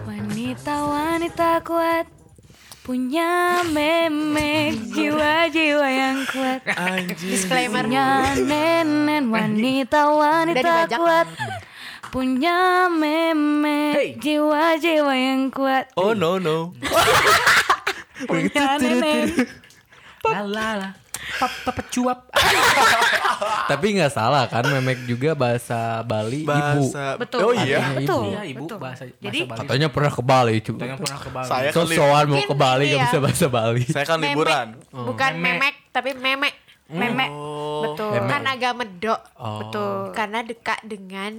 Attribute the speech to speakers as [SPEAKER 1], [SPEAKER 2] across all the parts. [SPEAKER 1] Kita wanita kuat Punya memek jiwa-jiwa yang kuat
[SPEAKER 2] Anjing.
[SPEAKER 3] Disclaimer.
[SPEAKER 1] Punya nenen wanita-wanita
[SPEAKER 3] Udah dibajak.
[SPEAKER 1] kuat Punya
[SPEAKER 4] Hey.
[SPEAKER 1] memek jiwa-jiwa yang kuat
[SPEAKER 2] Oh no no.
[SPEAKER 4] gitu?
[SPEAKER 1] Punya nenen
[SPEAKER 4] Lala. Pap pap cuap.
[SPEAKER 5] Tapi nggak salah kan memek juga bahasa Bali ibu.
[SPEAKER 2] Bahasa.
[SPEAKER 1] Betul.
[SPEAKER 2] Oh iya.
[SPEAKER 5] Artinya ibu.
[SPEAKER 1] Betul.
[SPEAKER 4] Iya, ibu,
[SPEAKER 1] betul.
[SPEAKER 4] bahasa- bahasa
[SPEAKER 1] Jadi
[SPEAKER 4] Bali.
[SPEAKER 5] Katanya pernah ke Bali cuy.
[SPEAKER 4] Jangan pernah ke Bali.
[SPEAKER 2] Saya kan, li-
[SPEAKER 5] So-soan mau ke
[SPEAKER 3] Mungkin
[SPEAKER 5] Bali nggak
[SPEAKER 3] iya.
[SPEAKER 5] bisa bahasa Bali.
[SPEAKER 2] saya kan
[SPEAKER 3] Memek. Oh.
[SPEAKER 2] liburan.
[SPEAKER 3] Bukan memek, tapi memek.
[SPEAKER 1] memek Betul
[SPEAKER 5] Memek.
[SPEAKER 3] Kan agak medok.
[SPEAKER 2] Oh.
[SPEAKER 1] Betul
[SPEAKER 3] Karena dekat dengan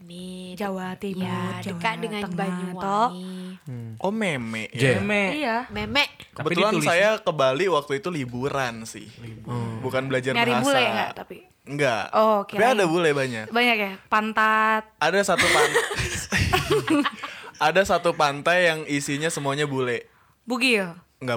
[SPEAKER 3] nih
[SPEAKER 1] Jawa Timur, Jawa
[SPEAKER 3] Ya, dekat dengan
[SPEAKER 1] Tengah, toh.
[SPEAKER 3] Banyuwangi.
[SPEAKER 2] Oh meme. Ya.
[SPEAKER 5] J.
[SPEAKER 4] Meme.
[SPEAKER 1] Iya
[SPEAKER 3] Memek.
[SPEAKER 4] Tapi
[SPEAKER 2] Kebetulan
[SPEAKER 4] ditulis-
[SPEAKER 2] saya ke Bali waktu itu liburan sih. Bukan belajar
[SPEAKER 1] Nyari
[SPEAKER 2] bahasa.
[SPEAKER 1] bule nggak tapi
[SPEAKER 2] Enggak.
[SPEAKER 1] Oh,
[SPEAKER 2] Tapi
[SPEAKER 1] kirain.
[SPEAKER 2] ada bule banyak.
[SPEAKER 1] Banyak ya Pantat
[SPEAKER 2] Ada satu pantai. ada satu pantai yang isinya semuanya bule.
[SPEAKER 1] Bugil
[SPEAKER 2] Nggak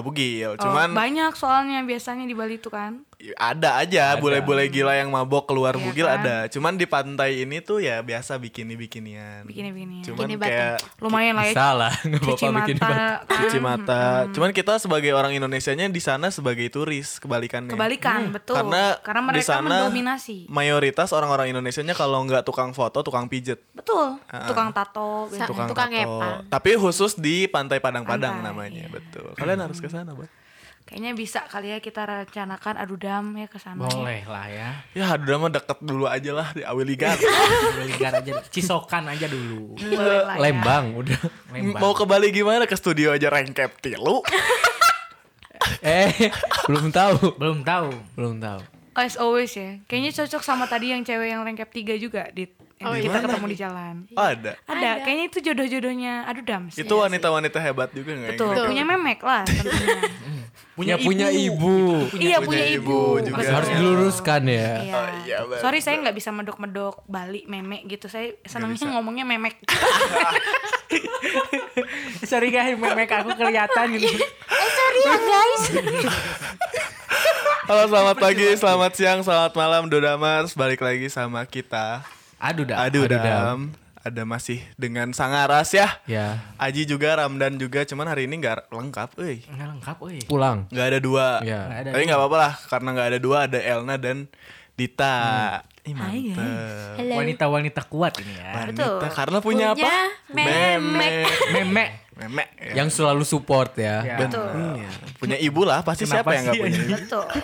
[SPEAKER 1] Oh,
[SPEAKER 2] bugil, cuman
[SPEAKER 1] banyak soalnya biasanya di Bali itu kan
[SPEAKER 2] ada aja bule-bule gila yang mabok keluar
[SPEAKER 1] Iya
[SPEAKER 2] bugil
[SPEAKER 1] kan?
[SPEAKER 2] ada. Cuman di pantai ini tuh ya biasa bikini-bikinian.
[SPEAKER 1] Bikini-bikinian.
[SPEAKER 2] Cuman
[SPEAKER 3] Bikini batik.
[SPEAKER 2] kayak
[SPEAKER 1] lumayan lah ya
[SPEAKER 5] Salah nggak
[SPEAKER 1] cuci
[SPEAKER 5] apa-apa bikin batas.
[SPEAKER 1] mata kan.
[SPEAKER 2] cuci mata. Cuman kita sebagai orang Indonesianya di sana sebagai turis kebalikannya.
[SPEAKER 1] kebalikan betul
[SPEAKER 2] Karena di
[SPEAKER 1] mereka
[SPEAKER 2] sana
[SPEAKER 1] mendominasi
[SPEAKER 2] Mayoritas orang-orang Indonesianya kalau nggak tukang foto, tukang pijet.
[SPEAKER 1] betul tukang tato
[SPEAKER 3] Sa-
[SPEAKER 1] gitu.
[SPEAKER 3] Tukang
[SPEAKER 2] tato.
[SPEAKER 3] epa.
[SPEAKER 2] Tapi khusus di Pantai Padang-Padang
[SPEAKER 1] Pantai, iya.
[SPEAKER 2] namanya, betul. Kalian harus ke sana, Bang.
[SPEAKER 1] kayaknya bisa kali ya kita rencanakan adu dam ya ke sana
[SPEAKER 4] Boleh lah ya.
[SPEAKER 2] Ya, aduh mah deket dulu aja lah di Awiligan.
[SPEAKER 1] Iya,
[SPEAKER 4] Ligar aja. Cisokan aja dulu.
[SPEAKER 1] Boleh lah ya.
[SPEAKER 5] Lembang udah.
[SPEAKER 4] Lembang.
[SPEAKER 2] Mau ke Bali gimana? Ke studio aja rengkep tilu.
[SPEAKER 5] Eh belum tahu.
[SPEAKER 4] Belum tahu.
[SPEAKER 5] Belum tahu.
[SPEAKER 1] as always ya kayaknya cocok sama tadi yang cewek yang lengkap tiga juga di yang
[SPEAKER 3] Oh,
[SPEAKER 1] kita
[SPEAKER 2] iya.
[SPEAKER 1] ketemu di jalan
[SPEAKER 2] Oh, ada.
[SPEAKER 1] ada kayaknya itu jodoh-jodohnya adu dam Iya sih.
[SPEAKER 2] Itu wanita-wanita hebat juga nggak? yang gitu.
[SPEAKER 1] betul
[SPEAKER 2] ngerekap?
[SPEAKER 1] punya memek lah tentunya
[SPEAKER 5] Punya punya ibu.
[SPEAKER 1] iya punya ibu,
[SPEAKER 2] juga.
[SPEAKER 5] Masih harus diluruskan ya.
[SPEAKER 1] Iya.
[SPEAKER 2] Oh, iya, betul.
[SPEAKER 1] Sorry saya nggak bisa medok-medok Bali memek gitu. Saya senangnya ngomongnya memek.
[SPEAKER 4] Sorry guys, memek aku kelihatan gitu.
[SPEAKER 3] Eh sorry ya guys.
[SPEAKER 2] Halo, selamat pagi, selamat siang, selamat malam, Dodamers. Balik lagi sama kita.
[SPEAKER 4] Aduh dah.
[SPEAKER 2] Aduh,
[SPEAKER 5] aduh,
[SPEAKER 2] Dam. Ada masih dengan Sangaras ya.
[SPEAKER 5] Ya
[SPEAKER 2] Aji juga, Ramdan juga, cuman hari ini nggak lengkap, euy.
[SPEAKER 4] Nggak lengkap, euy.
[SPEAKER 5] pulang.
[SPEAKER 2] Nggak ada dua.
[SPEAKER 5] Iya.
[SPEAKER 4] Nggak ada
[SPEAKER 2] Tapi nggak apa-apa lah, karena nggak ada dua ada Elna dan Dita. Ih, mantep.
[SPEAKER 4] Wanita-wanita kuat ini ya.
[SPEAKER 2] Wanita, karena punya, apa?
[SPEAKER 3] Punya memek.
[SPEAKER 4] Memek.
[SPEAKER 2] Memek. ya.
[SPEAKER 5] Yang selalu support ya.
[SPEAKER 4] Ya.
[SPEAKER 2] Benar. Punya ibu lah, pasti
[SPEAKER 4] Kenapa
[SPEAKER 2] siapa yang nggak
[SPEAKER 4] sih,
[SPEAKER 2] punya ibu?
[SPEAKER 1] Betul.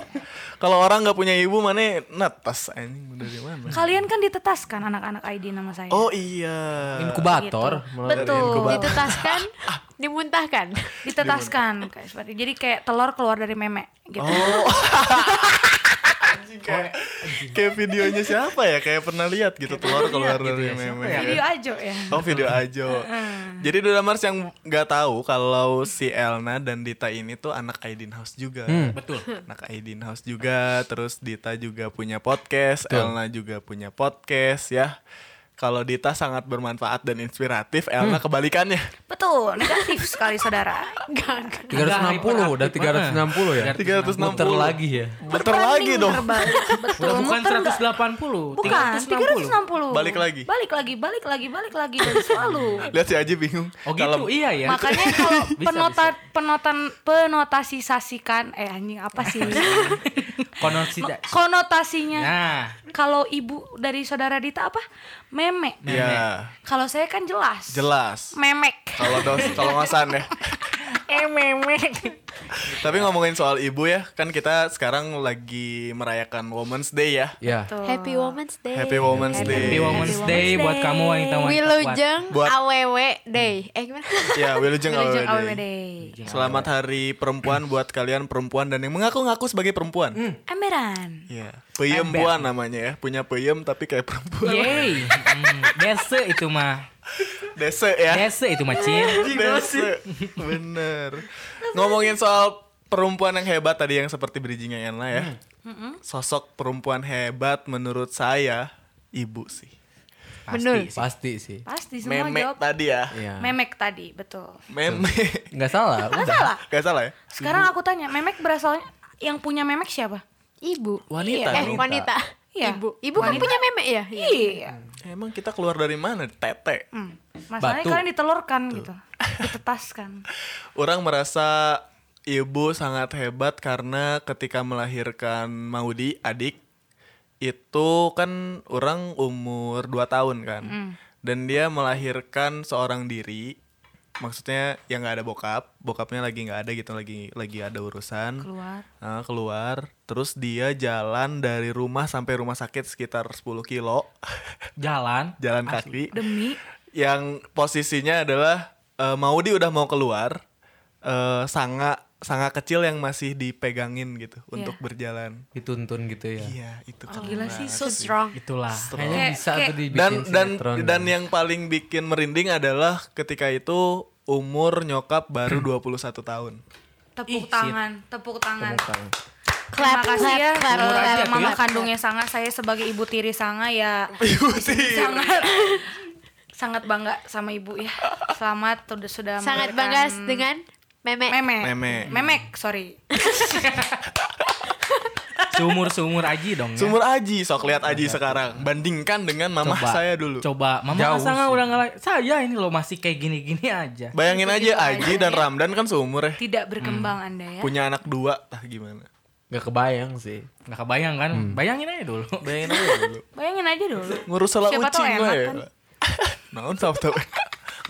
[SPEAKER 2] Kalau orang nggak punya ibu mana netes anjing udah di mana?
[SPEAKER 1] Kalian kan ditetaskan anak-nak ID nama saya.
[SPEAKER 2] Oh iya.
[SPEAKER 5] Inkubator.
[SPEAKER 1] Gitu.
[SPEAKER 5] malah.
[SPEAKER 1] Betul. Ditet-
[SPEAKER 3] Ditetaskan,
[SPEAKER 2] Ah,
[SPEAKER 3] dimuntahkan.
[SPEAKER 1] ditetaskan kayak seperti jadi kayak telur keluar dari memek gitu.
[SPEAKER 2] Oh. Anjing, kayak, kayak videonya siapa ya? Kayak pernah lihat gitu telur keluar dari meme.
[SPEAKER 1] Video aja ya.
[SPEAKER 2] Oh video Ajo. Jadi Duda Mars yang nggak tahu kalau si Elna dan Dita ini tuh anak Aidin House juga.
[SPEAKER 4] Betul.
[SPEAKER 2] Anak Aidin House juga, terus Dita juga punya podcast, Elna juga punya podcast ya. Kalau Dita sangat bermanfaat dan inspiratif,
[SPEAKER 4] Hmm.
[SPEAKER 2] Elna kebalikannya.
[SPEAKER 1] Betul, negatif sekali saudara.
[SPEAKER 3] Enggak.
[SPEAKER 5] 360 udah 360 ya.
[SPEAKER 2] 360.
[SPEAKER 5] Muter lagi ya.
[SPEAKER 2] Betul
[SPEAKER 1] Banding
[SPEAKER 2] lagi dong.
[SPEAKER 1] terbalik. Betul.
[SPEAKER 4] Udah bukan
[SPEAKER 1] muter nggak-
[SPEAKER 4] 180,
[SPEAKER 1] Bukan, 360.
[SPEAKER 4] 360.
[SPEAKER 2] Balik lagi.
[SPEAKER 1] Balik lagi, balik lagi, balik lagi dan selalu.
[SPEAKER 2] Lihat si Aji bingung.
[SPEAKER 4] Oh gitu,
[SPEAKER 2] Kalau-
[SPEAKER 4] iya ya.
[SPEAKER 1] Makanya kalau
[SPEAKER 4] Bisa,
[SPEAKER 1] penotan penotan penotasisasikan eh anjing apa sih?
[SPEAKER 4] Konosi
[SPEAKER 1] Ma- Konotasinya
[SPEAKER 4] Nah,
[SPEAKER 1] kalau ibu dari saudara Dita apa? Memek.
[SPEAKER 2] Iya,
[SPEAKER 1] Kalau saya kan jelas.
[SPEAKER 2] jelas.
[SPEAKER 1] Memek.
[SPEAKER 2] Kalau dos, kalau ngosan ya.
[SPEAKER 1] Eh memek.
[SPEAKER 2] Tapi ngomongin soal ibu ya, kan kita sekarang lagi merayakan Women's Day ya.
[SPEAKER 5] Ya.
[SPEAKER 1] Gitu.
[SPEAKER 3] Happy Women's Day.
[SPEAKER 2] Happy Women's Day.
[SPEAKER 4] Happy Women's Day buat kamu wanita-wanita kuat.
[SPEAKER 3] Wilujeng
[SPEAKER 2] Buat-
[SPEAKER 3] AWW Day. Eh gimana?
[SPEAKER 2] Ya, Wilujeng
[SPEAKER 1] Religion
[SPEAKER 2] AWD.
[SPEAKER 1] AWD.
[SPEAKER 2] Selamat Hari Perempuan buat kalian perempuan dan yang mengaku-ngaku sebagai
[SPEAKER 1] Hmm.
[SPEAKER 2] perempuan.
[SPEAKER 1] Ameran.
[SPEAKER 2] Iya. Peyempuan namanya ya, punya peyem tapi kayak perempuan.
[SPEAKER 4] Yeay. Hmm, Dese itu mah.
[SPEAKER 2] Dese ya.
[SPEAKER 4] Dese itu mah, Cin.
[SPEAKER 2] Dese. Bener. Ngomongin soal perempuan yang hebat tadi yang seperti bridgingnya Enla ya. Sosok perempuan hebat menurut saya ibu sih.
[SPEAKER 3] Bener.
[SPEAKER 4] Pasti. sih.
[SPEAKER 5] Pasti sih.
[SPEAKER 1] Pasti semua
[SPEAKER 2] Memek
[SPEAKER 1] jawab
[SPEAKER 2] tadi ya.
[SPEAKER 5] Iya.
[SPEAKER 1] memek tadi, betul.
[SPEAKER 2] Memek.
[SPEAKER 5] Nggak salah. udah.
[SPEAKER 1] Salah.
[SPEAKER 2] Gak salah ya?
[SPEAKER 1] Sekarang aku tanya, memek berasalnya yang punya memek siapa?
[SPEAKER 3] Ibu.
[SPEAKER 2] Wanita,
[SPEAKER 3] Eh wanita.
[SPEAKER 1] Iya.
[SPEAKER 3] Ibu. Ibu kan punya memek ya? Iya.
[SPEAKER 1] Iya.
[SPEAKER 2] Emang kita keluar dari mana? Tete.
[SPEAKER 1] Hmm. Masalahnya
[SPEAKER 5] Batu.
[SPEAKER 1] kalian ditelurkan gitu, ditetaskan.
[SPEAKER 2] Orang merasa ibu sangat hebat karena ketika melahirkan Maudi adik itu kan orang umur 2 tahun kan. Dan dia melahirkan seorang diri. Maksudnya yang nggak ada bokap, bokapnya lagi nggak ada gitu, lagi lagi ada urusan.
[SPEAKER 1] Keluar.
[SPEAKER 2] Nah, keluar, terus dia jalan dari rumah sampai rumah sakit sekitar 10 kilo
[SPEAKER 4] Jalan.
[SPEAKER 2] jalan kaki
[SPEAKER 1] Demi
[SPEAKER 2] yang posisinya adalah eh, Maudi udah mau keluar eh, sanga sanga kecil yang masih dipegangin gitu untuk berjalan
[SPEAKER 5] Dituntun gitu ya.
[SPEAKER 2] iya itu keren
[SPEAKER 1] gila
[SPEAKER 2] banget
[SPEAKER 1] sih
[SPEAKER 3] So
[SPEAKER 2] Iya.
[SPEAKER 3] strong.
[SPEAKER 4] Itulah.
[SPEAKER 5] Kayaknya
[SPEAKER 1] Kayak-
[SPEAKER 5] bisa
[SPEAKER 1] kayak-
[SPEAKER 5] tuh dibikin
[SPEAKER 2] dan dan
[SPEAKER 5] sinetron. ya.
[SPEAKER 2] dan yang paling bikin merinding adalah ketika itu umur nyokap baru 21 tahun
[SPEAKER 1] tepuk tangan, tepuk tangan.
[SPEAKER 3] Clap,
[SPEAKER 1] Terima kasih
[SPEAKER 3] clap,
[SPEAKER 1] ya,
[SPEAKER 3] clap,
[SPEAKER 1] eh,
[SPEAKER 3] clap,
[SPEAKER 4] clap,
[SPEAKER 1] mama
[SPEAKER 4] clap.
[SPEAKER 1] kandungnya Sanga. Saya sebagai ibu tiri Sanga ya sangat sangat bangga sama ibu ya. Selamat sudah sudah
[SPEAKER 3] Sangat bangga
[SPEAKER 2] kan
[SPEAKER 1] melahirkan
[SPEAKER 3] dengan memek.
[SPEAKER 1] memek.
[SPEAKER 2] Memek.
[SPEAKER 1] Memek, sorry.
[SPEAKER 4] Seumur seumur Aji dong. Ya.
[SPEAKER 2] sumur Aji sok lihat Aji sekarang bandingkan dengan mama
[SPEAKER 4] Coba-
[SPEAKER 2] saya dulu
[SPEAKER 4] Coba, mama
[SPEAKER 5] Jauh
[SPEAKER 4] masa nggak
[SPEAKER 5] sih.
[SPEAKER 4] udah ngalah. Saya ini loh masih kayak gini-gini aja.
[SPEAKER 2] bayangin
[SPEAKER 1] Gitu-gitu
[SPEAKER 2] aja Aji
[SPEAKER 1] aja
[SPEAKER 2] dan
[SPEAKER 1] ya.
[SPEAKER 2] Ramdan kan seumur ya
[SPEAKER 1] Tidak berkembang Anda ya.
[SPEAKER 2] punya anak dua tah gimana
[SPEAKER 5] Gak kebayang sih.
[SPEAKER 4] Nggak kebayang kan?
[SPEAKER 2] Hmm.
[SPEAKER 4] Bayangin aja dulu.
[SPEAKER 2] bayangin aja dulu
[SPEAKER 1] Bayangin aja dulu.
[SPEAKER 2] ngurus salah
[SPEAKER 1] Siapa tahu
[SPEAKER 2] ucing lah
[SPEAKER 1] enak
[SPEAKER 2] ya.
[SPEAKER 1] kan.
[SPEAKER 2] Naon tau tau.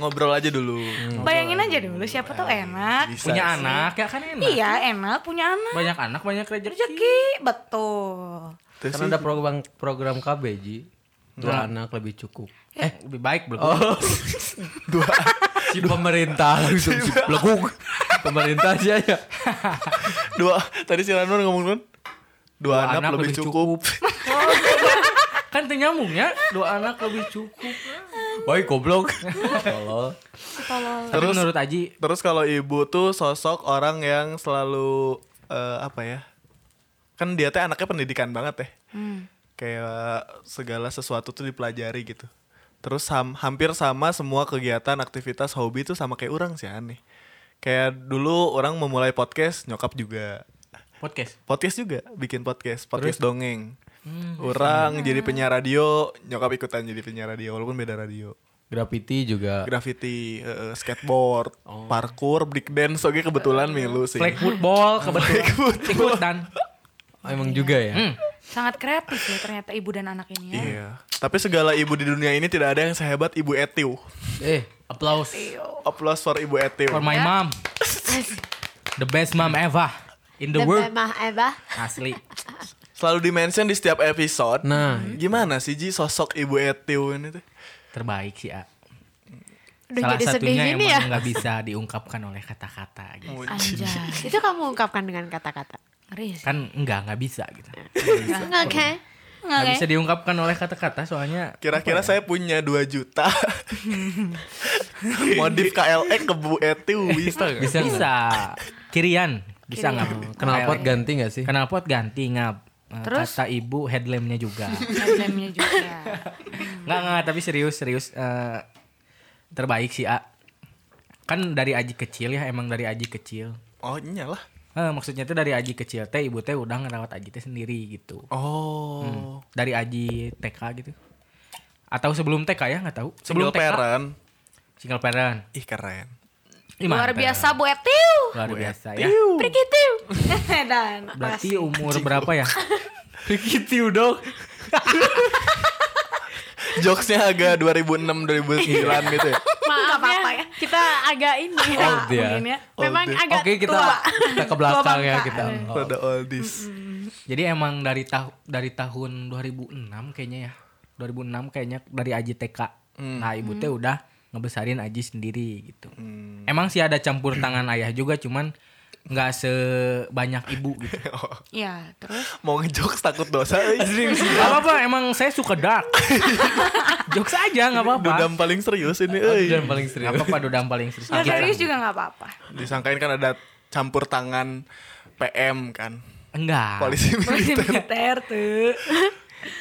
[SPEAKER 2] Ngobrol aja dulu.
[SPEAKER 1] Bayangin aja dulu siapa tahu enak.
[SPEAKER 2] Bisa
[SPEAKER 4] Punya
[SPEAKER 2] sih.
[SPEAKER 4] anak ya kan enak.
[SPEAKER 1] Iya, enak punya anak.
[SPEAKER 4] Banyak anak banyak rezeki.
[SPEAKER 1] Rezeki, betul.
[SPEAKER 2] Terus
[SPEAKER 5] Karena ada program program KB, Ji. Dua anak lebih cukup.
[SPEAKER 4] Eh, lebih baik belum?
[SPEAKER 2] Oh. dua
[SPEAKER 5] Si pemerintah langsung si plekuk. Pemerintah aja ya.
[SPEAKER 2] dua tadi si Ranun ngomong Nun. Dua, anak, lebih, cukup.
[SPEAKER 4] kan tuh nyambung ya. Dua anak lebih cukup.
[SPEAKER 5] Woi goblok. Tolol.
[SPEAKER 4] Tapi menurut Aji
[SPEAKER 2] Terus kalau ibu tuh sosok orang yang selalu eh, apa ya? Kan dia teh anaknya pendidikan banget teh.
[SPEAKER 1] Hmm.
[SPEAKER 2] Kayak segala sesuatu tuh dipelajari gitu. Terus ham- hampir sama semua kegiatan, aktivitas, hobi tuh sama kayak orang sih aneh. Kayak dulu orang memulai podcast, nyokap juga
[SPEAKER 4] podcast.
[SPEAKER 2] podcast juga bikin podcast podcast dongeng orang jadi penyiar radio nyokap ikutan jadi penyiar radio walaupun beda radio
[SPEAKER 5] Graffiti juga.
[SPEAKER 2] graffiti eh, skateboard parkour break dance oke kebetulan milu sih
[SPEAKER 4] Flag football kebetulan ikut dan
[SPEAKER 5] Oh, emang juga ya.
[SPEAKER 1] Sangat kreatif ya ternyata ibu dan anak ini ya.
[SPEAKER 2] iya tapi segala ibu di dunia ini tidak ada yang sehebat ibu Etiu
[SPEAKER 5] Eh, aplaus.
[SPEAKER 2] applause for ibu Etiu
[SPEAKER 4] for my mom. The best mom ever in the world.
[SPEAKER 3] Mah Eva.
[SPEAKER 4] Asli.
[SPEAKER 2] selalu di mention di setiap episode
[SPEAKER 5] Nah,
[SPEAKER 2] gimana sih Ji sosok ibu Etiu ini tuh
[SPEAKER 4] Terbaik sih, A.
[SPEAKER 3] Udah
[SPEAKER 4] Salah
[SPEAKER 3] jadi sedih
[SPEAKER 4] satunya
[SPEAKER 3] gini
[SPEAKER 4] emang
[SPEAKER 3] ya.
[SPEAKER 4] nggak bisa diungkapkan oleh kata-kata
[SPEAKER 2] Oh,
[SPEAKER 4] gitu.
[SPEAKER 2] iya.
[SPEAKER 1] Anjay.
[SPEAKER 3] Itu kamu ungkapkan dengan kata-kata.
[SPEAKER 1] Ngeri sih.
[SPEAKER 4] Kan enggak, nggak bisa gitu.
[SPEAKER 3] Oke.
[SPEAKER 1] Nggak
[SPEAKER 4] Nggak
[SPEAKER 1] kayak-
[SPEAKER 4] bisa diungkapkan oleh kata-kata soalnya
[SPEAKER 2] kira-kira saya punya 2 juta modif KLX ke Bu Etiu Iya. bisa nggak?
[SPEAKER 5] bisa nggak?
[SPEAKER 4] bisa kirian bisa nggak
[SPEAKER 5] Kenalpot ganti nggak sih?
[SPEAKER 4] kenalpot ganti ngap Eh,
[SPEAKER 1] Terus?
[SPEAKER 4] kata ibu headlampnya juga
[SPEAKER 1] Emblemnya juga.
[SPEAKER 4] nggak nggak tapi serius serius eh, terbaik sih A kan dari aji kecil ya emang dari aji kecil
[SPEAKER 2] oh iyalah
[SPEAKER 4] Eh, maksudnya tuh dari aji kecil teh ibu teh udah ngerawat aji teh sendiri gitu
[SPEAKER 2] oh
[SPEAKER 4] dari aji TK gitu atau sebelum TK ya nggak tahu sebelum
[SPEAKER 2] Sebelum parent.
[SPEAKER 4] single parent
[SPEAKER 2] Ih keren.
[SPEAKER 4] Ih,
[SPEAKER 1] Luar
[SPEAKER 4] mantap.
[SPEAKER 1] biasa Bu Etiu.
[SPEAKER 4] luar biasa ya
[SPEAKER 1] Prikitiu. Dan
[SPEAKER 4] berarti umur berapa ya
[SPEAKER 5] Begitu dong.
[SPEAKER 2] Jokesnya agak 2006 2009 gitu ya.
[SPEAKER 3] Maaf
[SPEAKER 1] apa-apa
[SPEAKER 3] ya. Kita agak ini.
[SPEAKER 5] Oh, dia.
[SPEAKER 1] mungkin ya.
[SPEAKER 3] Memang
[SPEAKER 2] Old
[SPEAKER 3] agak
[SPEAKER 5] Oke, kita
[SPEAKER 3] tua.
[SPEAKER 5] kita ke belakang
[SPEAKER 1] Tua
[SPEAKER 5] ya
[SPEAKER 1] bangka.
[SPEAKER 5] kita.
[SPEAKER 2] days. Rada oldies.
[SPEAKER 4] Jadi emang dari tahu dari tahun 2006 kayaknya ya. 2006 kayaknya dari Aji TK. Nah, ibu teh
[SPEAKER 1] Hmm.
[SPEAKER 4] udah ngebesarin Aji sendiri gitu. Emang sih ada campur tangan ayah juga cuman nggak sebanyak ibu gitu.
[SPEAKER 1] Iya, terus
[SPEAKER 2] Mau ngejokes takut dosa. Ini
[SPEAKER 4] Gak apa-apa, emang saya suka dark. Jokes aja nggak apa-apa.
[SPEAKER 2] Dodam paling serius ini.
[SPEAKER 5] Oh,
[SPEAKER 2] euy.
[SPEAKER 5] Dan paling serius.
[SPEAKER 4] Nggak apa-apa dodam paling serius. kan?
[SPEAKER 1] nggak
[SPEAKER 4] Kita-
[SPEAKER 1] serius juga nggak apa-apa.
[SPEAKER 2] Disangkain kan ada campur tangan PM kan.
[SPEAKER 4] Enggak.
[SPEAKER 2] Polisi
[SPEAKER 1] Polisi militer tuh.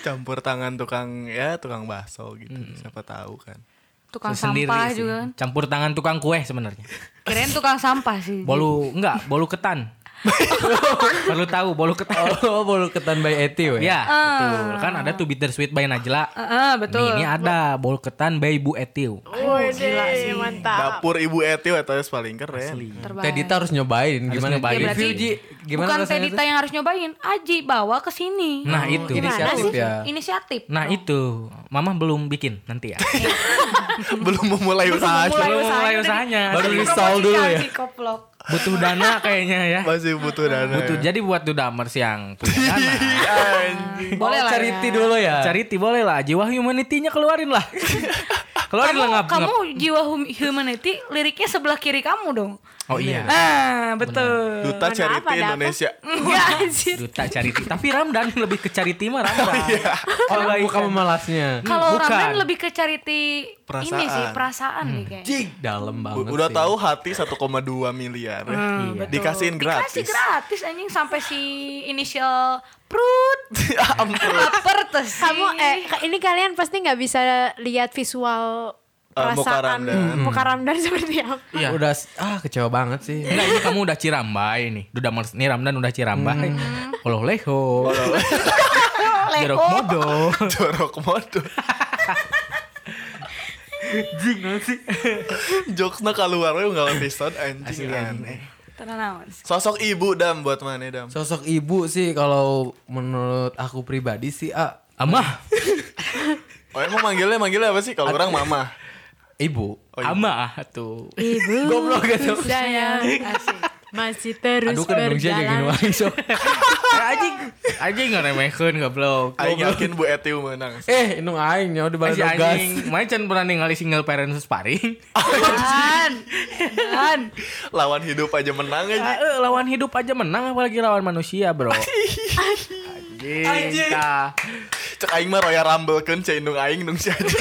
[SPEAKER 2] campur tangan tukang ya tukang bakso gitu. Siapa tahu kan.
[SPEAKER 1] Tukang
[SPEAKER 4] Sendiri
[SPEAKER 1] sampah
[SPEAKER 4] sih.
[SPEAKER 1] juga kan.
[SPEAKER 4] Campur tangan tukang kue sebenarnya.
[SPEAKER 1] Kirain tukang sampah sih.
[SPEAKER 4] Bolu enggak, bolu ketan. Perlu tahu bolu ketan.
[SPEAKER 5] Oh, bolu ketan by Eti
[SPEAKER 1] Oh,
[SPEAKER 5] weh.
[SPEAKER 1] iya.
[SPEAKER 4] Ya, betul. Kan ada tuh bittersweet by Najla.
[SPEAKER 1] Heeh, Ah. Eh, betul.
[SPEAKER 4] Nih, ini ada bolu ketan by Bu Etiu.
[SPEAKER 1] Oh,
[SPEAKER 3] Wih, gila sih. Mantap.
[SPEAKER 2] Dapur Ibu Eti wae paling keren.
[SPEAKER 1] Terbaik.
[SPEAKER 5] Teh Dita harus nyobain gimana Ji?
[SPEAKER 4] nyobain. Ya,
[SPEAKER 1] berarti
[SPEAKER 5] Review, Ji. Gimana
[SPEAKER 1] Bukan
[SPEAKER 5] rasanya
[SPEAKER 1] Teh Dita
[SPEAKER 5] tuh?
[SPEAKER 1] yang harus nyobain, Aji bawa ke sini.
[SPEAKER 4] Nah, itu.
[SPEAKER 5] Inisiatif ya.
[SPEAKER 1] Inisiatif.
[SPEAKER 4] Nah, itu. Mama belum bikin nanti ya.
[SPEAKER 2] Belum memulai usaha.
[SPEAKER 3] usahanya
[SPEAKER 4] Belum mulai
[SPEAKER 3] tadi.
[SPEAKER 4] usahanya.
[SPEAKER 5] Baru
[SPEAKER 4] Jadi
[SPEAKER 5] install dulu ya.
[SPEAKER 1] Aji koplok.
[SPEAKER 4] Butuh dana kayaknya ya.
[SPEAKER 2] Masih butuh dana.
[SPEAKER 4] Butuh.
[SPEAKER 2] ya.
[SPEAKER 4] Jadi buat Dudamers yang punya dana.
[SPEAKER 2] Anjing.
[SPEAKER 1] Boleh
[SPEAKER 5] Oh,
[SPEAKER 1] lah.
[SPEAKER 5] Charity
[SPEAKER 1] ya.
[SPEAKER 5] dulu ya.
[SPEAKER 4] Charity boleh lah. Jiwa humanity-nya keluarin lah.
[SPEAKER 1] Kamu,
[SPEAKER 4] keluarin lah ngap,
[SPEAKER 1] kamu
[SPEAKER 4] ngap.
[SPEAKER 1] jiwa hum- humanity liriknya sebelah kiri kamu dong.
[SPEAKER 4] Oh iya.
[SPEAKER 1] Ah, betul.
[SPEAKER 3] Mana
[SPEAKER 2] Duta
[SPEAKER 3] apa,
[SPEAKER 2] Charity
[SPEAKER 3] ada apa?
[SPEAKER 2] Indonesia.
[SPEAKER 1] Enggak Iya, anjir.
[SPEAKER 4] Duta Charity. Tapi Ramdan lebih ke Charity mah Ramdan.
[SPEAKER 1] iya.
[SPEAKER 5] Oh, bukan memalasnya.
[SPEAKER 1] Kalau
[SPEAKER 4] bukan.
[SPEAKER 1] Ramdan lebih ke charity ini sih
[SPEAKER 2] Perasaan.
[SPEAKER 1] perasaan nih kayaknya.
[SPEAKER 5] Jing, dalam
[SPEAKER 2] U-
[SPEAKER 5] banget
[SPEAKER 2] Udah
[SPEAKER 5] sih.
[SPEAKER 2] tahu hati 1,2 miliar. ya.
[SPEAKER 4] Iya.
[SPEAKER 2] Dikasihin
[SPEAKER 1] Hmm, Dikasih
[SPEAKER 2] gratis.
[SPEAKER 1] gratis anjing sampai si inisial perut
[SPEAKER 2] Ya Ampun.
[SPEAKER 1] lapar terus.
[SPEAKER 3] Kamu eh ka- ini kalian pasti nggak bisa lihat visual
[SPEAKER 2] Eh, muka
[SPEAKER 3] perasaan
[SPEAKER 2] Ramdan.
[SPEAKER 3] muka Ramdan seperti apa.
[SPEAKER 4] Iya.
[SPEAKER 5] Udah s- ah kecewa banget sih.
[SPEAKER 4] Enggak, ini kamu udah Cirambai nih. Dudamers nih Ramdan udah Cirambai. Oloh leho. Jeruk modo.
[SPEAKER 2] Jorok mode.
[SPEAKER 4] Jing sih.
[SPEAKER 2] Jokesnya keluar we nggak episode anjing
[SPEAKER 4] Asli, anjing.
[SPEAKER 2] aneh.
[SPEAKER 1] Tenang.
[SPEAKER 2] Sosok ibu dam buat mana dam?
[SPEAKER 5] Sosok ibu sih kalau menurut aku pribadi sih ah
[SPEAKER 4] Amah.
[SPEAKER 2] Oh emang manggilnya manggilnya apa sih? Kalau orang mama.
[SPEAKER 5] ibu.
[SPEAKER 2] Oh, iya.
[SPEAKER 4] Amah tuh.
[SPEAKER 3] Ibu
[SPEAKER 5] Goblok gitu.
[SPEAKER 3] saya masih terus
[SPEAKER 5] Aduh kan Indonesia jadi
[SPEAKER 3] berjalan.
[SPEAKER 5] nuang sok.
[SPEAKER 4] Eh, Anjing. Anjing ngeremehin goblok.
[SPEAKER 2] Aing yakin Bu Eti menang.
[SPEAKER 5] Eh, inung aing nyawa di balik
[SPEAKER 4] Si
[SPEAKER 5] gas.
[SPEAKER 4] anjing, macan berani ngali single parents sparring.
[SPEAKER 1] Dan. Dan.
[SPEAKER 2] Lawan hidup aja menang aja.
[SPEAKER 4] Ah, eh, lawan hidup aja menang apalagi lawan manusia, Bro. Anjing. tah.
[SPEAKER 2] Cek aing mah Royal Rumble kan indung aing nung si anjing.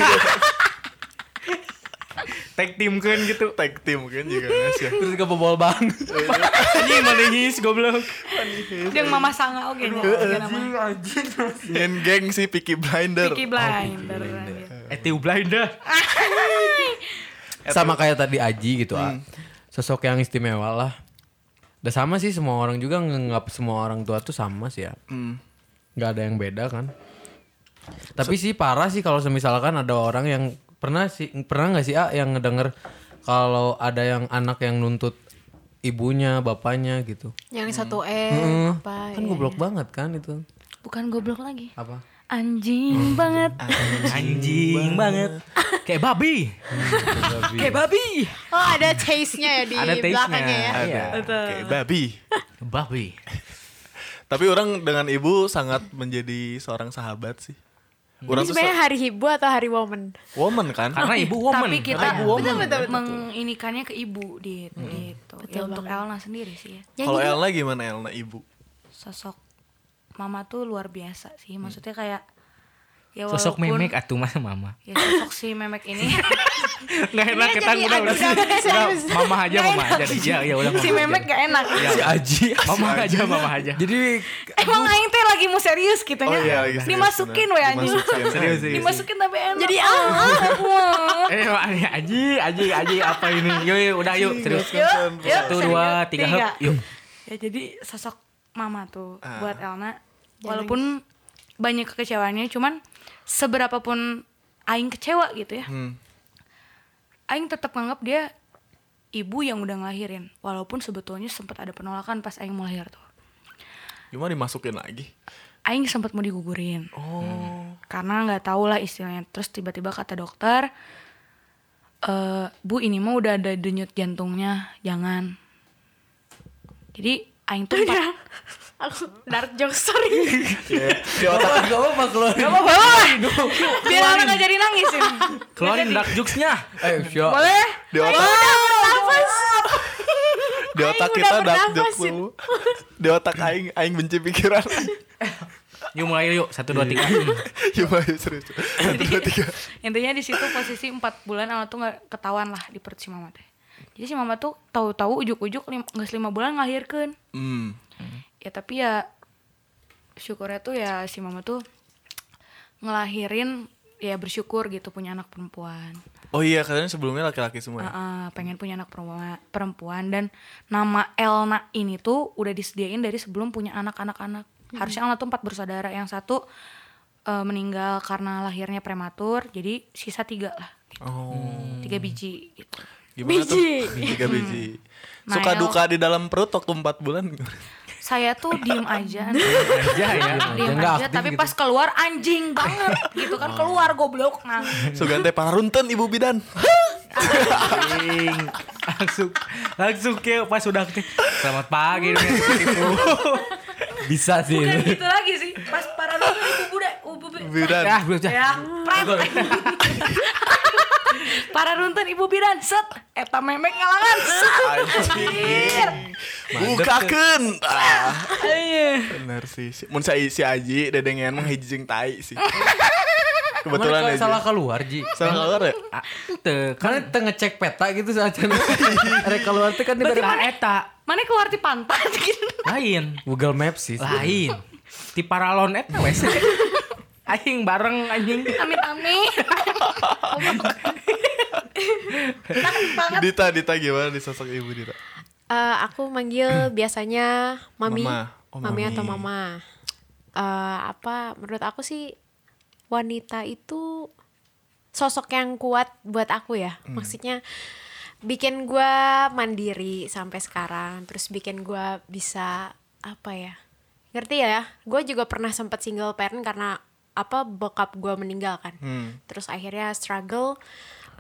[SPEAKER 4] Tag team kan gitu.
[SPEAKER 2] Tag team kan juga guys ya.
[SPEAKER 5] Terus kebobol bang.
[SPEAKER 4] Anjing manehis goblok.
[SPEAKER 1] Yang mama sanga oke. Okay, nama.
[SPEAKER 2] Nyen geng si Peaky Blinder.
[SPEAKER 1] Peaky Blinder.
[SPEAKER 4] Etiu blinder.
[SPEAKER 5] sama kayak tadi Aji gitu ah. Sosok yang istimewa lah. Udah sama sih semua orang juga nganggap semua orang tua tuh sama sih ya.
[SPEAKER 2] Hmm.
[SPEAKER 5] nggak ada yang beda kan tapi sih parah sih kalau misalkan ada orang yang pernah sih pernah nggak sih ah yang ngedenger kalau ada yang anak yang nuntut ibunya bapaknya gitu
[SPEAKER 3] Yang satu eh
[SPEAKER 5] Heeh.
[SPEAKER 3] apa,
[SPEAKER 1] Ah, iya,
[SPEAKER 5] kan
[SPEAKER 3] ya.
[SPEAKER 5] goblok banget kan itu
[SPEAKER 1] Bukan goblok lagi.
[SPEAKER 5] apa
[SPEAKER 1] Anjing
[SPEAKER 4] Hmm.
[SPEAKER 1] banget.
[SPEAKER 4] Ah, Anjing banget. Kayak babi. Kayak babi.
[SPEAKER 3] Oh ada taste-nya ya di
[SPEAKER 4] Ada taste-nya.
[SPEAKER 3] belakangnya ya.
[SPEAKER 4] Iya.
[SPEAKER 2] Ada. Kayak babi.
[SPEAKER 4] Babi.
[SPEAKER 2] Tapi orang dengan ibu sangat menjadi seorang sahabat sih.
[SPEAKER 3] Ini
[SPEAKER 2] Orang tuh
[SPEAKER 3] Hmm. sebenarnya hari ibu atau hari woman?
[SPEAKER 2] se- woman kan?
[SPEAKER 4] Karena ibu woman.
[SPEAKER 1] Tapi kita
[SPEAKER 2] ibu woman.
[SPEAKER 1] menginikannya ke ibu di
[SPEAKER 4] Hmm.
[SPEAKER 1] gitu. Ya untuk Elna sendiri sih ya.
[SPEAKER 2] Kalau Elna gimana Elna ibu?
[SPEAKER 1] Sosok mama tuh luar biasa sih. Maksudnya kayak ya
[SPEAKER 4] Hmm. Sosok
[SPEAKER 1] walaupun-
[SPEAKER 4] memek atuh mah mama.
[SPEAKER 1] Ya sosok si memek ini.
[SPEAKER 4] Nggak enak kita
[SPEAKER 3] jadi
[SPEAKER 4] udah udah.
[SPEAKER 3] adu- udah,
[SPEAKER 4] Udah,
[SPEAKER 3] serius.
[SPEAKER 4] Mama aja mama aja. Iya ya udah mama.
[SPEAKER 1] si
[SPEAKER 4] aja.
[SPEAKER 1] memek gak enak.
[SPEAKER 4] Iya.
[SPEAKER 5] si Aji
[SPEAKER 4] Mama aja mama aja.
[SPEAKER 5] jadi
[SPEAKER 1] Emang aing teh lagi mau serius gitu
[SPEAKER 2] Oh
[SPEAKER 1] nya.
[SPEAKER 2] iya, lagi serius,
[SPEAKER 1] Dimasukin
[SPEAKER 2] bener.
[SPEAKER 1] we anjing.
[SPEAKER 2] Dimasukin.
[SPEAKER 4] Serius, serius.
[SPEAKER 1] Dimasukin tapi enak.
[SPEAKER 3] Jadi ah, ah,
[SPEAKER 4] Eh, aji, aji, aji, apa ini? Yuk, yuk, udah yuk, serius.
[SPEAKER 1] Yuk, yuk,
[SPEAKER 4] Satu,
[SPEAKER 1] serius.
[SPEAKER 4] dua, tiga, hep, yuk.
[SPEAKER 1] Ya jadi sosok mama tuh
[SPEAKER 2] Ah.
[SPEAKER 1] buat Elna walaupun banyak kekecewaannya cuman seberapa pun aing kecewa gitu ya.
[SPEAKER 2] Hmm.
[SPEAKER 1] Aing tetap nganggap dia ibu yang udah ngelahirin walaupun sebetulnya sempat ada penolakan pas aing mau lahir tuh.
[SPEAKER 2] Gimana dimasukin lagi?
[SPEAKER 1] Aing sempat mau digugurin.
[SPEAKER 2] Oh.
[SPEAKER 1] karena nggak tahu lah istilahnya terus tiba-tiba kata dokter eh bu ini mah udah ada denyut jantungnya jangan jadi aing tuh empat,
[SPEAKER 3] aku dark joke sorry.
[SPEAKER 2] Iya. Di otak
[SPEAKER 5] gak apa-apa keluarin
[SPEAKER 1] biar orang nggak jadi nangis ya.
[SPEAKER 4] Keluarin dark jokes-nya.
[SPEAKER 5] eh siap
[SPEAKER 1] boleh
[SPEAKER 2] di otak
[SPEAKER 3] Nafas.
[SPEAKER 2] di
[SPEAKER 3] udah
[SPEAKER 2] otak kita dark joke
[SPEAKER 3] bernafas, Sid.
[SPEAKER 2] mulu. Di otak aing aing benci pikiran.
[SPEAKER 4] Yuk mulai yuk, satu, dua, tiga.
[SPEAKER 2] Gimana serius? Satu, dua, tiga.
[SPEAKER 1] intinya di situ posisi empat bulan awal tuh nggak ketahuan lah di perut si mama teh jadi si mama tuh tahu-tahu ujuk-ujuk lim- nggak lima bulan ngelahirkan
[SPEAKER 2] Hmm.
[SPEAKER 1] ya tapi ya syukurnya tuh ya si mama tuh ngelahirin ya bersyukur gitu punya anak perempuan
[SPEAKER 2] Oh iya katanya sebelumnya laki-laki semua.
[SPEAKER 3] Ah.
[SPEAKER 2] ya?
[SPEAKER 1] Heeh, pengen punya anak perempuan, perempuan dan nama Elna ini tuh udah disediain dari sebelum punya anak-anak-anak. Harusnya Elna tuh empat bersaudara, yang satu eh, meninggal karena lahirnya prematur, jadi sisa tiga lah, gitu,
[SPEAKER 2] Oh.
[SPEAKER 1] tiga biji. Gitu.
[SPEAKER 2] Gimana
[SPEAKER 3] Hmm.
[SPEAKER 2] tuh?
[SPEAKER 3] Biji. Hmm.
[SPEAKER 2] Tiga biji.
[SPEAKER 1] Nah,
[SPEAKER 2] Suka
[SPEAKER 1] El-
[SPEAKER 2] duka di dalam perut waktu 4 bulan.
[SPEAKER 1] Saya tuh diem aja, anjing,
[SPEAKER 4] aja ya.
[SPEAKER 1] diem
[SPEAKER 5] nggak
[SPEAKER 1] aja,
[SPEAKER 5] aktif
[SPEAKER 1] tapi
[SPEAKER 5] gitu.
[SPEAKER 1] pas keluar anjing banget, gitu kan keluar goblok nangis.
[SPEAKER 2] Sugante parunten Ibu Bidan.
[SPEAKER 4] Anjing. langsung langsung ke pas udah aktif. Selamat pagi dunia tipu-tipu.
[SPEAKER 5] Bisa sih.
[SPEAKER 1] Bukan gitu lagi sih, pas paranoid ibu budak, ibu
[SPEAKER 2] Bidan.
[SPEAKER 4] Ya, gue udah.
[SPEAKER 1] ya pret para runtun ibu bidan set eta memek ngalangan set
[SPEAKER 2] Anjir. Bukakeun. Ah. kan?
[SPEAKER 5] Iya.
[SPEAKER 2] Bener sih. Si- Mun saya si Aji dedengean mah hiji jeung tai sih. Kebetulan
[SPEAKER 5] Mana
[SPEAKER 2] aja. Kan-
[SPEAKER 5] salah keluar Ji.
[SPEAKER 2] Salah keluar ya?
[SPEAKER 4] Ah, Teu
[SPEAKER 5] Karena teu ngecek peta gitu saat Ada keluar tuh kan di
[SPEAKER 1] Berarti
[SPEAKER 5] dari
[SPEAKER 1] mana-
[SPEAKER 4] "Ah, eta
[SPEAKER 1] mana keluar di pantai gitu
[SPEAKER 4] lain.
[SPEAKER 5] Google Maps sih.
[SPEAKER 2] iya.
[SPEAKER 4] Lain. Ti paralon eta wes. Aing bareng anjing.
[SPEAKER 1] amit amit Tahan banget
[SPEAKER 2] Dita, Dita gimana di sosok ibu Dita?
[SPEAKER 3] Eh, aku manggil biasanya mami,
[SPEAKER 2] Mama. Oh,
[SPEAKER 3] mami
[SPEAKER 2] mami.
[SPEAKER 3] atau mama. Eh, apa menurut aku sih wanita itu sosok yang kuat buat aku ya. Maksudnya bikin gua mandiri sampai sekarang, terus bikin gua bisa apa ya? Ngerti ya? Gue juga pernah sempat single parent karena apa bokap gua meninggal kan. Terus akhirnya struggle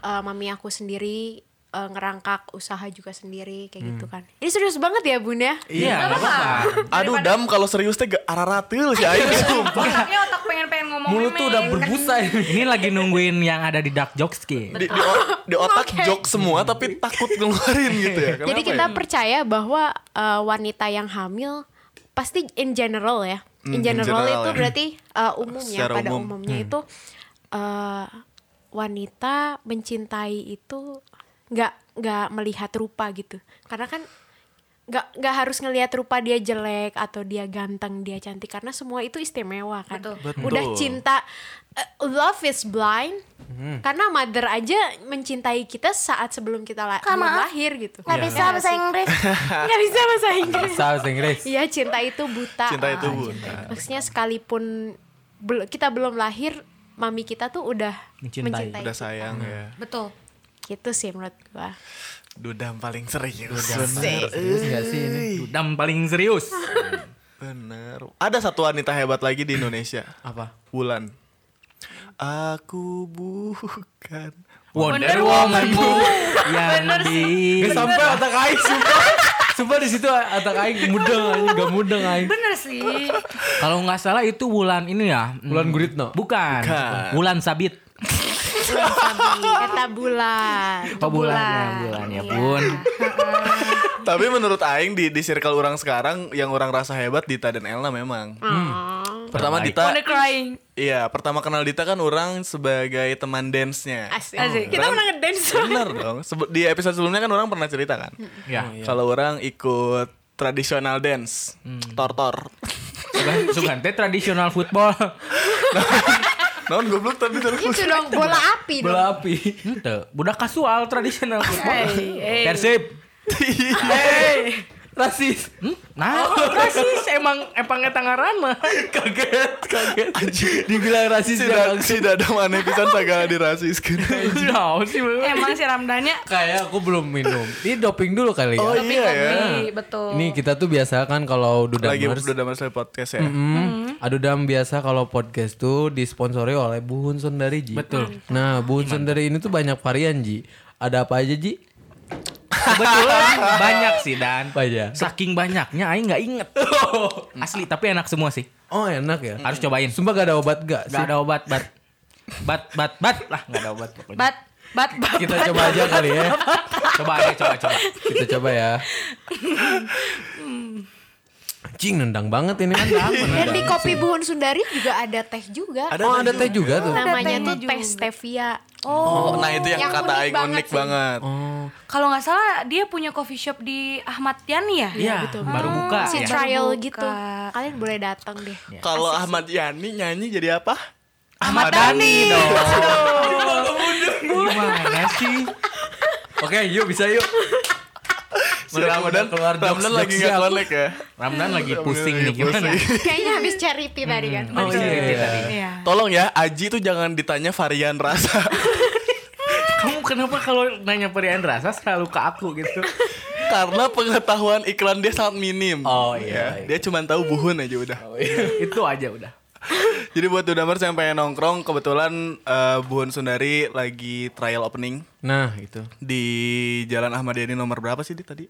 [SPEAKER 3] eh, mami aku sendiri eh, ngerangkak usaha juga sendiri kayak gitu kan. Ini serius banget ya, Bunda?
[SPEAKER 4] Iya, nggak apa-apa.
[SPEAKER 2] Aduh, Dam kalau serius teh ge- araratil si Aing. Sumpah.
[SPEAKER 1] otaknya otak pengen pengen ngomong
[SPEAKER 5] Mulut tuh udah
[SPEAKER 1] memek.
[SPEAKER 5] berbusa ini.
[SPEAKER 4] Ini lagi nungguin yang ada di Dark Jokes Ki.
[SPEAKER 2] Di, di, o- di otak jok semua tapi takut ngeluarin gitu ya. Kenapa
[SPEAKER 3] Jadi kita
[SPEAKER 2] ya?
[SPEAKER 3] percaya bahwa eh, wanita yang hamil pasti in general ya.
[SPEAKER 2] Hmm,
[SPEAKER 3] In
[SPEAKER 2] in
[SPEAKER 3] general,
[SPEAKER 2] general
[SPEAKER 3] itu
[SPEAKER 2] ya.
[SPEAKER 3] berarti eh, umum ya
[SPEAKER 2] Secara
[SPEAKER 3] pada
[SPEAKER 2] umum. Hmm.
[SPEAKER 3] umumnya itu eh, wanita mencintai itu nggak nggak melihat rupa gitu. Karena kan nggak nggak harus ngelihat rupa dia jelek atau dia ganteng dia cantik karena semua itu istimewa kan
[SPEAKER 1] Betul.
[SPEAKER 2] Betul.
[SPEAKER 3] udah cinta eh, love is blind
[SPEAKER 2] Hmm.
[SPEAKER 3] karena mother aja mencintai kita saat sebelum kita la-
[SPEAKER 1] Kak,
[SPEAKER 3] belum
[SPEAKER 1] maaf.
[SPEAKER 3] lahir gitu
[SPEAKER 1] nggak bisa
[SPEAKER 3] Iya
[SPEAKER 1] bahasa
[SPEAKER 3] sih?
[SPEAKER 1] Inggris
[SPEAKER 3] nggak bisa bahasa Inggris
[SPEAKER 5] Salah bahasa Inggris.
[SPEAKER 3] iya cinta itu buta
[SPEAKER 2] Cinta itu
[SPEAKER 3] Ah,
[SPEAKER 2] buta.
[SPEAKER 3] cinta itu. maksudnya sekalipun bel- kita belum lahir mami kita tuh udah
[SPEAKER 4] Mencintai.
[SPEAKER 3] mencintai,
[SPEAKER 2] udah sayang ya.
[SPEAKER 1] betul
[SPEAKER 3] gitu sih menurut gua
[SPEAKER 2] Dudam paling serius.
[SPEAKER 5] Bener.
[SPEAKER 2] Bener.
[SPEAKER 5] Serius nggak sih ini?
[SPEAKER 4] Dam paling serius.
[SPEAKER 2] Bener. Ada satu wanita hebat lagi di Indonesia.
[SPEAKER 5] Apa?
[SPEAKER 2] Bulan. Aku bukan.
[SPEAKER 4] Wonder Woman Bu. yang di
[SPEAKER 5] Gak sampai otak aing sumpah. Sumpah di situ otak aing mudeng aing gak mudeng aing.
[SPEAKER 1] bener sih
[SPEAKER 4] kalau nggak salah itu bulan ini ya. hmm,
[SPEAKER 5] Bulan Guritno.
[SPEAKER 4] Bukan.
[SPEAKER 2] Bukan.
[SPEAKER 4] Bulan Sabit.
[SPEAKER 3] kata bulan
[SPEAKER 4] Oh bulan ya bulan ya
[SPEAKER 1] Iya.
[SPEAKER 4] bun.
[SPEAKER 2] Tapi menurut Aing di, di circle orang sekarang yang orang rasa hebat Dita dan Elna memang. Pertama
[SPEAKER 4] Terbaik.
[SPEAKER 2] Dita,
[SPEAKER 1] wanna crying
[SPEAKER 2] iya pertama kenal Dita kan orang sebagai teman dance-nya.
[SPEAKER 3] Asik.
[SPEAKER 1] Asik.
[SPEAKER 3] kita
[SPEAKER 2] Kan-
[SPEAKER 3] menang ngedance
[SPEAKER 2] Bener dong. Sebe- di episode sebelumnya kan orang pernah cerita kan.
[SPEAKER 4] Ya.
[SPEAKER 1] Oh, iya.
[SPEAKER 2] Kalau orang ikut tradisional dance, tortor.
[SPEAKER 4] Sugan- Sugante tradisional football.
[SPEAKER 2] Non goblok tapi terus.
[SPEAKER 3] itu dong bola api dong
[SPEAKER 5] Bola api.
[SPEAKER 4] Ente, budak kasual tradisional football.
[SPEAKER 1] Hey, hey.
[SPEAKER 4] Persib.
[SPEAKER 5] Hey, rasis.
[SPEAKER 4] Hmm? Nah, rasis emang emang etangaran mah.
[SPEAKER 5] Kaget, kaget. Dibilang
[SPEAKER 2] si,
[SPEAKER 5] rasis
[SPEAKER 2] da,
[SPEAKER 5] ya.
[SPEAKER 2] si dadam aneh pisan sagala dirasis
[SPEAKER 4] Nah, sih.
[SPEAKER 1] emang si Ramdanya
[SPEAKER 5] Kayak ya, aku belum minum. Ini doping dulu kali ya.
[SPEAKER 2] Oh iya ya.
[SPEAKER 1] Kopi, betul
[SPEAKER 5] Ini kita tuh biasa kan kalau
[SPEAKER 2] Lagi
[SPEAKER 5] Dudamers.
[SPEAKER 2] udah masuk podcast ya.
[SPEAKER 5] Hmm, Adudam biasa kalau podcast tuh disponsori oleh Bu Hun Sundari Ji.
[SPEAKER 4] Betul.
[SPEAKER 5] Nah, Bu Hun Sundari ini tuh banyak varian Ji. Ada apa aja Ji?
[SPEAKER 4] Kebetulan banyak sih dan
[SPEAKER 5] Apa aja?
[SPEAKER 4] saking banyaknya aing nggak inget. Asli tapi enak semua sih.
[SPEAKER 5] Oh enak ya.
[SPEAKER 4] Harus cobain.
[SPEAKER 5] Sumpah gak ada obat gak sih?
[SPEAKER 4] Gak ada obat, bat. Bat, bat, bat. Lah, gak ada obat pokoknya.
[SPEAKER 1] bat bat bat
[SPEAKER 5] Kita coba aja kali ya.
[SPEAKER 4] Coba aja, coba, coba.
[SPEAKER 5] Kita coba ya.
[SPEAKER 2] Hmm.
[SPEAKER 5] Cing nendang banget ini.
[SPEAKER 3] dan di kopi buhun sundari juga ada teh juga
[SPEAKER 2] Ada
[SPEAKER 5] Oh ada teh juga tuh.
[SPEAKER 3] namanya
[SPEAKER 1] tehnya
[SPEAKER 3] tuh teh stevia
[SPEAKER 2] Oh, nah itu
[SPEAKER 3] yang
[SPEAKER 2] yang, kata
[SPEAKER 3] unik
[SPEAKER 2] Aing
[SPEAKER 3] banget
[SPEAKER 2] unik
[SPEAKER 3] sih.
[SPEAKER 2] banget.
[SPEAKER 1] Kalau nggak salah dia punya coffee shop di Ahmad Yani ya?
[SPEAKER 4] Iya, baru buka.
[SPEAKER 1] Iya.
[SPEAKER 3] si
[SPEAKER 4] Ya.
[SPEAKER 3] trial
[SPEAKER 1] Baru buka.
[SPEAKER 3] gitu kalian boleh datang deh
[SPEAKER 2] Kalau Ahmad Yani nyanyi jadi apa?
[SPEAKER 1] Ahmad Yani.
[SPEAKER 4] dong. Iya. Gimana sih?
[SPEAKER 5] Oke, yuk bisa yuk.
[SPEAKER 2] Si Ramdan,
[SPEAKER 5] keluar
[SPEAKER 2] Ramdan
[SPEAKER 5] jokes-jokes
[SPEAKER 2] lagi nggak
[SPEAKER 5] siap.
[SPEAKER 2] keluar leg ya.
[SPEAKER 4] Ramdan lagi
[SPEAKER 2] Ramdan
[SPEAKER 4] pusing
[SPEAKER 2] lagi
[SPEAKER 4] nih gimana?
[SPEAKER 2] pusing.
[SPEAKER 3] Kayaknya habis charity tadi kan.
[SPEAKER 4] Oh iya, iya, iya.
[SPEAKER 1] Iya.
[SPEAKER 2] Tolong ya, Aji tuh jangan ditanya varian rasa.
[SPEAKER 4] Kamu kenapa kalau nanya varian rasa selalu ke aku gitu?
[SPEAKER 2] Karena pengetahuan iklan dia sangat minim.
[SPEAKER 4] Oh, iya,
[SPEAKER 2] Ya, Dia cuma tahu buhun aja udah.
[SPEAKER 5] Oh, iya.
[SPEAKER 4] Itu aja udah.
[SPEAKER 2] Jadi buat Dudamers yang pengen nongkrong, kebetulan eh, Buhun Sundari lagi trial opening
[SPEAKER 5] Nah, itu.
[SPEAKER 2] di Jalan Ahmad Yani nomor berapa sih Dit, tadi?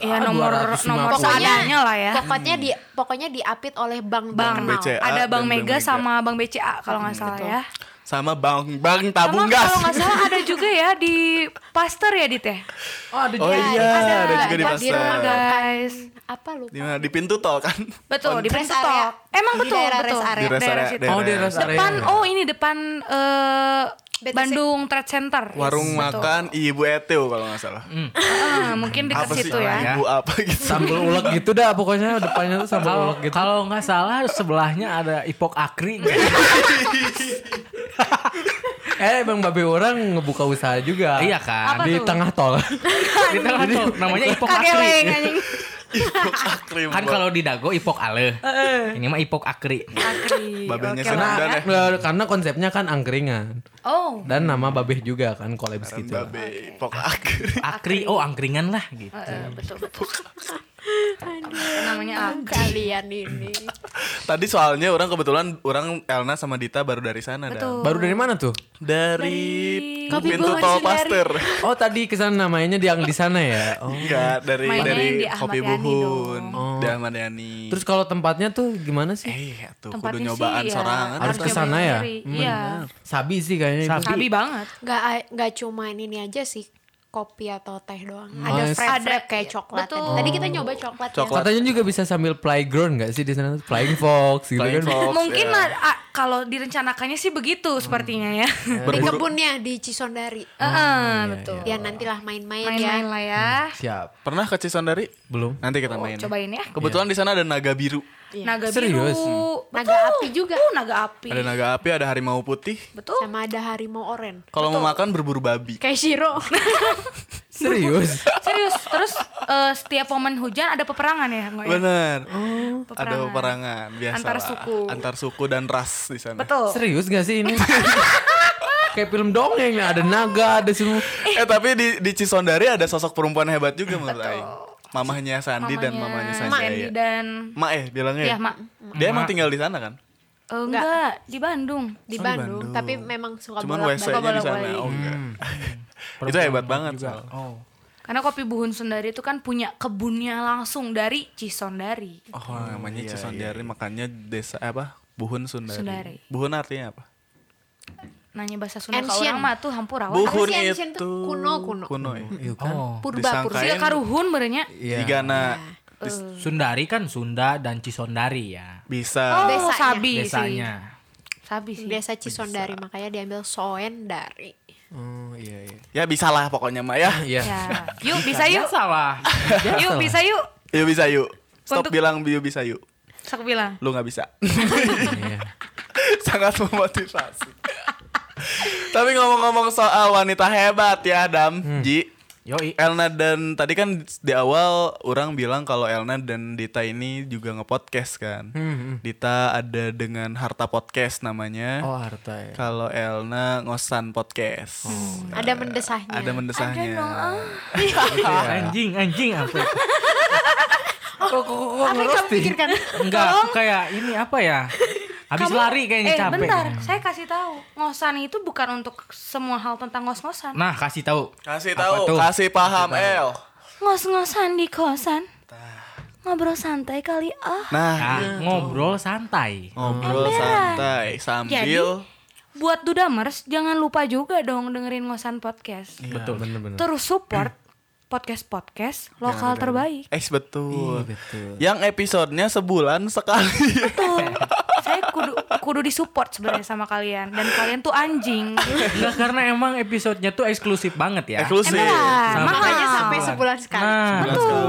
[SPEAKER 1] Iya nomor
[SPEAKER 5] 250.
[SPEAKER 1] nomor
[SPEAKER 3] Pokoknya-
[SPEAKER 1] seadanya lah ya.
[SPEAKER 3] Pokoknya di pokoknya diapit oleh Bang
[SPEAKER 1] Bang,
[SPEAKER 3] Bang.
[SPEAKER 2] BCA
[SPEAKER 1] ada
[SPEAKER 2] dan
[SPEAKER 1] Bang
[SPEAKER 2] Bang
[SPEAKER 1] Mega
[SPEAKER 2] Mega.
[SPEAKER 1] sama Bang BCA kalau nggak salah ya.
[SPEAKER 2] Sama Bang Bang
[SPEAKER 1] Sama
[SPEAKER 2] Tabung Gas.
[SPEAKER 1] kalau nggak salah ada juga ya di Pasteur ya Dit ya. Iya,
[SPEAKER 5] Oh, ada
[SPEAKER 2] Oh iya, ada, juga di
[SPEAKER 3] di rumah
[SPEAKER 2] pasar.
[SPEAKER 1] Guys.
[SPEAKER 3] Apa lu?
[SPEAKER 2] Di mana? Di pintu tol kan?
[SPEAKER 1] Betul, di
[SPEAKER 3] Rest
[SPEAKER 1] Pintu Tol.
[SPEAKER 3] area.
[SPEAKER 1] Emang
[SPEAKER 3] Di
[SPEAKER 1] betul,
[SPEAKER 3] daerah
[SPEAKER 1] betul.
[SPEAKER 3] rest area.
[SPEAKER 2] Di rest area,
[SPEAKER 1] ya, situ.
[SPEAKER 2] daerah. ya.
[SPEAKER 5] Oh, di rest area.
[SPEAKER 1] Depan oh ini depan eh
[SPEAKER 3] BTC.
[SPEAKER 1] Bandung Trade Center.
[SPEAKER 2] Warung
[SPEAKER 1] Yes, betul.
[SPEAKER 2] makan Ibu Eteo kalau nggak salah.
[SPEAKER 5] Hmm.
[SPEAKER 1] Ah, mungkin dekat
[SPEAKER 2] Apa sih?
[SPEAKER 1] situ ya.
[SPEAKER 2] Ibu apa gitu.
[SPEAKER 5] Sambal ulek gitu dah pokoknya depannya tuh sambal
[SPEAKER 4] Kalau
[SPEAKER 5] ulek gitu.
[SPEAKER 4] Oh, kalau nggak salah sebelahnya ada ipok akri.
[SPEAKER 5] Eh, Bang Babe orang ngebuka usaha juga.
[SPEAKER 4] iya kan?
[SPEAKER 1] Apa
[SPEAKER 5] Di
[SPEAKER 1] tuh?
[SPEAKER 5] tengah tol.
[SPEAKER 4] Di tengah tuh, namanya ipok akri.
[SPEAKER 1] Kageleng anjing.
[SPEAKER 2] Ibu Akrim.
[SPEAKER 4] Kan kalau di dago ipok ale.
[SPEAKER 2] Eh.
[SPEAKER 4] Ini mah ipok akri.
[SPEAKER 1] Akri.
[SPEAKER 2] Babelnya
[SPEAKER 1] Oke
[SPEAKER 2] senang
[SPEAKER 1] lah.
[SPEAKER 2] dan ya.
[SPEAKER 5] Nah, karena konsepnya kan angkringan
[SPEAKER 1] Oh.
[SPEAKER 5] dan nama Babeh juga kan kolabs gitu. lah.
[SPEAKER 2] Babe Pok Akrim.
[SPEAKER 4] Akri, oh angkringan lah gitu.
[SPEAKER 1] Eh, betul betul. namanya Akri.
[SPEAKER 3] Kalian ini.
[SPEAKER 2] Tadi soalnya orang kebetulan orang Elna sama Dita baru dari sana
[SPEAKER 1] Betul.
[SPEAKER 2] dan
[SPEAKER 5] Baru dari mana tuh?
[SPEAKER 2] dari
[SPEAKER 3] Kopi
[SPEAKER 2] pintu
[SPEAKER 3] Buhun
[SPEAKER 2] tol
[SPEAKER 3] Sundari.
[SPEAKER 2] Pasteur.
[SPEAKER 5] Oh, tadi kesan namanya yang di sana ya. Oh.
[SPEAKER 2] Enggak, dari
[SPEAKER 1] Mainnya
[SPEAKER 2] dari
[SPEAKER 1] di Ahmad
[SPEAKER 2] Kopi
[SPEAKER 1] Yani
[SPEAKER 2] Buhun,
[SPEAKER 5] dong.
[SPEAKER 2] di Ahmad Yani.
[SPEAKER 5] Oh. Terus kalau tempatnya tuh gimana sih?
[SPEAKER 2] eh tuh kudu
[SPEAKER 1] Tempatnya
[SPEAKER 2] nyobaan
[SPEAKER 1] sih ya,
[SPEAKER 2] sorangan. kan?
[SPEAKER 5] Harus
[SPEAKER 1] nyobain
[SPEAKER 5] ke sana ya?
[SPEAKER 1] sendiri. Iya.
[SPEAKER 5] Sabi sih kayaknya. itu.
[SPEAKER 4] Sabi.
[SPEAKER 1] Sabi banget.
[SPEAKER 3] Gak gak cuma ini aja sih kopi atau teh doang. Ada
[SPEAKER 5] Nice.
[SPEAKER 3] frap
[SPEAKER 1] Ada-
[SPEAKER 3] frap kayak coklat.
[SPEAKER 1] betul.
[SPEAKER 3] tadi. Tadi kita nyoba coklat. ya.
[SPEAKER 2] Hmm. Oh, Coklat.
[SPEAKER 5] Katanya juga bisa sambil playground gak sih di sana? Flying fox gitu
[SPEAKER 2] Flying
[SPEAKER 5] kan.
[SPEAKER 2] fox,
[SPEAKER 1] Mungkin
[SPEAKER 2] ya.
[SPEAKER 1] lah, ah, kalau direncanakannya sih begitu
[SPEAKER 2] Hmm.
[SPEAKER 1] sepertinya ya.
[SPEAKER 3] Di
[SPEAKER 2] Berburu-
[SPEAKER 3] kebunnya di Cisondari.
[SPEAKER 2] Ah,
[SPEAKER 1] Heeh,
[SPEAKER 2] Hmm, iya.
[SPEAKER 1] betul.
[SPEAKER 3] Ya nantilah main-main,
[SPEAKER 1] Main-main
[SPEAKER 3] ya.
[SPEAKER 1] lah ya.
[SPEAKER 5] Siap.
[SPEAKER 2] Pernah ke Cisondari?
[SPEAKER 5] Belum.
[SPEAKER 2] Nanti kita
[SPEAKER 1] Oh,
[SPEAKER 2] main.
[SPEAKER 1] cobain ya.
[SPEAKER 2] Kebetulan di sana ada naga biru.
[SPEAKER 1] Naga
[SPEAKER 5] Serius?
[SPEAKER 1] biru,
[SPEAKER 3] Naga
[SPEAKER 1] Betul.
[SPEAKER 3] api juga.
[SPEAKER 1] Uh, naga api.
[SPEAKER 2] Ada naga api, ada harimau putih.
[SPEAKER 1] Betul.
[SPEAKER 3] Sama ada harimau oren.
[SPEAKER 2] Kalau mau makan berburu babi.
[SPEAKER 3] Kayak Shiro.
[SPEAKER 2] Oh,
[SPEAKER 5] Serius?
[SPEAKER 1] Serius. Terus eh, setiap momen hujan ada peperangan ya, Ngoy?
[SPEAKER 2] Bener. Ada
[SPEAKER 1] Peperangan.
[SPEAKER 2] peperangan biasa.
[SPEAKER 1] Antar suku.
[SPEAKER 2] Antar suku dan ras di sana.
[SPEAKER 1] Betul.
[SPEAKER 5] Serius gak sih ini? Kayak film dongeng ada naga, ada semua.
[SPEAKER 2] Eh tapi di di Cisondari ada sosok perempuan hebat juga menurut aing. Mamahnya Sandi dan mamanya
[SPEAKER 1] Sandy
[SPEAKER 2] Sanjaya.
[SPEAKER 1] dan
[SPEAKER 2] Mak eh bilangnya.
[SPEAKER 1] Iya,
[SPEAKER 2] ya?
[SPEAKER 1] Mak.
[SPEAKER 2] Dia emang tinggal di sana kan?
[SPEAKER 1] Eh, enggak, di Bandung.
[SPEAKER 3] di Bandung, tapi memang suka
[SPEAKER 2] Cuman
[SPEAKER 3] bolak-balik.
[SPEAKER 2] WC-nya di sana.
[SPEAKER 3] Bolak-balik.
[SPEAKER 2] Oh enggak. Itu hebat banget. Sal.
[SPEAKER 4] Oh.
[SPEAKER 1] Karena kopi Buhun Sundari itu kan punya kebunnya langsung dari Cisondari.
[SPEAKER 2] Oh, namanya Cisondari makanya desa apa? Buhun Sundari.
[SPEAKER 1] Sundari.
[SPEAKER 2] Buhun artinya apa?
[SPEAKER 1] Nanya bahasa Sunda ke
[SPEAKER 3] Ancient.
[SPEAKER 1] orang mah tuh hampura.
[SPEAKER 3] Bu-
[SPEAKER 1] Buh.
[SPEAKER 2] Buhun
[SPEAKER 3] sih
[SPEAKER 2] itu
[SPEAKER 3] ancient tuh? Kuno, kuno.
[SPEAKER 2] Kuno ya.
[SPEAKER 4] Oh.
[SPEAKER 1] Purba
[SPEAKER 2] disangkain-
[SPEAKER 1] Purba karuhun berenya.
[SPEAKER 5] Iya.
[SPEAKER 2] Digana Dis-
[SPEAKER 4] Sundari kan Sunda dan Cisondari ya.
[SPEAKER 1] Oh,
[SPEAKER 2] bisa.
[SPEAKER 3] Desanya.
[SPEAKER 1] sabi sih.
[SPEAKER 4] Desanya.
[SPEAKER 1] Sabi sih.
[SPEAKER 3] Desa Cisondari makanya diambil Soendari.
[SPEAKER 5] Oh, iya iya.
[SPEAKER 2] Ya bisa lah pokoknya Maya.
[SPEAKER 5] Iya.
[SPEAKER 1] Ya. Yuk bisa yuk.
[SPEAKER 4] Salah.
[SPEAKER 1] Yuk bisa yuk.
[SPEAKER 2] Yuk Iya, bisa yuk. Stop
[SPEAKER 1] Untuk-
[SPEAKER 2] bilang yuk bisa yuk.
[SPEAKER 1] Terus Aku bilang.
[SPEAKER 2] Lu nggak bisa.
[SPEAKER 5] Iya.
[SPEAKER 2] sangat memotivasi. Tapi ngomong-ngomong soal wanita hebat ya Adam,
[SPEAKER 5] Hmm.
[SPEAKER 2] Ji.
[SPEAKER 4] Yoi.
[SPEAKER 2] Elna dan tadi kan di awal orang bilang kalau Elna dan Dita ini juga nge-podcast kan.
[SPEAKER 5] Hmm,
[SPEAKER 2] Dita ada dengan Harta Podcast namanya.
[SPEAKER 5] Oh, harta ya.
[SPEAKER 2] Kalau Elna ngosan podcast.
[SPEAKER 5] Oh, iya.
[SPEAKER 3] Ada mendesahnya.
[SPEAKER 2] Nah, Ada mendesahnya.
[SPEAKER 4] ah,
[SPEAKER 2] iya.
[SPEAKER 4] Anjing, anjing apa? ya? itu?
[SPEAKER 5] Kok kok kok
[SPEAKER 3] Apa yang kamu pikirkan?
[SPEAKER 2] Nah,
[SPEAKER 4] Enggak, aku kayak ini apa ya? Habis
[SPEAKER 1] Kamu-
[SPEAKER 4] lari kayaknya
[SPEAKER 1] eh,
[SPEAKER 4] capek.
[SPEAKER 1] bentar, saya kasih tahu. Ngosan itu bukan untuk semua hal tentang ngos-ngosan.
[SPEAKER 4] Nah, kasih tahu.
[SPEAKER 2] Kasih
[SPEAKER 4] Apa
[SPEAKER 2] tahu,
[SPEAKER 4] tuh?
[SPEAKER 2] kasih paham El.
[SPEAKER 1] Ngos-ngosan di kosan. Ngobrol santai kali ah.
[SPEAKER 2] Nah,
[SPEAKER 4] Nah, ngobrol santai.
[SPEAKER 2] Oh. ngobrol santai sambil
[SPEAKER 1] Buat Dudamers jangan lupa juga dong dengerin ngosan podcast.
[SPEAKER 5] Betul Iya, bener bener.
[SPEAKER 1] Terus support podcast-podcast lokal terbaik.
[SPEAKER 2] Eh betul.
[SPEAKER 5] betul.
[SPEAKER 2] Yang episodenya sebulan sekali.
[SPEAKER 1] Betul. saya kudu kudu disupport sebenarnya sama kalian dan kalian tuh anjing.
[SPEAKER 4] Enggak karena emang episodenya tuh eksklusif banget ya.
[SPEAKER 2] Eksklusif.
[SPEAKER 1] Emeran,
[SPEAKER 4] Sama.
[SPEAKER 1] makanya
[SPEAKER 3] Makanya sampai
[SPEAKER 1] sampai
[SPEAKER 3] sebulan sekali.
[SPEAKER 4] Nah,
[SPEAKER 2] Betul.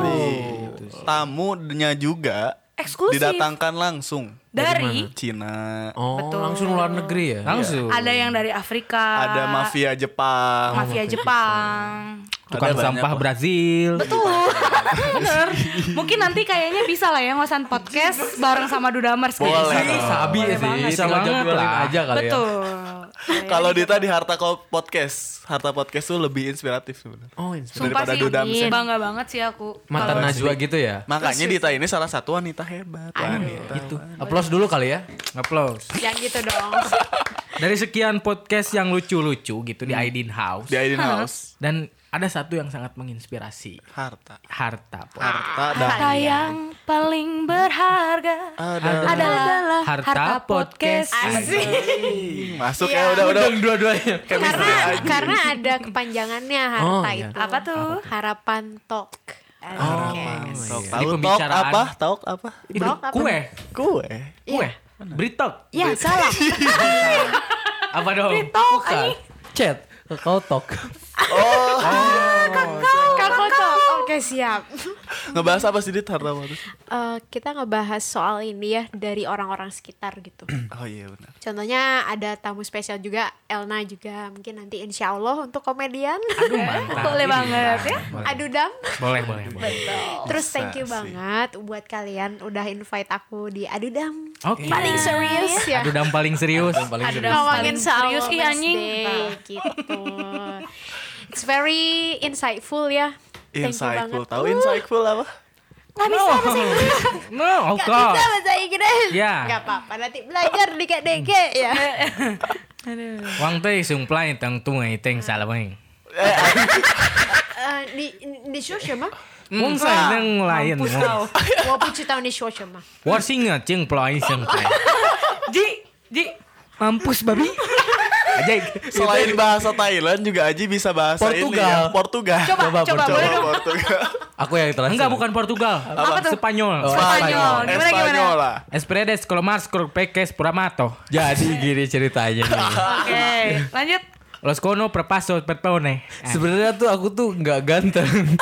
[SPEAKER 2] Tamunya juga
[SPEAKER 1] Eksklusif.
[SPEAKER 2] didatangkan langsung.
[SPEAKER 1] dari
[SPEAKER 2] Cina.
[SPEAKER 5] Oh,
[SPEAKER 1] Betul.
[SPEAKER 5] langsung luar negeri ya?
[SPEAKER 4] Langsung.
[SPEAKER 2] Iya.
[SPEAKER 1] ada yang dari Afrika,
[SPEAKER 2] Ada mafia Jepang.
[SPEAKER 1] mafia Jepang.
[SPEAKER 4] Tukang
[SPEAKER 2] Ada
[SPEAKER 4] sampah
[SPEAKER 2] banyak,
[SPEAKER 4] Brazil.
[SPEAKER 1] Betul. Bener. Mungkin nanti kayaknya bisa lah ya ngosan podcast bareng sama Dudamers
[SPEAKER 2] Boleh.
[SPEAKER 1] kayaknya.
[SPEAKER 5] Ih, sabi
[SPEAKER 1] Boleh
[SPEAKER 5] sih,
[SPEAKER 1] banget.
[SPEAKER 5] sama
[SPEAKER 4] Banget
[SPEAKER 5] jadwalin
[SPEAKER 4] lah.
[SPEAKER 5] aja kali ya.
[SPEAKER 1] gitu. Betul.
[SPEAKER 2] Kalau Dita di Harta Ko- Podcast, Harta Podcast tuh lebih inspiratif sebenarnya.
[SPEAKER 5] Oh, inspirasi.
[SPEAKER 1] Sumpah
[SPEAKER 2] Daripada
[SPEAKER 1] sih
[SPEAKER 2] Dudams ya.
[SPEAKER 1] bangga banget sih aku.
[SPEAKER 5] Mata Najwa gitu ya?
[SPEAKER 2] Makanya Dita ini salah satu wanita hebat. Wanita.
[SPEAKER 4] Itu.
[SPEAKER 5] Applause dulu kali ya.
[SPEAKER 4] Applause.
[SPEAKER 3] Jangan gitu dong.
[SPEAKER 4] Dari sekian podcast yang lucu-lucu gitu di Aidin House.
[SPEAKER 2] Di Aiden House.
[SPEAKER 4] Dan ada satu yang sangat menginspirasi.
[SPEAKER 2] Harta.
[SPEAKER 4] Harta. Pod.
[SPEAKER 2] Harta dan
[SPEAKER 1] Harta yang paling berharga
[SPEAKER 2] ada.
[SPEAKER 1] adalah
[SPEAKER 4] Harta Podcast.
[SPEAKER 3] Asik.
[SPEAKER 2] Masuk
[SPEAKER 1] Iya.
[SPEAKER 2] ya udah udah.
[SPEAKER 5] dua-duanya.
[SPEAKER 3] karena karena ada kepanjangannya harta
[SPEAKER 5] Oh, iya.
[SPEAKER 3] itu.
[SPEAKER 1] Apa tuh?
[SPEAKER 3] Harapan talk. Podcast.
[SPEAKER 2] Tok,
[SPEAKER 4] Jadi
[SPEAKER 2] tahu tok
[SPEAKER 4] pembicaraan.
[SPEAKER 2] apa? Tok apa?
[SPEAKER 4] Ih,
[SPEAKER 3] Talk apa?
[SPEAKER 4] Kue.
[SPEAKER 2] Kue.
[SPEAKER 1] Iya.
[SPEAKER 4] Kue. Britok.
[SPEAKER 3] Ya salah.
[SPEAKER 4] Apa dong?
[SPEAKER 1] Talk anjing.
[SPEAKER 5] Chat, kau tok.
[SPEAKER 3] Kakak talk. Oke siap.
[SPEAKER 2] Ngebahas apa sih Dit harta apa tuh?
[SPEAKER 3] Eh, kita ngebahas soal ini ya dari orang-orang sekitar gitu.
[SPEAKER 2] Oh iya benar.
[SPEAKER 3] Contohnya ada tamu spesial juga Elna juga mungkin nanti insya Allah untuk komedian.
[SPEAKER 4] Aduh mantap.
[SPEAKER 1] Boleh
[SPEAKER 4] Ini
[SPEAKER 1] banget ya.
[SPEAKER 4] mantap.
[SPEAKER 3] Aduh dam.
[SPEAKER 4] Boleh, boleh, boleh.
[SPEAKER 3] Terus thank you
[SPEAKER 2] sih.
[SPEAKER 3] banget buat kalian udah invite aku di Aduh dam.
[SPEAKER 4] Oke.
[SPEAKER 3] Paling serius ya.
[SPEAKER 4] Aduh dam paling serius.
[SPEAKER 1] Aduh,
[SPEAKER 3] Aduh, ngomongin
[SPEAKER 1] paling
[SPEAKER 3] soal
[SPEAKER 1] serius, iya,
[SPEAKER 3] Women's
[SPEAKER 1] anjing.
[SPEAKER 3] Day,
[SPEAKER 1] Nah.
[SPEAKER 3] gitu. It's very insightful ya. Thank you
[SPEAKER 2] Insightful.
[SPEAKER 3] banget. Uh,
[SPEAKER 2] Tahu insightful apa?
[SPEAKER 1] Nggak bisa bahasa Inggris.
[SPEAKER 4] No, of
[SPEAKER 3] Gak bisa
[SPEAKER 4] course.
[SPEAKER 3] bahasa Inggris.
[SPEAKER 4] Ya. Hmm.
[SPEAKER 3] Gak apa-apa, nanti belajar di KDG ya.
[SPEAKER 4] Wang teh sungplai tang tungai
[SPEAKER 1] Hmm.
[SPEAKER 4] teng salameng.
[SPEAKER 3] Eh, Di di Shoshu mah?
[SPEAKER 1] Hmm,
[SPEAKER 4] Wong saya neng lain. Wong.
[SPEAKER 3] Wapun tahun di Shoshu mah.
[SPEAKER 4] Warsinga cing plai sungplai.
[SPEAKER 1] Ji, Ji, mampus babi.
[SPEAKER 4] Aja.
[SPEAKER 2] Selain bahasa Thailand juga Aji bisa bahasa ini
[SPEAKER 5] Portugal.
[SPEAKER 2] ya. Portugal.
[SPEAKER 1] Coba, coba, boleh dong.
[SPEAKER 2] Portugal.
[SPEAKER 5] Aku yang terakhir.
[SPEAKER 4] Enggak bukan Portugal.
[SPEAKER 1] Apa tuh? Oh.
[SPEAKER 4] Spanyol.
[SPEAKER 1] Spanyol. Gimana gimana?
[SPEAKER 2] Espanyol lah.
[SPEAKER 4] Espredes, Colomars, Corpeques, Puramato.
[SPEAKER 5] Jadi gini ceritanya nih.
[SPEAKER 1] Oke, lanjut.
[SPEAKER 4] Los Cono, Perpaso, Pertone.
[SPEAKER 5] Sebenarnya tuh aku tuh nggak ganteng.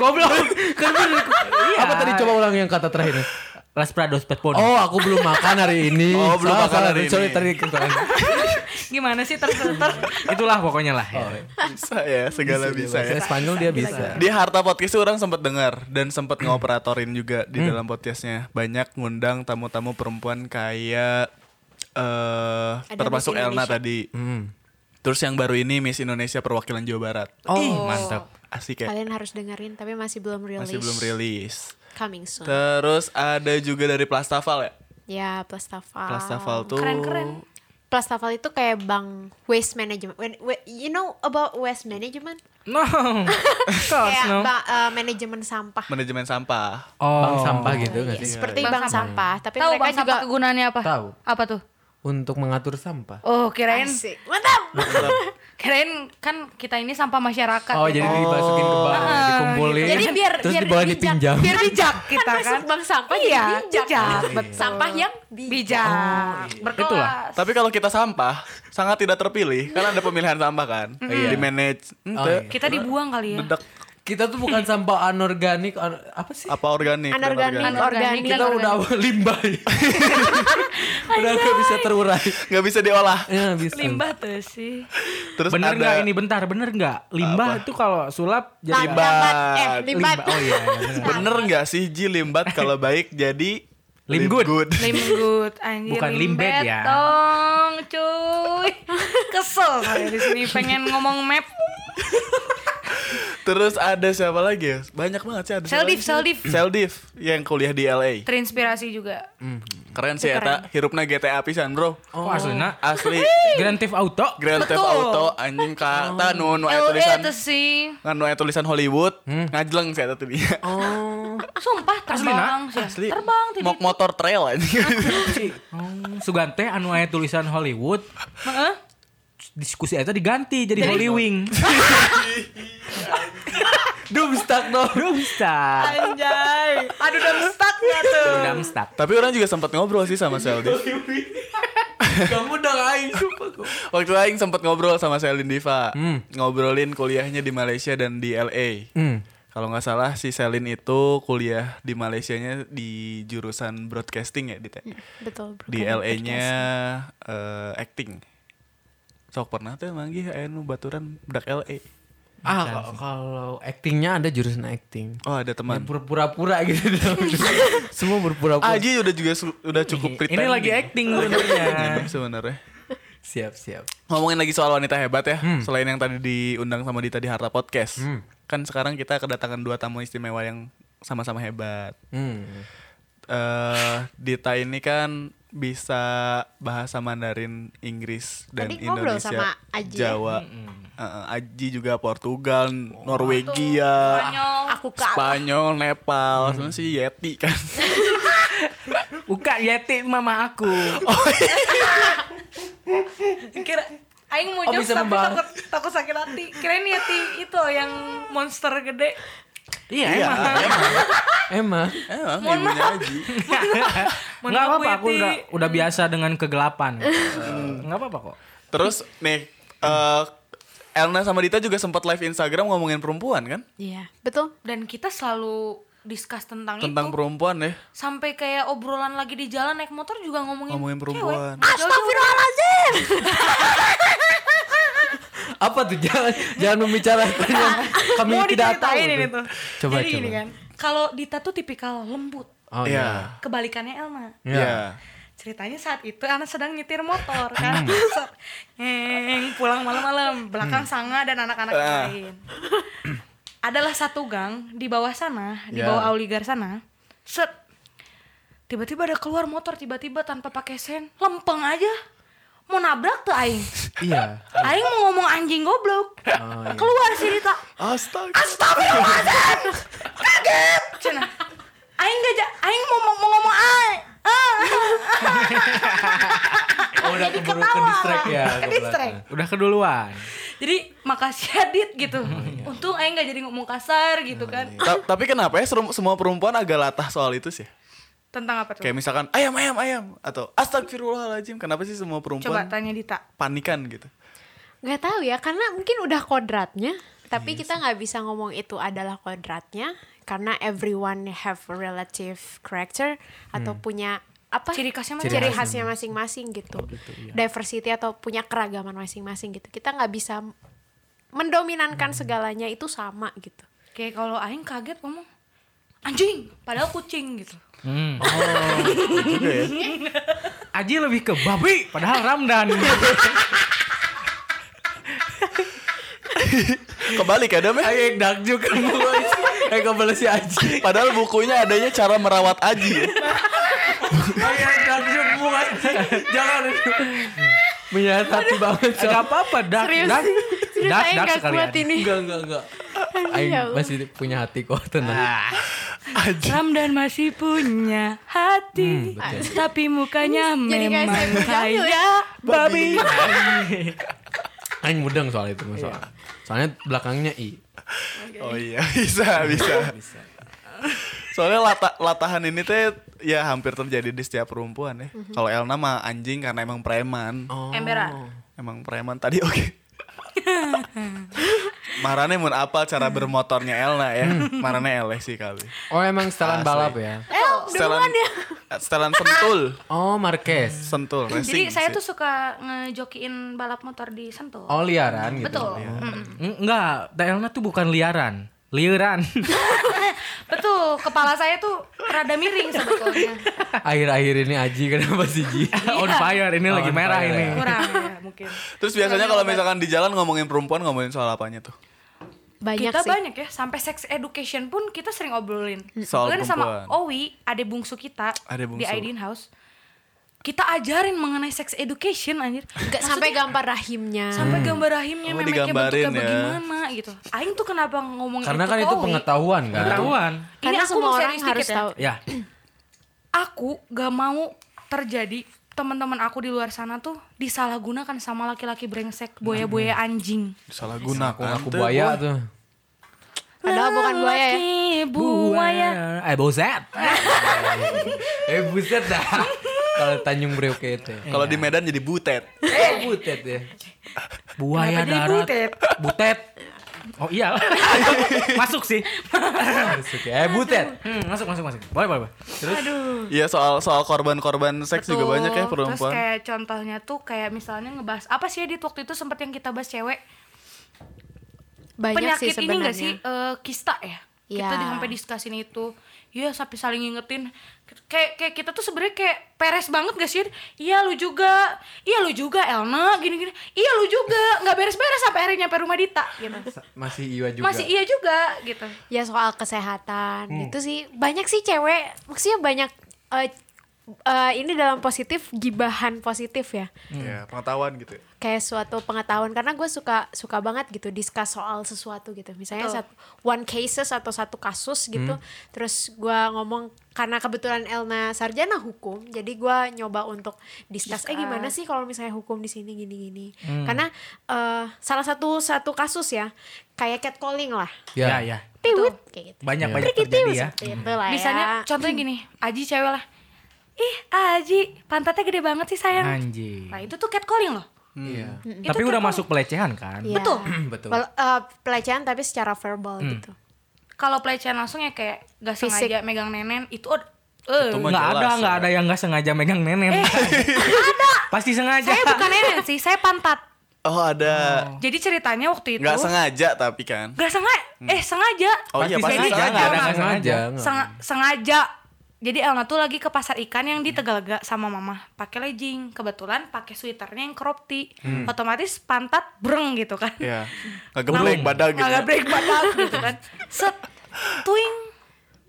[SPEAKER 4] Goblok. Kan bener.
[SPEAKER 5] Apa tadi coba ulang yang kata terakhir?
[SPEAKER 4] Las Prados, Pertone.
[SPEAKER 5] Oh, aku belum makan hari ini.
[SPEAKER 2] Oh, belum
[SPEAKER 5] Salah,
[SPEAKER 2] makan
[SPEAKER 5] salah.
[SPEAKER 2] hari ini.
[SPEAKER 5] Sorry, tadi kesalahan.
[SPEAKER 1] Gimana sih terfilter?
[SPEAKER 4] Itulah pokoknya lah. ya.
[SPEAKER 2] Bisa ya, segala bisa ya.
[SPEAKER 5] Bahasa Spanyol dia bisa.
[SPEAKER 2] Di Harta Podcast tuh orang sempat dengar dan sempat ngoperatorin juga
[SPEAKER 4] Hmm.
[SPEAKER 2] di dalam podcastnya. Banyak ngundang tamu-tamu perempuan kayak eh
[SPEAKER 3] Ada
[SPEAKER 2] termasuk
[SPEAKER 3] Miss
[SPEAKER 2] Elna
[SPEAKER 3] Indonesia.
[SPEAKER 2] tadi.
[SPEAKER 4] Hmm.
[SPEAKER 2] Terus yang baru ini Miss Indonesia perwakilan Jawa Barat.
[SPEAKER 4] Oh, mantap.
[SPEAKER 2] Asik ya.
[SPEAKER 3] Kalian harus dengerin tapi masih belum rilis.
[SPEAKER 2] Masih belum rilis.
[SPEAKER 3] Coming soon.
[SPEAKER 2] Terus ada juga dari Plastafal ya.
[SPEAKER 3] Ya, Plastafal.
[SPEAKER 2] Plastafal tuh
[SPEAKER 1] Keren-keren.
[SPEAKER 3] Plastafal itu kayak bank waste management. When- when- you know about waste management?
[SPEAKER 4] No. Of course,
[SPEAKER 3] kayak
[SPEAKER 4] no.
[SPEAKER 3] bank, eh, manajemen sampah.
[SPEAKER 2] manajemen sampah.
[SPEAKER 4] Oh.
[SPEAKER 5] Bang sampah gitu nggak sih?
[SPEAKER 3] Seperti
[SPEAKER 1] Bank
[SPEAKER 3] bank, Iya. sampah, tapi
[SPEAKER 1] Tahu
[SPEAKER 3] mereka
[SPEAKER 1] bang
[SPEAKER 3] juga
[SPEAKER 1] sampah kegunaannya apa?
[SPEAKER 5] Tahu.
[SPEAKER 1] Apa tuh?
[SPEAKER 5] Untuk mengatur sampah.
[SPEAKER 1] Oh, kirain
[SPEAKER 3] Asik. Mantap.
[SPEAKER 1] kirain kan kita ini sampah masyarakat.
[SPEAKER 5] Oh,
[SPEAKER 1] gitu.
[SPEAKER 5] jadi dimasukin ke bank, dikumpulin.
[SPEAKER 3] Jadi biar
[SPEAKER 5] Iya. terus
[SPEAKER 3] biar
[SPEAKER 5] dibawa
[SPEAKER 3] bijak.
[SPEAKER 5] dipinjam.
[SPEAKER 1] biar bijak kita
[SPEAKER 3] Kan
[SPEAKER 1] kan.
[SPEAKER 3] masuk bank sampah
[SPEAKER 1] Iya,
[SPEAKER 3] jadi bijak.
[SPEAKER 1] bijak, betul.
[SPEAKER 3] Sampah yang bijak.
[SPEAKER 1] Bijak.
[SPEAKER 4] Itulah.
[SPEAKER 1] Berkelas.
[SPEAKER 2] Tapi kalau kita sampah sangat tidak terpilih karena ada pemilihan sampah kan.
[SPEAKER 4] Iya.
[SPEAKER 2] Di manage
[SPEAKER 4] Oh,
[SPEAKER 1] Kita dibuang kali ya.
[SPEAKER 2] Dedek
[SPEAKER 5] Kita tuh bukan sampah anorganik, an- apa sih?
[SPEAKER 2] apa organik? dan
[SPEAKER 3] Anorganik,
[SPEAKER 1] Anorganik.
[SPEAKER 3] organik.
[SPEAKER 1] Kita
[SPEAKER 5] Kita udah limbah. ya. udah nggak bisa terurai.
[SPEAKER 2] Nggak bisa diolah.
[SPEAKER 5] Ya, bisa.
[SPEAKER 1] Limbah tuh sih.
[SPEAKER 2] Terus ada
[SPEAKER 4] Bener nggak ini bentar, bener nggak? Limbah itu kalau sulap jadi
[SPEAKER 2] Limbah.
[SPEAKER 3] Lambat, Eh, limbat.
[SPEAKER 4] Limbah. Oh iya, iya, bener.
[SPEAKER 2] Bener nggak sih Ji limbat kalau baik jadi
[SPEAKER 4] Limgood.
[SPEAKER 1] Limgut anjir
[SPEAKER 4] Bukan limbet ya.
[SPEAKER 1] Tong cuy. Kesel saya di sini pengen ngomong map.
[SPEAKER 2] Terus ada siapa lagi ya? Banyak banget sih ada. siapa
[SPEAKER 1] Seldif,
[SPEAKER 2] lagi?
[SPEAKER 1] Seldif.
[SPEAKER 2] Seldif yang kuliah di LA.
[SPEAKER 1] Terinspirasi juga.
[SPEAKER 2] Keren sih eta, hirupna GTA pisan, Bro.
[SPEAKER 4] Oh, aslinya
[SPEAKER 2] Asli
[SPEAKER 4] Grand Theft Auto.
[SPEAKER 2] Grand Theft
[SPEAKER 1] Betul.
[SPEAKER 2] Auto anjing kata nu nu aya
[SPEAKER 1] LA
[SPEAKER 2] tulisan
[SPEAKER 1] E tuh sih.
[SPEAKER 2] nganu aya tulisan Hollywood,
[SPEAKER 4] Hmm.
[SPEAKER 2] ngajleng saya tadi.
[SPEAKER 1] Ah, Sumpah terbang sih.
[SPEAKER 2] Asli.
[SPEAKER 1] Terbang tidak.
[SPEAKER 2] Mok motor trail anjing.
[SPEAKER 4] Oh, Sugante anu aya tulisan Hollywood,
[SPEAKER 1] Heeh.
[SPEAKER 4] diskusi eta diganti jadi Hollywing.
[SPEAKER 5] Dumpstak dong.
[SPEAKER 4] Dumstak.
[SPEAKER 1] Anjay. Aduh udah stuck gak tuh?
[SPEAKER 4] Dumstak.
[SPEAKER 2] Tapi orang juga sempat ngobrol sih sama Seldif.
[SPEAKER 5] Kamu udah aing sumpah kok.
[SPEAKER 2] Waktu aing
[SPEAKER 4] Hmm.
[SPEAKER 2] sempat ngobrol sama Selin Diva, ngobrolin kuliahnya di Malaysia dan di LA. Kalau nggak salah si Selin itu kuliah di Malaysianya di jurusan broadcasting ya, Dit, ya?
[SPEAKER 3] betul
[SPEAKER 2] Di
[SPEAKER 3] broadcast.
[SPEAKER 2] LA-nya eh, acting. Sok pernah tuh manggih anu baturan budak LA.
[SPEAKER 5] Ah, kalau actingnya ada jurusan acting.
[SPEAKER 2] Oh, ada teman.
[SPEAKER 5] Berpura-pura Ya, gitu. Semua berpura-pura.
[SPEAKER 2] Aji udah juga su- udah cukup
[SPEAKER 4] Ini
[SPEAKER 2] pretending.
[SPEAKER 4] lagi acting sebenarnya.
[SPEAKER 2] Nyimak sebenarnya.
[SPEAKER 5] Siap, siap.
[SPEAKER 2] Ngomongin lagi soal wanita hebat ya, selain yang tadi diundang sama Dita di Harta Podcast. Kan sekarang kita kedatangan dua tamu istimewa yang sama-sama hebat.
[SPEAKER 5] Hmm.
[SPEAKER 2] eh Dita ini kan bisa bahasa Mandarin, Inggris dan
[SPEAKER 3] Tadi ngobrol
[SPEAKER 2] Indonesia,
[SPEAKER 3] sama Aji ya?
[SPEAKER 2] Jawa, Eh, Aji juga Portugal, Norwegia,
[SPEAKER 1] iya.
[SPEAKER 3] aku kalah
[SPEAKER 2] Spanyol, Nepal, sebenarnya sih Yeti kan.
[SPEAKER 4] Buka Yeti mama aku.
[SPEAKER 1] Kira Aing mau
[SPEAKER 4] Oh,
[SPEAKER 1] jokes
[SPEAKER 4] bisa
[SPEAKER 1] tapi
[SPEAKER 4] membahas.
[SPEAKER 1] takut, takut sakit hati Kirain Yeti itu yang monster gede
[SPEAKER 4] Iya
[SPEAKER 2] Iya,
[SPEAKER 5] Emang
[SPEAKER 4] emang.
[SPEAKER 2] Emang ibunya Aji.
[SPEAKER 1] Mohon
[SPEAKER 4] Enggak
[SPEAKER 1] maaf,
[SPEAKER 4] apa-apa aku
[SPEAKER 1] Yeti.
[SPEAKER 4] udah udah biasa dengan kegelapan. Enggak apa-apa kok.
[SPEAKER 2] Terus nih eh Elna sama Dita juga sempat live Instagram ngomongin perempuan kan?
[SPEAKER 3] iya betul
[SPEAKER 1] Dan kita selalu discuss tentang,
[SPEAKER 2] Tentang
[SPEAKER 1] itu
[SPEAKER 2] perempuan ya.
[SPEAKER 1] Sampai kayak obrolan lagi di jalan naik motor juga ngomongin
[SPEAKER 2] Ngomongin
[SPEAKER 1] cewek. Ah,
[SPEAKER 2] perempuan.
[SPEAKER 1] Nggak jauh-jauh.
[SPEAKER 5] apa tuh jangan jangan membicarakan yang kami
[SPEAKER 1] Mau
[SPEAKER 5] tidak tahu.
[SPEAKER 1] diceritain ini
[SPEAKER 5] tuh.
[SPEAKER 1] tuh
[SPEAKER 5] Coba
[SPEAKER 1] Jadi
[SPEAKER 5] coba.
[SPEAKER 1] gini kan Kalau Dita tuh tipikal lembut
[SPEAKER 5] Oh
[SPEAKER 2] Iya.
[SPEAKER 5] iya.
[SPEAKER 1] Kebalikannya Elma
[SPEAKER 2] Iya.
[SPEAKER 1] ceritanya saat itu anak sedang nyetir motor kan So- Neng, pulang malam-malam belakang sanga dan anak-anak yang
[SPEAKER 2] Ah.
[SPEAKER 1] lain adalah satu gang di bawah sana di
[SPEAKER 2] Ya.
[SPEAKER 1] bawah Auligar sana set tiba-tiba ada keluar motor tiba-tiba tanpa pakai sen lempeng aja mau nabrak tuh aing
[SPEAKER 5] Iya.
[SPEAKER 1] aing mau ngomong anjing goblok keluar sih Rita
[SPEAKER 2] Astaga.
[SPEAKER 1] Astagfirullahaladzim Kaget Cina Aing gak ja- Aing mau, mau, mau ngomong ah, ah.
[SPEAKER 5] Oh, udah
[SPEAKER 1] Jadi
[SPEAKER 5] keburu
[SPEAKER 1] ketawa.
[SPEAKER 5] ke-distract ya, ke
[SPEAKER 1] Ke-distract.
[SPEAKER 4] Eh, Udah keduluan.
[SPEAKER 1] Jadi makasih Adit gitu
[SPEAKER 5] Iya.
[SPEAKER 1] Untung Aing gak jadi ngomong kasar gitu
[SPEAKER 5] Oh,
[SPEAKER 1] kan
[SPEAKER 2] Ta- tapi kenapa ya serum- semua perempuan agak latah soal itu sih?
[SPEAKER 1] Tentang apa tuh?
[SPEAKER 2] Kayak misalkan ayam ayam ayam atau astagfirullahaladzim. Kenapa sih semua
[SPEAKER 1] Coba
[SPEAKER 2] perempuan
[SPEAKER 1] tanya Dita
[SPEAKER 2] panikan gitu?
[SPEAKER 3] nggak tahu ya karena mungkin udah kodratnya tapi kita nggak bisa ngomong itu adalah kodratnya karena everyone have a relative character atau punya apa
[SPEAKER 1] Ciri khasnya
[SPEAKER 3] ciri
[SPEAKER 1] masing-masing.
[SPEAKER 3] khasnya masing-masing gitu diversity atau punya keragaman masing-masing gitu kita nggak bisa mendominankan segalanya itu sama gitu
[SPEAKER 1] Kayak kalau Aing kaget ngomong Anjing Padahal kucing gitu
[SPEAKER 4] Hmm. Oh.
[SPEAKER 2] Iya ya.
[SPEAKER 4] Aji lebih ke babi padahal Ramdan.
[SPEAKER 2] Kebalik ya Dam ya?
[SPEAKER 5] Ayo dak juga Eh kebel si Aji.
[SPEAKER 2] Padahal bukunya adanya cara merawat Aji ya.
[SPEAKER 5] Ayo dak juga bukan. Jangan. Menyatati banget.
[SPEAKER 4] Gak apa-apa dak
[SPEAKER 3] Serius.
[SPEAKER 4] dak
[SPEAKER 3] Serius,
[SPEAKER 4] dak
[SPEAKER 3] saya
[SPEAKER 4] dak
[SPEAKER 3] nggak
[SPEAKER 4] nah, sekalian.
[SPEAKER 3] kuat ini
[SPEAKER 5] Enggak, enggak, enggak. Aing
[SPEAKER 3] Ya Allah.
[SPEAKER 5] masih punya hati kok tenang.
[SPEAKER 4] Ah,
[SPEAKER 1] Ramdan masih punya
[SPEAKER 5] Hmm,
[SPEAKER 1] hati Tapi mukanya
[SPEAKER 3] Jadi kayak saya
[SPEAKER 1] memang
[SPEAKER 3] hamil ya.
[SPEAKER 1] kayak
[SPEAKER 4] babi.
[SPEAKER 5] Aing mudeng soal itu masalah. Soalnya belakangnya I.
[SPEAKER 2] Oh iya bisa bisa. Soalnya lata- latahan ini teh ya hampir terjadi di setiap perempuan ya.
[SPEAKER 1] Mhm.
[SPEAKER 2] Kalau Elna mah anjing karena emang preman.
[SPEAKER 1] Oh. Emberan
[SPEAKER 2] Emang preman tadi oke. Marane mun apal cara bermotornya Elna ya.
[SPEAKER 1] Mhm.
[SPEAKER 2] Marane eleh sih kali.
[SPEAKER 5] Oh emang setelan
[SPEAKER 2] Asli.
[SPEAKER 5] balap ya.
[SPEAKER 3] eh
[SPEAKER 1] Oh,
[SPEAKER 2] Setelan,
[SPEAKER 1] ya.
[SPEAKER 2] setelan eh, sentul.
[SPEAKER 5] Oh Marquez.
[SPEAKER 2] Sentul.
[SPEAKER 1] Jadi
[SPEAKER 2] racing
[SPEAKER 1] saya
[SPEAKER 2] sih.
[SPEAKER 1] tuh suka ngejokiin balap motor di Sentul.
[SPEAKER 5] Oh liaran gitu.
[SPEAKER 1] Betul.
[SPEAKER 2] iya.
[SPEAKER 1] Mm.
[SPEAKER 4] Enggak, Elna tuh bukan liaran. Liuran.
[SPEAKER 1] Betul, kepala saya tuh rada miring sebetulnya.
[SPEAKER 5] Akhir-akhir ini Aji kenapa sih Ji?
[SPEAKER 4] On fire ini lagi
[SPEAKER 5] On
[SPEAKER 4] merah
[SPEAKER 5] fire.
[SPEAKER 4] ini.
[SPEAKER 1] Kurang
[SPEAKER 5] Iya,
[SPEAKER 1] ya, mungkin.
[SPEAKER 2] Terus biasanya kalau misalkan di jalan ngomongin perempuan ngomongin soal apanya tuh?
[SPEAKER 3] banyak
[SPEAKER 1] kita
[SPEAKER 3] sih
[SPEAKER 1] banyak ya, sampai sex education pun kita sering obrolin.
[SPEAKER 2] Soal
[SPEAKER 1] Bahkan sama
[SPEAKER 2] perempuan.
[SPEAKER 1] Owi, ada bungsu kita
[SPEAKER 2] Ade
[SPEAKER 1] di
[SPEAKER 2] bungsu.
[SPEAKER 1] Aidin House. Kita ajarin mengenai sex education anjir.
[SPEAKER 3] Nggak sampai gambar rahimnya
[SPEAKER 1] sampai gambar rahimnya
[SPEAKER 2] Oh,
[SPEAKER 1] memeknya bentuknya
[SPEAKER 2] digambarin ya.
[SPEAKER 1] bagaimana gitu. Aing tuh kenapa ngomong
[SPEAKER 5] Karena
[SPEAKER 1] itu
[SPEAKER 5] kan
[SPEAKER 1] ke
[SPEAKER 5] itu
[SPEAKER 1] Owi,
[SPEAKER 5] pengetahuan kan.
[SPEAKER 4] Ketahuan.
[SPEAKER 1] Ini
[SPEAKER 3] karena
[SPEAKER 1] aku
[SPEAKER 3] semua
[SPEAKER 1] mau
[SPEAKER 3] orang
[SPEAKER 1] serius
[SPEAKER 3] harus
[SPEAKER 1] dikit ya.
[SPEAKER 3] tahu
[SPEAKER 4] Ya.
[SPEAKER 1] aku gak mau terjadi teman-teman aku di luar sana tuh disalahgunakan sama laki-laki brengsek buaya-buaya anjing.
[SPEAKER 2] Salah guna
[SPEAKER 5] Aku ngaku buaya tuh.
[SPEAKER 3] Padahal bukan buaya ya.
[SPEAKER 1] Lelaki Buaya.
[SPEAKER 4] Eh bozet.
[SPEAKER 5] Eh buset dah. Kalau Tanjung Priok itu.
[SPEAKER 1] Eh.
[SPEAKER 2] Kalau
[SPEAKER 1] Iya.
[SPEAKER 2] di Medan jadi butet.
[SPEAKER 5] Eh butet ya.
[SPEAKER 1] Kenapa
[SPEAKER 4] Buaya
[SPEAKER 1] jadi
[SPEAKER 4] darat.
[SPEAKER 1] butet?
[SPEAKER 4] Butet. Oh iya. masuk sih.
[SPEAKER 5] Masuk ya. Eh butet.
[SPEAKER 4] Hmm, masuk masuk masuk. Boleh boleh. boleh.
[SPEAKER 2] Iya soal soal korban-korban seks juga
[SPEAKER 1] Betul.
[SPEAKER 2] banyak ya
[SPEAKER 1] Terus
[SPEAKER 2] perempuan.
[SPEAKER 1] kayak contohnya tuh kayak misalnya ngebahas apa sih edit waktu itu sempat yang kita bahas cewek
[SPEAKER 3] Banyak
[SPEAKER 1] penyakit
[SPEAKER 3] sih
[SPEAKER 1] ini
[SPEAKER 3] sebenarnya.
[SPEAKER 1] nggak sih eh, kista ya? Kita
[SPEAKER 3] Ya.
[SPEAKER 1] di- sampai diskusin itu. Iya sampai saling ngingetin kayak kayak kita tuh sebenarnya kayak peres banget gak sih? Iya lu juga. Iya lu juga Elna gini-gini. Iya lu juga nggak beres-beres sampai akhirnya nyampe rumah Dita
[SPEAKER 3] Iya,
[SPEAKER 1] gitu.
[SPEAKER 5] Masih Iwa juga.
[SPEAKER 1] Masih iya juga gitu.
[SPEAKER 3] Ya soal kesehatan gitu sih. Banyak sih cewek, maksudnya banyak eh, eh, ini dalam positif gibahan positif ya.
[SPEAKER 2] Iya pengetahuan gitu. ya.
[SPEAKER 3] kayak suatu pengetahuan karena gue suka suka banget gitu discuss soal sesuatu gitu misalnya
[SPEAKER 1] Betul.
[SPEAKER 3] satu one cases atau satu kasus gitu terus gue ngomong karena kebetulan Elna sarjana hukum jadi gue nyoba untuk discuss eh gimana sih kalau misalnya hukum di sini gini gini karena eh, salah satu satu kasus ya kayak catcalling lah
[SPEAKER 5] Ya.
[SPEAKER 4] Ya ya.
[SPEAKER 3] piwit kayak gitu
[SPEAKER 4] Banyak banyak
[SPEAKER 3] Prikiti,
[SPEAKER 4] terjadi ya.
[SPEAKER 3] seperti itu lah
[SPEAKER 1] Misalnya
[SPEAKER 3] ya.
[SPEAKER 1] contohnya gini, Aji cewek lah. Ih, Aji, pantatnya gede banget sih sayang.
[SPEAKER 4] Anjing.
[SPEAKER 1] Nah, itu tuh catcalling loh.
[SPEAKER 5] Iya.
[SPEAKER 1] Itu
[SPEAKER 4] Tapi udah
[SPEAKER 1] catcalling.
[SPEAKER 4] masuk pelecehan kan?
[SPEAKER 3] Iya.
[SPEAKER 1] Betul.
[SPEAKER 5] Betul.
[SPEAKER 3] Well, eh, pelecehan tapi secara verbal gitu
[SPEAKER 1] kalau pelecehan langsung ya kayak gak
[SPEAKER 3] Fisik.
[SPEAKER 1] sengaja megang nenen itu eh
[SPEAKER 2] Itu mah
[SPEAKER 4] Nggak ada,
[SPEAKER 2] jelas,
[SPEAKER 4] nggak
[SPEAKER 2] ya.
[SPEAKER 4] ada yang nggak sengaja megang nenen. Pasti sengaja.
[SPEAKER 1] saya bukan nenen sih saya pantat
[SPEAKER 2] Oh ada.
[SPEAKER 1] jadi ceritanya waktu itu
[SPEAKER 2] Nggak sengaja tapi kan.
[SPEAKER 1] Nggak sengaja eh sengaja
[SPEAKER 2] Oh iya pasti
[SPEAKER 1] jadi
[SPEAKER 4] sengaja,
[SPEAKER 2] sengaja.
[SPEAKER 4] ada
[SPEAKER 5] Nggak
[SPEAKER 4] nggak sengaja.
[SPEAKER 5] sengaja.
[SPEAKER 1] Seng- sengaja jadi Elna tuh lagi ke pasar ikan yang di Tegalega sama mama pakai legging kebetulan pakai sweaternya yang crop tee
[SPEAKER 2] Hmm.
[SPEAKER 1] otomatis pantat breng gitu kan
[SPEAKER 2] Iya. Ngegeblek badan gitu.
[SPEAKER 1] agak break badan gitu kan set tuing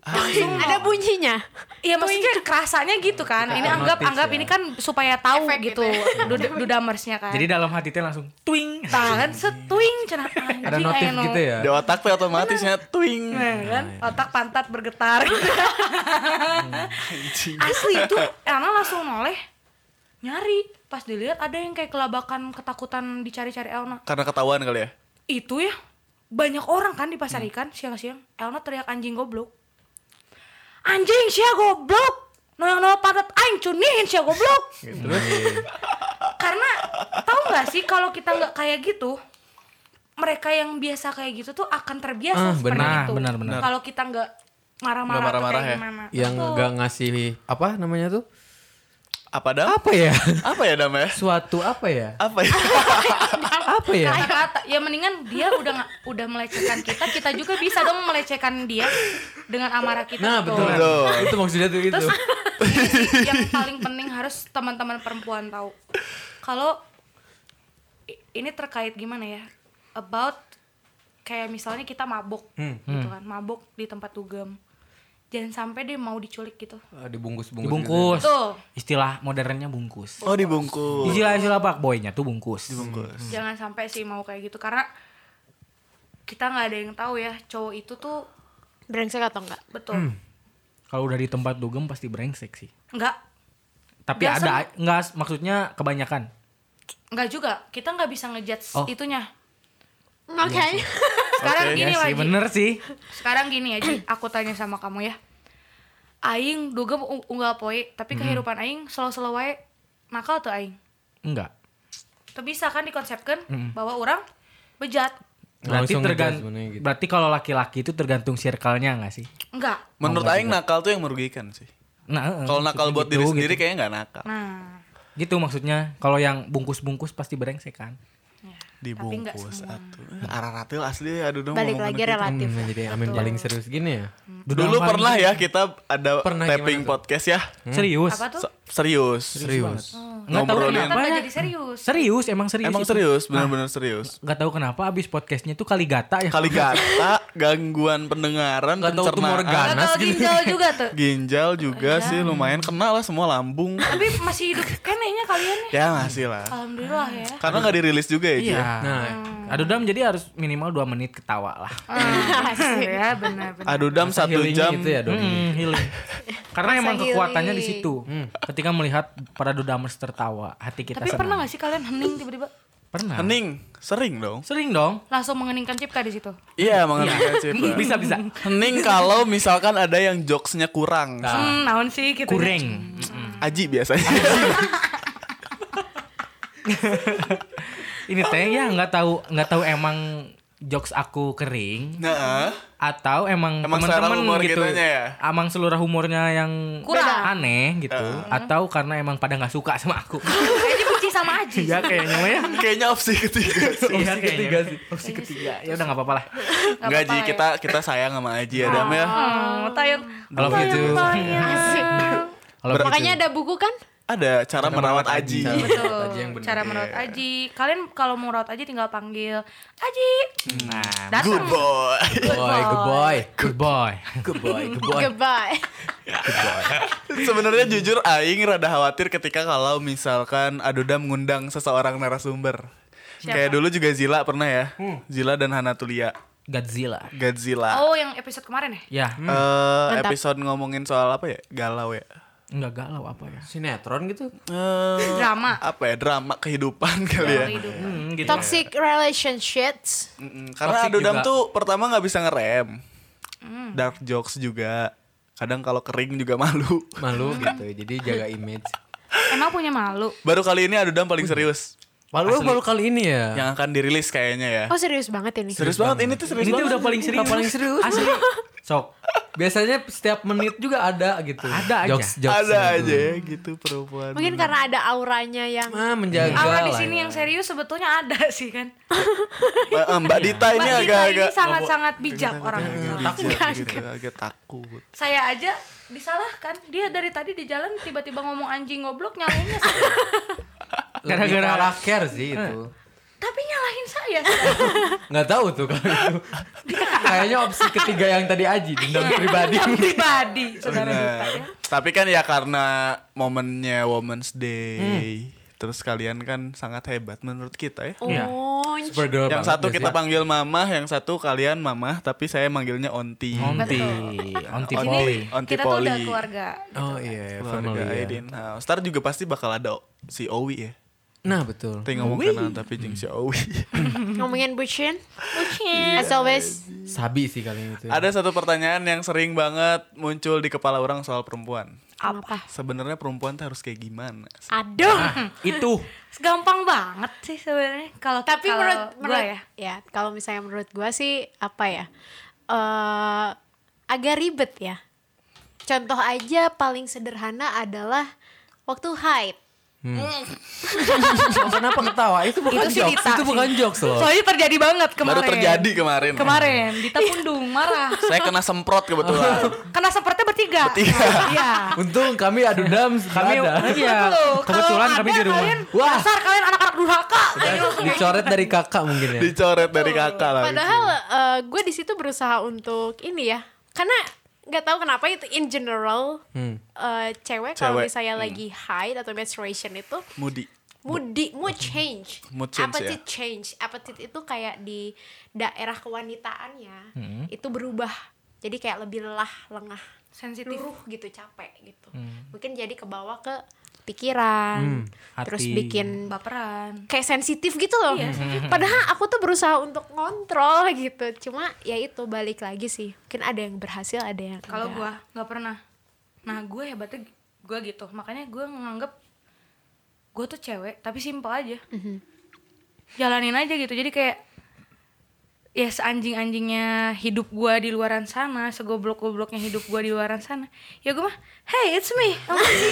[SPEAKER 3] ada bunyinya
[SPEAKER 1] Iya maksudnya kerasanya gitu kan.
[SPEAKER 2] Iya,
[SPEAKER 1] Ini anggap
[SPEAKER 4] notice
[SPEAKER 1] anggap
[SPEAKER 4] ya.
[SPEAKER 1] ini kan supaya tahu
[SPEAKER 3] Efek gitu
[SPEAKER 1] gitu dud- dudamersnya kan.
[SPEAKER 4] Jadi dalam hati teh langsung twing.
[SPEAKER 1] tangan setuing cenah anjing
[SPEAKER 5] Ada notif
[SPEAKER 1] aya nu-
[SPEAKER 5] gitu ya.
[SPEAKER 2] Di otak tuh otomatisnya twing.
[SPEAKER 1] Nah, kan otak pantat bergetar
[SPEAKER 2] Anjing.
[SPEAKER 1] asli itu Elna langsung noleh nyari pas dilihat ada yang kayak kelabakan ketakutan dicari-cari Elna
[SPEAKER 2] Karena ketahuan kali ya.
[SPEAKER 1] itu ya banyak orang kan di pasar ikan siang-siang Elna teriak anjing goblok anjing sia goblok noyong-noyong pantat aing cunihin sia goblok
[SPEAKER 5] Gitu kan.
[SPEAKER 1] karena tahu nggak sih kalau kita nggak kayak gitu mereka yang biasa kayak gitu tuh akan terbiasa
[SPEAKER 5] Ah,
[SPEAKER 1] seperti
[SPEAKER 4] benar,
[SPEAKER 1] itu
[SPEAKER 4] benar, benar.
[SPEAKER 1] kalau kita nggak marah-marah,
[SPEAKER 2] Nggak marah-marah
[SPEAKER 1] tuh
[SPEAKER 2] ya?
[SPEAKER 1] kayak gimana
[SPEAKER 5] Yang
[SPEAKER 1] Betul.
[SPEAKER 5] nggak ngasih apa namanya tuh?
[SPEAKER 2] Apa dam?
[SPEAKER 5] Apa ya?
[SPEAKER 2] Apa ya dam ya?
[SPEAKER 5] Suatu apa ya?
[SPEAKER 2] Apa ya?
[SPEAKER 5] Apa ya?
[SPEAKER 1] kata-kata ya mendingan dia udah nggak- udah melecehkan kita kita juga bisa dong melecehkan dia dengan amarah kita
[SPEAKER 5] Nah
[SPEAKER 1] tuh.
[SPEAKER 5] betul.
[SPEAKER 2] Betul.
[SPEAKER 5] Itu maksudnya tuh itu.
[SPEAKER 1] yang paling penting harus teman-teman perempuan tahu kalau i- ini terkait gimana ya about kayak misalnya kita mabuk
[SPEAKER 4] Hmm,
[SPEAKER 1] gitu kan mabuk di tempat dugem jangan sampai dia mau diculik gitu
[SPEAKER 5] Ah, Dibungkus-bungkus.
[SPEAKER 4] Dibungkus.
[SPEAKER 1] Betul.
[SPEAKER 4] Istilah modernnya bungkus.
[SPEAKER 2] Oh dibungkus.
[SPEAKER 4] Istilah-istilah boynya tuh bungkus.
[SPEAKER 2] Dibungkus.
[SPEAKER 1] jangan sampai sih mau kayak gitu karena kita nggak ada yang tahu ya cowok itu tuh
[SPEAKER 3] brengsek atau enggak
[SPEAKER 1] betul
[SPEAKER 4] Hmm. Kalau udah di tempat dugem pasti brengsek sih.
[SPEAKER 1] nggak
[SPEAKER 4] Tapi
[SPEAKER 1] Biasa-
[SPEAKER 4] ada enggak maksudnya kebanyakan.
[SPEAKER 1] nggak juga kita nggak bisa ngejudge
[SPEAKER 4] Oh.
[SPEAKER 1] itunya Iya
[SPEAKER 3] makanya
[SPEAKER 1] sekarang
[SPEAKER 2] Oke.
[SPEAKER 1] gini
[SPEAKER 4] Iya sih,
[SPEAKER 1] lagi
[SPEAKER 4] bener sih.
[SPEAKER 1] Sekarang gini aja, aku tanya sama kamu ya. Aing duga u- unggal poe, tapi kehidupan aing selalu-selalu wae nakal tuh aing.
[SPEAKER 4] Enggak.
[SPEAKER 1] Tuh bisa kan dikonsepkan bahwa orang bejat.
[SPEAKER 4] Berarti
[SPEAKER 5] Langsung
[SPEAKER 4] tergan-
[SPEAKER 5] ngegas sebenarnya gitu.
[SPEAKER 4] Berarti kalau laki-laki itu tergantung circle-nya enggak sih?
[SPEAKER 1] Enggak.
[SPEAKER 2] Menurut Aing nakal tuh yang merugikan sih.
[SPEAKER 4] Nah, eh,
[SPEAKER 2] Kalau nakal
[SPEAKER 4] maksudnya
[SPEAKER 2] buat
[SPEAKER 4] gitu,
[SPEAKER 2] diri
[SPEAKER 4] gitu.
[SPEAKER 2] sendiri kayaknya nggak nakal.
[SPEAKER 1] Nah,
[SPEAKER 4] Gitu maksudnya. Kalau yang bungkus-bungkus pasti brengsek kan.
[SPEAKER 1] ya. Tapi nggak
[SPEAKER 2] Dibungkus
[SPEAKER 1] semua.
[SPEAKER 2] atuh. Araratil asli aduh dong
[SPEAKER 3] balik
[SPEAKER 1] gitu kan,
[SPEAKER 3] lagi
[SPEAKER 2] ngomong begitu.
[SPEAKER 3] relatif
[SPEAKER 1] ya.
[SPEAKER 5] Hmm, jadi amin paling serius gini ya.
[SPEAKER 2] Dulu
[SPEAKER 4] Dudang
[SPEAKER 2] pernah ya kita ada
[SPEAKER 5] Pernah
[SPEAKER 2] taping
[SPEAKER 5] gimana tuh?
[SPEAKER 2] podcast ya.
[SPEAKER 4] paling- Hmm. Serius.
[SPEAKER 1] Apa tuh?
[SPEAKER 2] Se- Serius.
[SPEAKER 5] Serius.
[SPEAKER 4] Nggak tahu
[SPEAKER 2] Ngobrolin.
[SPEAKER 1] Kenapa
[SPEAKER 4] kenapa
[SPEAKER 1] nggak
[SPEAKER 4] ya.
[SPEAKER 1] jadi serius?
[SPEAKER 4] Serius, emang serius.
[SPEAKER 2] Emang
[SPEAKER 4] itu.
[SPEAKER 2] serius, Ah. benar-benar serius.
[SPEAKER 4] Nggak tahu kenapa abis podcastnya itu kali gata ya.
[SPEAKER 2] Kaligata, Eh, gangguan pendengaran,
[SPEAKER 5] Nggak tahu tumor
[SPEAKER 2] pencernaan,
[SPEAKER 5] ganas.
[SPEAKER 1] Gagal
[SPEAKER 5] gini.
[SPEAKER 1] ginjal juga tuh.
[SPEAKER 2] ginjal juga sih lumayan kena lah semua lambung.
[SPEAKER 1] Tapi masih hidup kayaknya kalian ya.
[SPEAKER 2] ya masih lah.
[SPEAKER 1] Alhamdulillah ya.
[SPEAKER 2] Karena nggak dirilis juga ya. Ci,
[SPEAKER 4] Iya.
[SPEAKER 2] ya?
[SPEAKER 5] Nah,
[SPEAKER 4] Aduh dam jadi harus minimal 2 menit ketawa lah.
[SPEAKER 1] ya benar-benar.
[SPEAKER 2] Aduh dam
[SPEAKER 5] masa
[SPEAKER 2] satu
[SPEAKER 5] healing
[SPEAKER 2] jam.
[SPEAKER 5] gitu ya, Dok.
[SPEAKER 4] Hmm, healing. Karena emang
[SPEAKER 3] healing.
[SPEAKER 4] kekuatannya di situ.
[SPEAKER 2] Hmm.
[SPEAKER 4] Ketika melihat para dudamers tertawa, hati kita
[SPEAKER 1] Tapi
[SPEAKER 4] senang.
[SPEAKER 1] pernah gak sih kalian hening tiba-tiba
[SPEAKER 4] Pernah.
[SPEAKER 2] Hening, sering dong.
[SPEAKER 4] Sering dong.
[SPEAKER 1] langsung mengeningkan cipta di situ?
[SPEAKER 2] Iya, mengenai
[SPEAKER 4] bisa bisa.
[SPEAKER 2] Hening kalau misalkan ada yang jokesnya kurang.
[SPEAKER 1] Hmm, naon sih gitu.
[SPEAKER 4] Kureng.
[SPEAKER 2] Aji biasanya.
[SPEAKER 4] Ini teh ya nggak tahu nggak tahu emang jokes aku kering
[SPEAKER 2] Nah,
[SPEAKER 4] atau emang,
[SPEAKER 2] Emang selera humor
[SPEAKER 4] temen-temen gitu
[SPEAKER 2] gitanya ya?
[SPEAKER 4] emang seluruh humornya yang
[SPEAKER 1] Kurang.
[SPEAKER 4] aneh gitu atau karena emang pada nggak suka sama aku
[SPEAKER 1] Kayaknya benci sama Aji.
[SPEAKER 4] iya kayaknya mah ya
[SPEAKER 2] kayaknya opsi ketiga sih.
[SPEAKER 4] Iya ketiga sih opsi ketiga ya udah nggak apa-apa lah
[SPEAKER 2] Enggak
[SPEAKER 1] ya.
[SPEAKER 2] Ji, kita kita sayang sama Aji ya Dam ya.
[SPEAKER 1] Oh, tayang.
[SPEAKER 4] Kalau gitu.
[SPEAKER 1] Asik.
[SPEAKER 4] kalau
[SPEAKER 3] Makanya Iya. ada buku kan?
[SPEAKER 2] Ada cara merawat Aji.
[SPEAKER 5] Cara
[SPEAKER 1] Betul.
[SPEAKER 5] merawat Aji yang benar.
[SPEAKER 1] Cara merawat Aji. Kalian kalau mau merawat Aji tinggal panggil Aji.
[SPEAKER 5] Hmm.
[SPEAKER 4] nah
[SPEAKER 1] Datang.
[SPEAKER 2] Good boy.
[SPEAKER 5] Boy, good boy.
[SPEAKER 4] good boy
[SPEAKER 5] Good boy, good boy.
[SPEAKER 3] Goodbye.
[SPEAKER 2] Sebenarnya jujur aing rada khawatir ketika kalau misalkan Adoda mengundang seseorang narasumber.
[SPEAKER 1] Siapa?
[SPEAKER 2] Kayak dulu juga Zila pernah ya.
[SPEAKER 4] Hmm.
[SPEAKER 2] Zila dan Hanatulia.
[SPEAKER 4] Godzilla
[SPEAKER 2] Godzilla.
[SPEAKER 1] Oh, yang episode kemarin ya?
[SPEAKER 4] ya
[SPEAKER 2] Eh, episode ngomongin soal apa ya? Galau ya.
[SPEAKER 4] nggak galau apa ya
[SPEAKER 5] Sinetron gitu.
[SPEAKER 2] Eh,
[SPEAKER 1] Drama.
[SPEAKER 2] Apa ya? Drama kehidupan kali ya.
[SPEAKER 1] Hidup.
[SPEAKER 4] Hmm, gitu.
[SPEAKER 3] Toxic relationships.
[SPEAKER 2] Mm-mm, Karena
[SPEAKER 4] Toxic
[SPEAKER 2] Adodam
[SPEAKER 4] juga.
[SPEAKER 2] tuh pertama nggak bisa ngerem. Dark jokes juga. Kadang kalau kering juga malu.
[SPEAKER 5] Malu gitu. Jadi jaga image.
[SPEAKER 1] Emang punya malu.
[SPEAKER 2] Baru kali ini Adodam paling serius.
[SPEAKER 5] Malu baru kali ini ya.
[SPEAKER 2] Yang akan dirilis kayaknya ya.
[SPEAKER 3] Oh serius banget ini.
[SPEAKER 2] serius banget. Ini tuh serius
[SPEAKER 4] ini tuh
[SPEAKER 2] banget.
[SPEAKER 4] udah paling serius
[SPEAKER 5] Udah paling serius.
[SPEAKER 4] asli sok
[SPEAKER 5] Biasanya setiap menit juga ada gitu.
[SPEAKER 4] Ada aja.
[SPEAKER 5] Jokes, jokes
[SPEAKER 2] Ada aja ya gitu perempuan.
[SPEAKER 3] Mungkin karena ada auranya yang
[SPEAKER 5] Ah, menjaga
[SPEAKER 1] Aura di
[SPEAKER 5] lah
[SPEAKER 1] sini
[SPEAKER 5] ya.
[SPEAKER 1] yang serius sebetulnya ada sih kan.
[SPEAKER 2] Mbak, eh, Mbak Dita ini
[SPEAKER 1] Mbak Dita ini
[SPEAKER 2] agak-agak
[SPEAKER 1] sangat-sangat bijak orangnya.
[SPEAKER 2] agak gitu, agak takut.
[SPEAKER 1] Saya aja disalahkan. Dia dari tadi di jalan tiba-tiba ngomong anjing goblok nyalainnya saya.
[SPEAKER 5] Lebih
[SPEAKER 4] Gara-gara-
[SPEAKER 5] ke arah care sih itu.
[SPEAKER 1] Tapi nyalahin saya.
[SPEAKER 5] Nggak tahu tuh kalau itu. Kayaknya opsi ketiga yang tadi Aji dendam pribadi.
[SPEAKER 1] Yang pribadi saudara Dita ya.
[SPEAKER 2] Benar. Tapi kan ya karena momennya Women's Day.
[SPEAKER 5] Hmm.
[SPEAKER 2] Terus kalian kan sangat hebat menurut kita ya.
[SPEAKER 4] Iya.
[SPEAKER 3] oh
[SPEAKER 5] Supergirl
[SPEAKER 2] yang
[SPEAKER 5] banget ya Iya,
[SPEAKER 2] satu
[SPEAKER 5] gak
[SPEAKER 2] kita
[SPEAKER 5] sih?
[SPEAKER 2] panggil mamah, yang satu kalian mamah, tapi saya manggilnya onti.
[SPEAKER 4] onti onti poli
[SPEAKER 2] Onti
[SPEAKER 1] Kita tuh
[SPEAKER 2] Poli.
[SPEAKER 1] udah keluarga.
[SPEAKER 5] Oh iya,
[SPEAKER 2] Keluarga
[SPEAKER 5] family. ya.
[SPEAKER 2] Aidin House. Ntar juga pasti bakal ada O- si Owi ya.
[SPEAKER 5] Nah, betul.
[SPEAKER 2] Tapi ngomong kenal tapi
[SPEAKER 5] Hmm.
[SPEAKER 2] jeng si Owi.
[SPEAKER 3] ngomongin bucin.
[SPEAKER 1] Bucin.
[SPEAKER 3] As always.
[SPEAKER 5] Sabi sih kali itu.
[SPEAKER 2] ada satu pertanyaan yang sering banget muncul di kepala orang soal perempuan.
[SPEAKER 3] Apa?
[SPEAKER 2] Sebenarnya perempuan tuh harus kayak gimana? sih?
[SPEAKER 4] Ah.
[SPEAKER 3] Aduh.
[SPEAKER 4] itu
[SPEAKER 1] Gampang banget sih sebenarnya kalau
[SPEAKER 3] Tapi
[SPEAKER 1] kalau
[SPEAKER 3] menurut
[SPEAKER 1] gua
[SPEAKER 3] menurut
[SPEAKER 1] ya.
[SPEAKER 3] ya, kalau misalnya menurut gua sih apa ya? eh agak ribet ya. Contoh aja paling sederhana adalah waktu haid.
[SPEAKER 5] Oh, kenapa ketawa? Itu
[SPEAKER 1] Itu
[SPEAKER 5] bukan
[SPEAKER 1] sih
[SPEAKER 5] jokes,
[SPEAKER 1] Dita
[SPEAKER 5] itu
[SPEAKER 1] sih.
[SPEAKER 5] bukan jokes loh.
[SPEAKER 1] Soalnya terjadi banget kemarin.
[SPEAKER 2] Baru terjadi kemarin.
[SPEAKER 1] Kemarin Dita pundung marah.
[SPEAKER 2] Saya kena semprot kebetulan.
[SPEAKER 1] Karena sepertinya bertiga.
[SPEAKER 2] Bertiga.
[SPEAKER 1] Iya.
[SPEAKER 5] Untung kami ya, adu dam
[SPEAKER 4] kami
[SPEAKER 5] ada.
[SPEAKER 4] iya
[SPEAKER 1] Betul.
[SPEAKER 4] kebetulan
[SPEAKER 1] Kalau
[SPEAKER 4] kami
[SPEAKER 1] ada,
[SPEAKER 4] di rumah
[SPEAKER 1] Kalian,
[SPEAKER 5] Wah. eh, Iya.
[SPEAKER 1] Dasar kalian anak-anak durhaka. Ayo.
[SPEAKER 5] Dicoret dari kakak mungkin
[SPEAKER 2] Iya.
[SPEAKER 5] ya.
[SPEAKER 2] Dicoret dari kakak lah.
[SPEAKER 3] Padahal eh, gue di situ berusaha untuk ini ya, karena nggak tahu kenapa itu in general eh, cewek kalau
[SPEAKER 2] Hmm. Cewek, Hmm.
[SPEAKER 3] misalnya lagi haid atau menstruation itu
[SPEAKER 2] Mudi.
[SPEAKER 3] moody mood change,
[SPEAKER 2] Hmm. Mood change, ya.
[SPEAKER 3] appetite change, appetite itu kayak di daerah kewanitaannya
[SPEAKER 2] Hmm.
[SPEAKER 3] itu berubah, jadi kayak lebih lelah, lengah,
[SPEAKER 1] Sensitif.
[SPEAKER 3] luruh gitu, capek gitu,
[SPEAKER 2] Hmm.
[SPEAKER 3] mungkin jadi kebawa ke pikiran, terus
[SPEAKER 4] hati.
[SPEAKER 3] bikin
[SPEAKER 1] Baperan.
[SPEAKER 3] kayak sensitif gitu loh.
[SPEAKER 1] Iya,
[SPEAKER 3] Padahal aku tuh berusaha untuk ngontrol gitu. Cuma ya itu balik lagi sih. Mungkin ada yang berhasil, ada yang
[SPEAKER 1] Kalau
[SPEAKER 4] Iya.
[SPEAKER 3] enggak.
[SPEAKER 1] gua nggak pernah. Nah gue hebatnya gue gitu. Makanya gue nganggep gue tuh cewek tapi simple aja.
[SPEAKER 4] Mhm.
[SPEAKER 1] Jalanin aja gitu. Jadi kayak ya seanjing-anjingnya hidup gua di luaran sana, segoblok-gobloknya hidup gua di luaran sana. Ya gue mah, hey it's me. I'm Aji."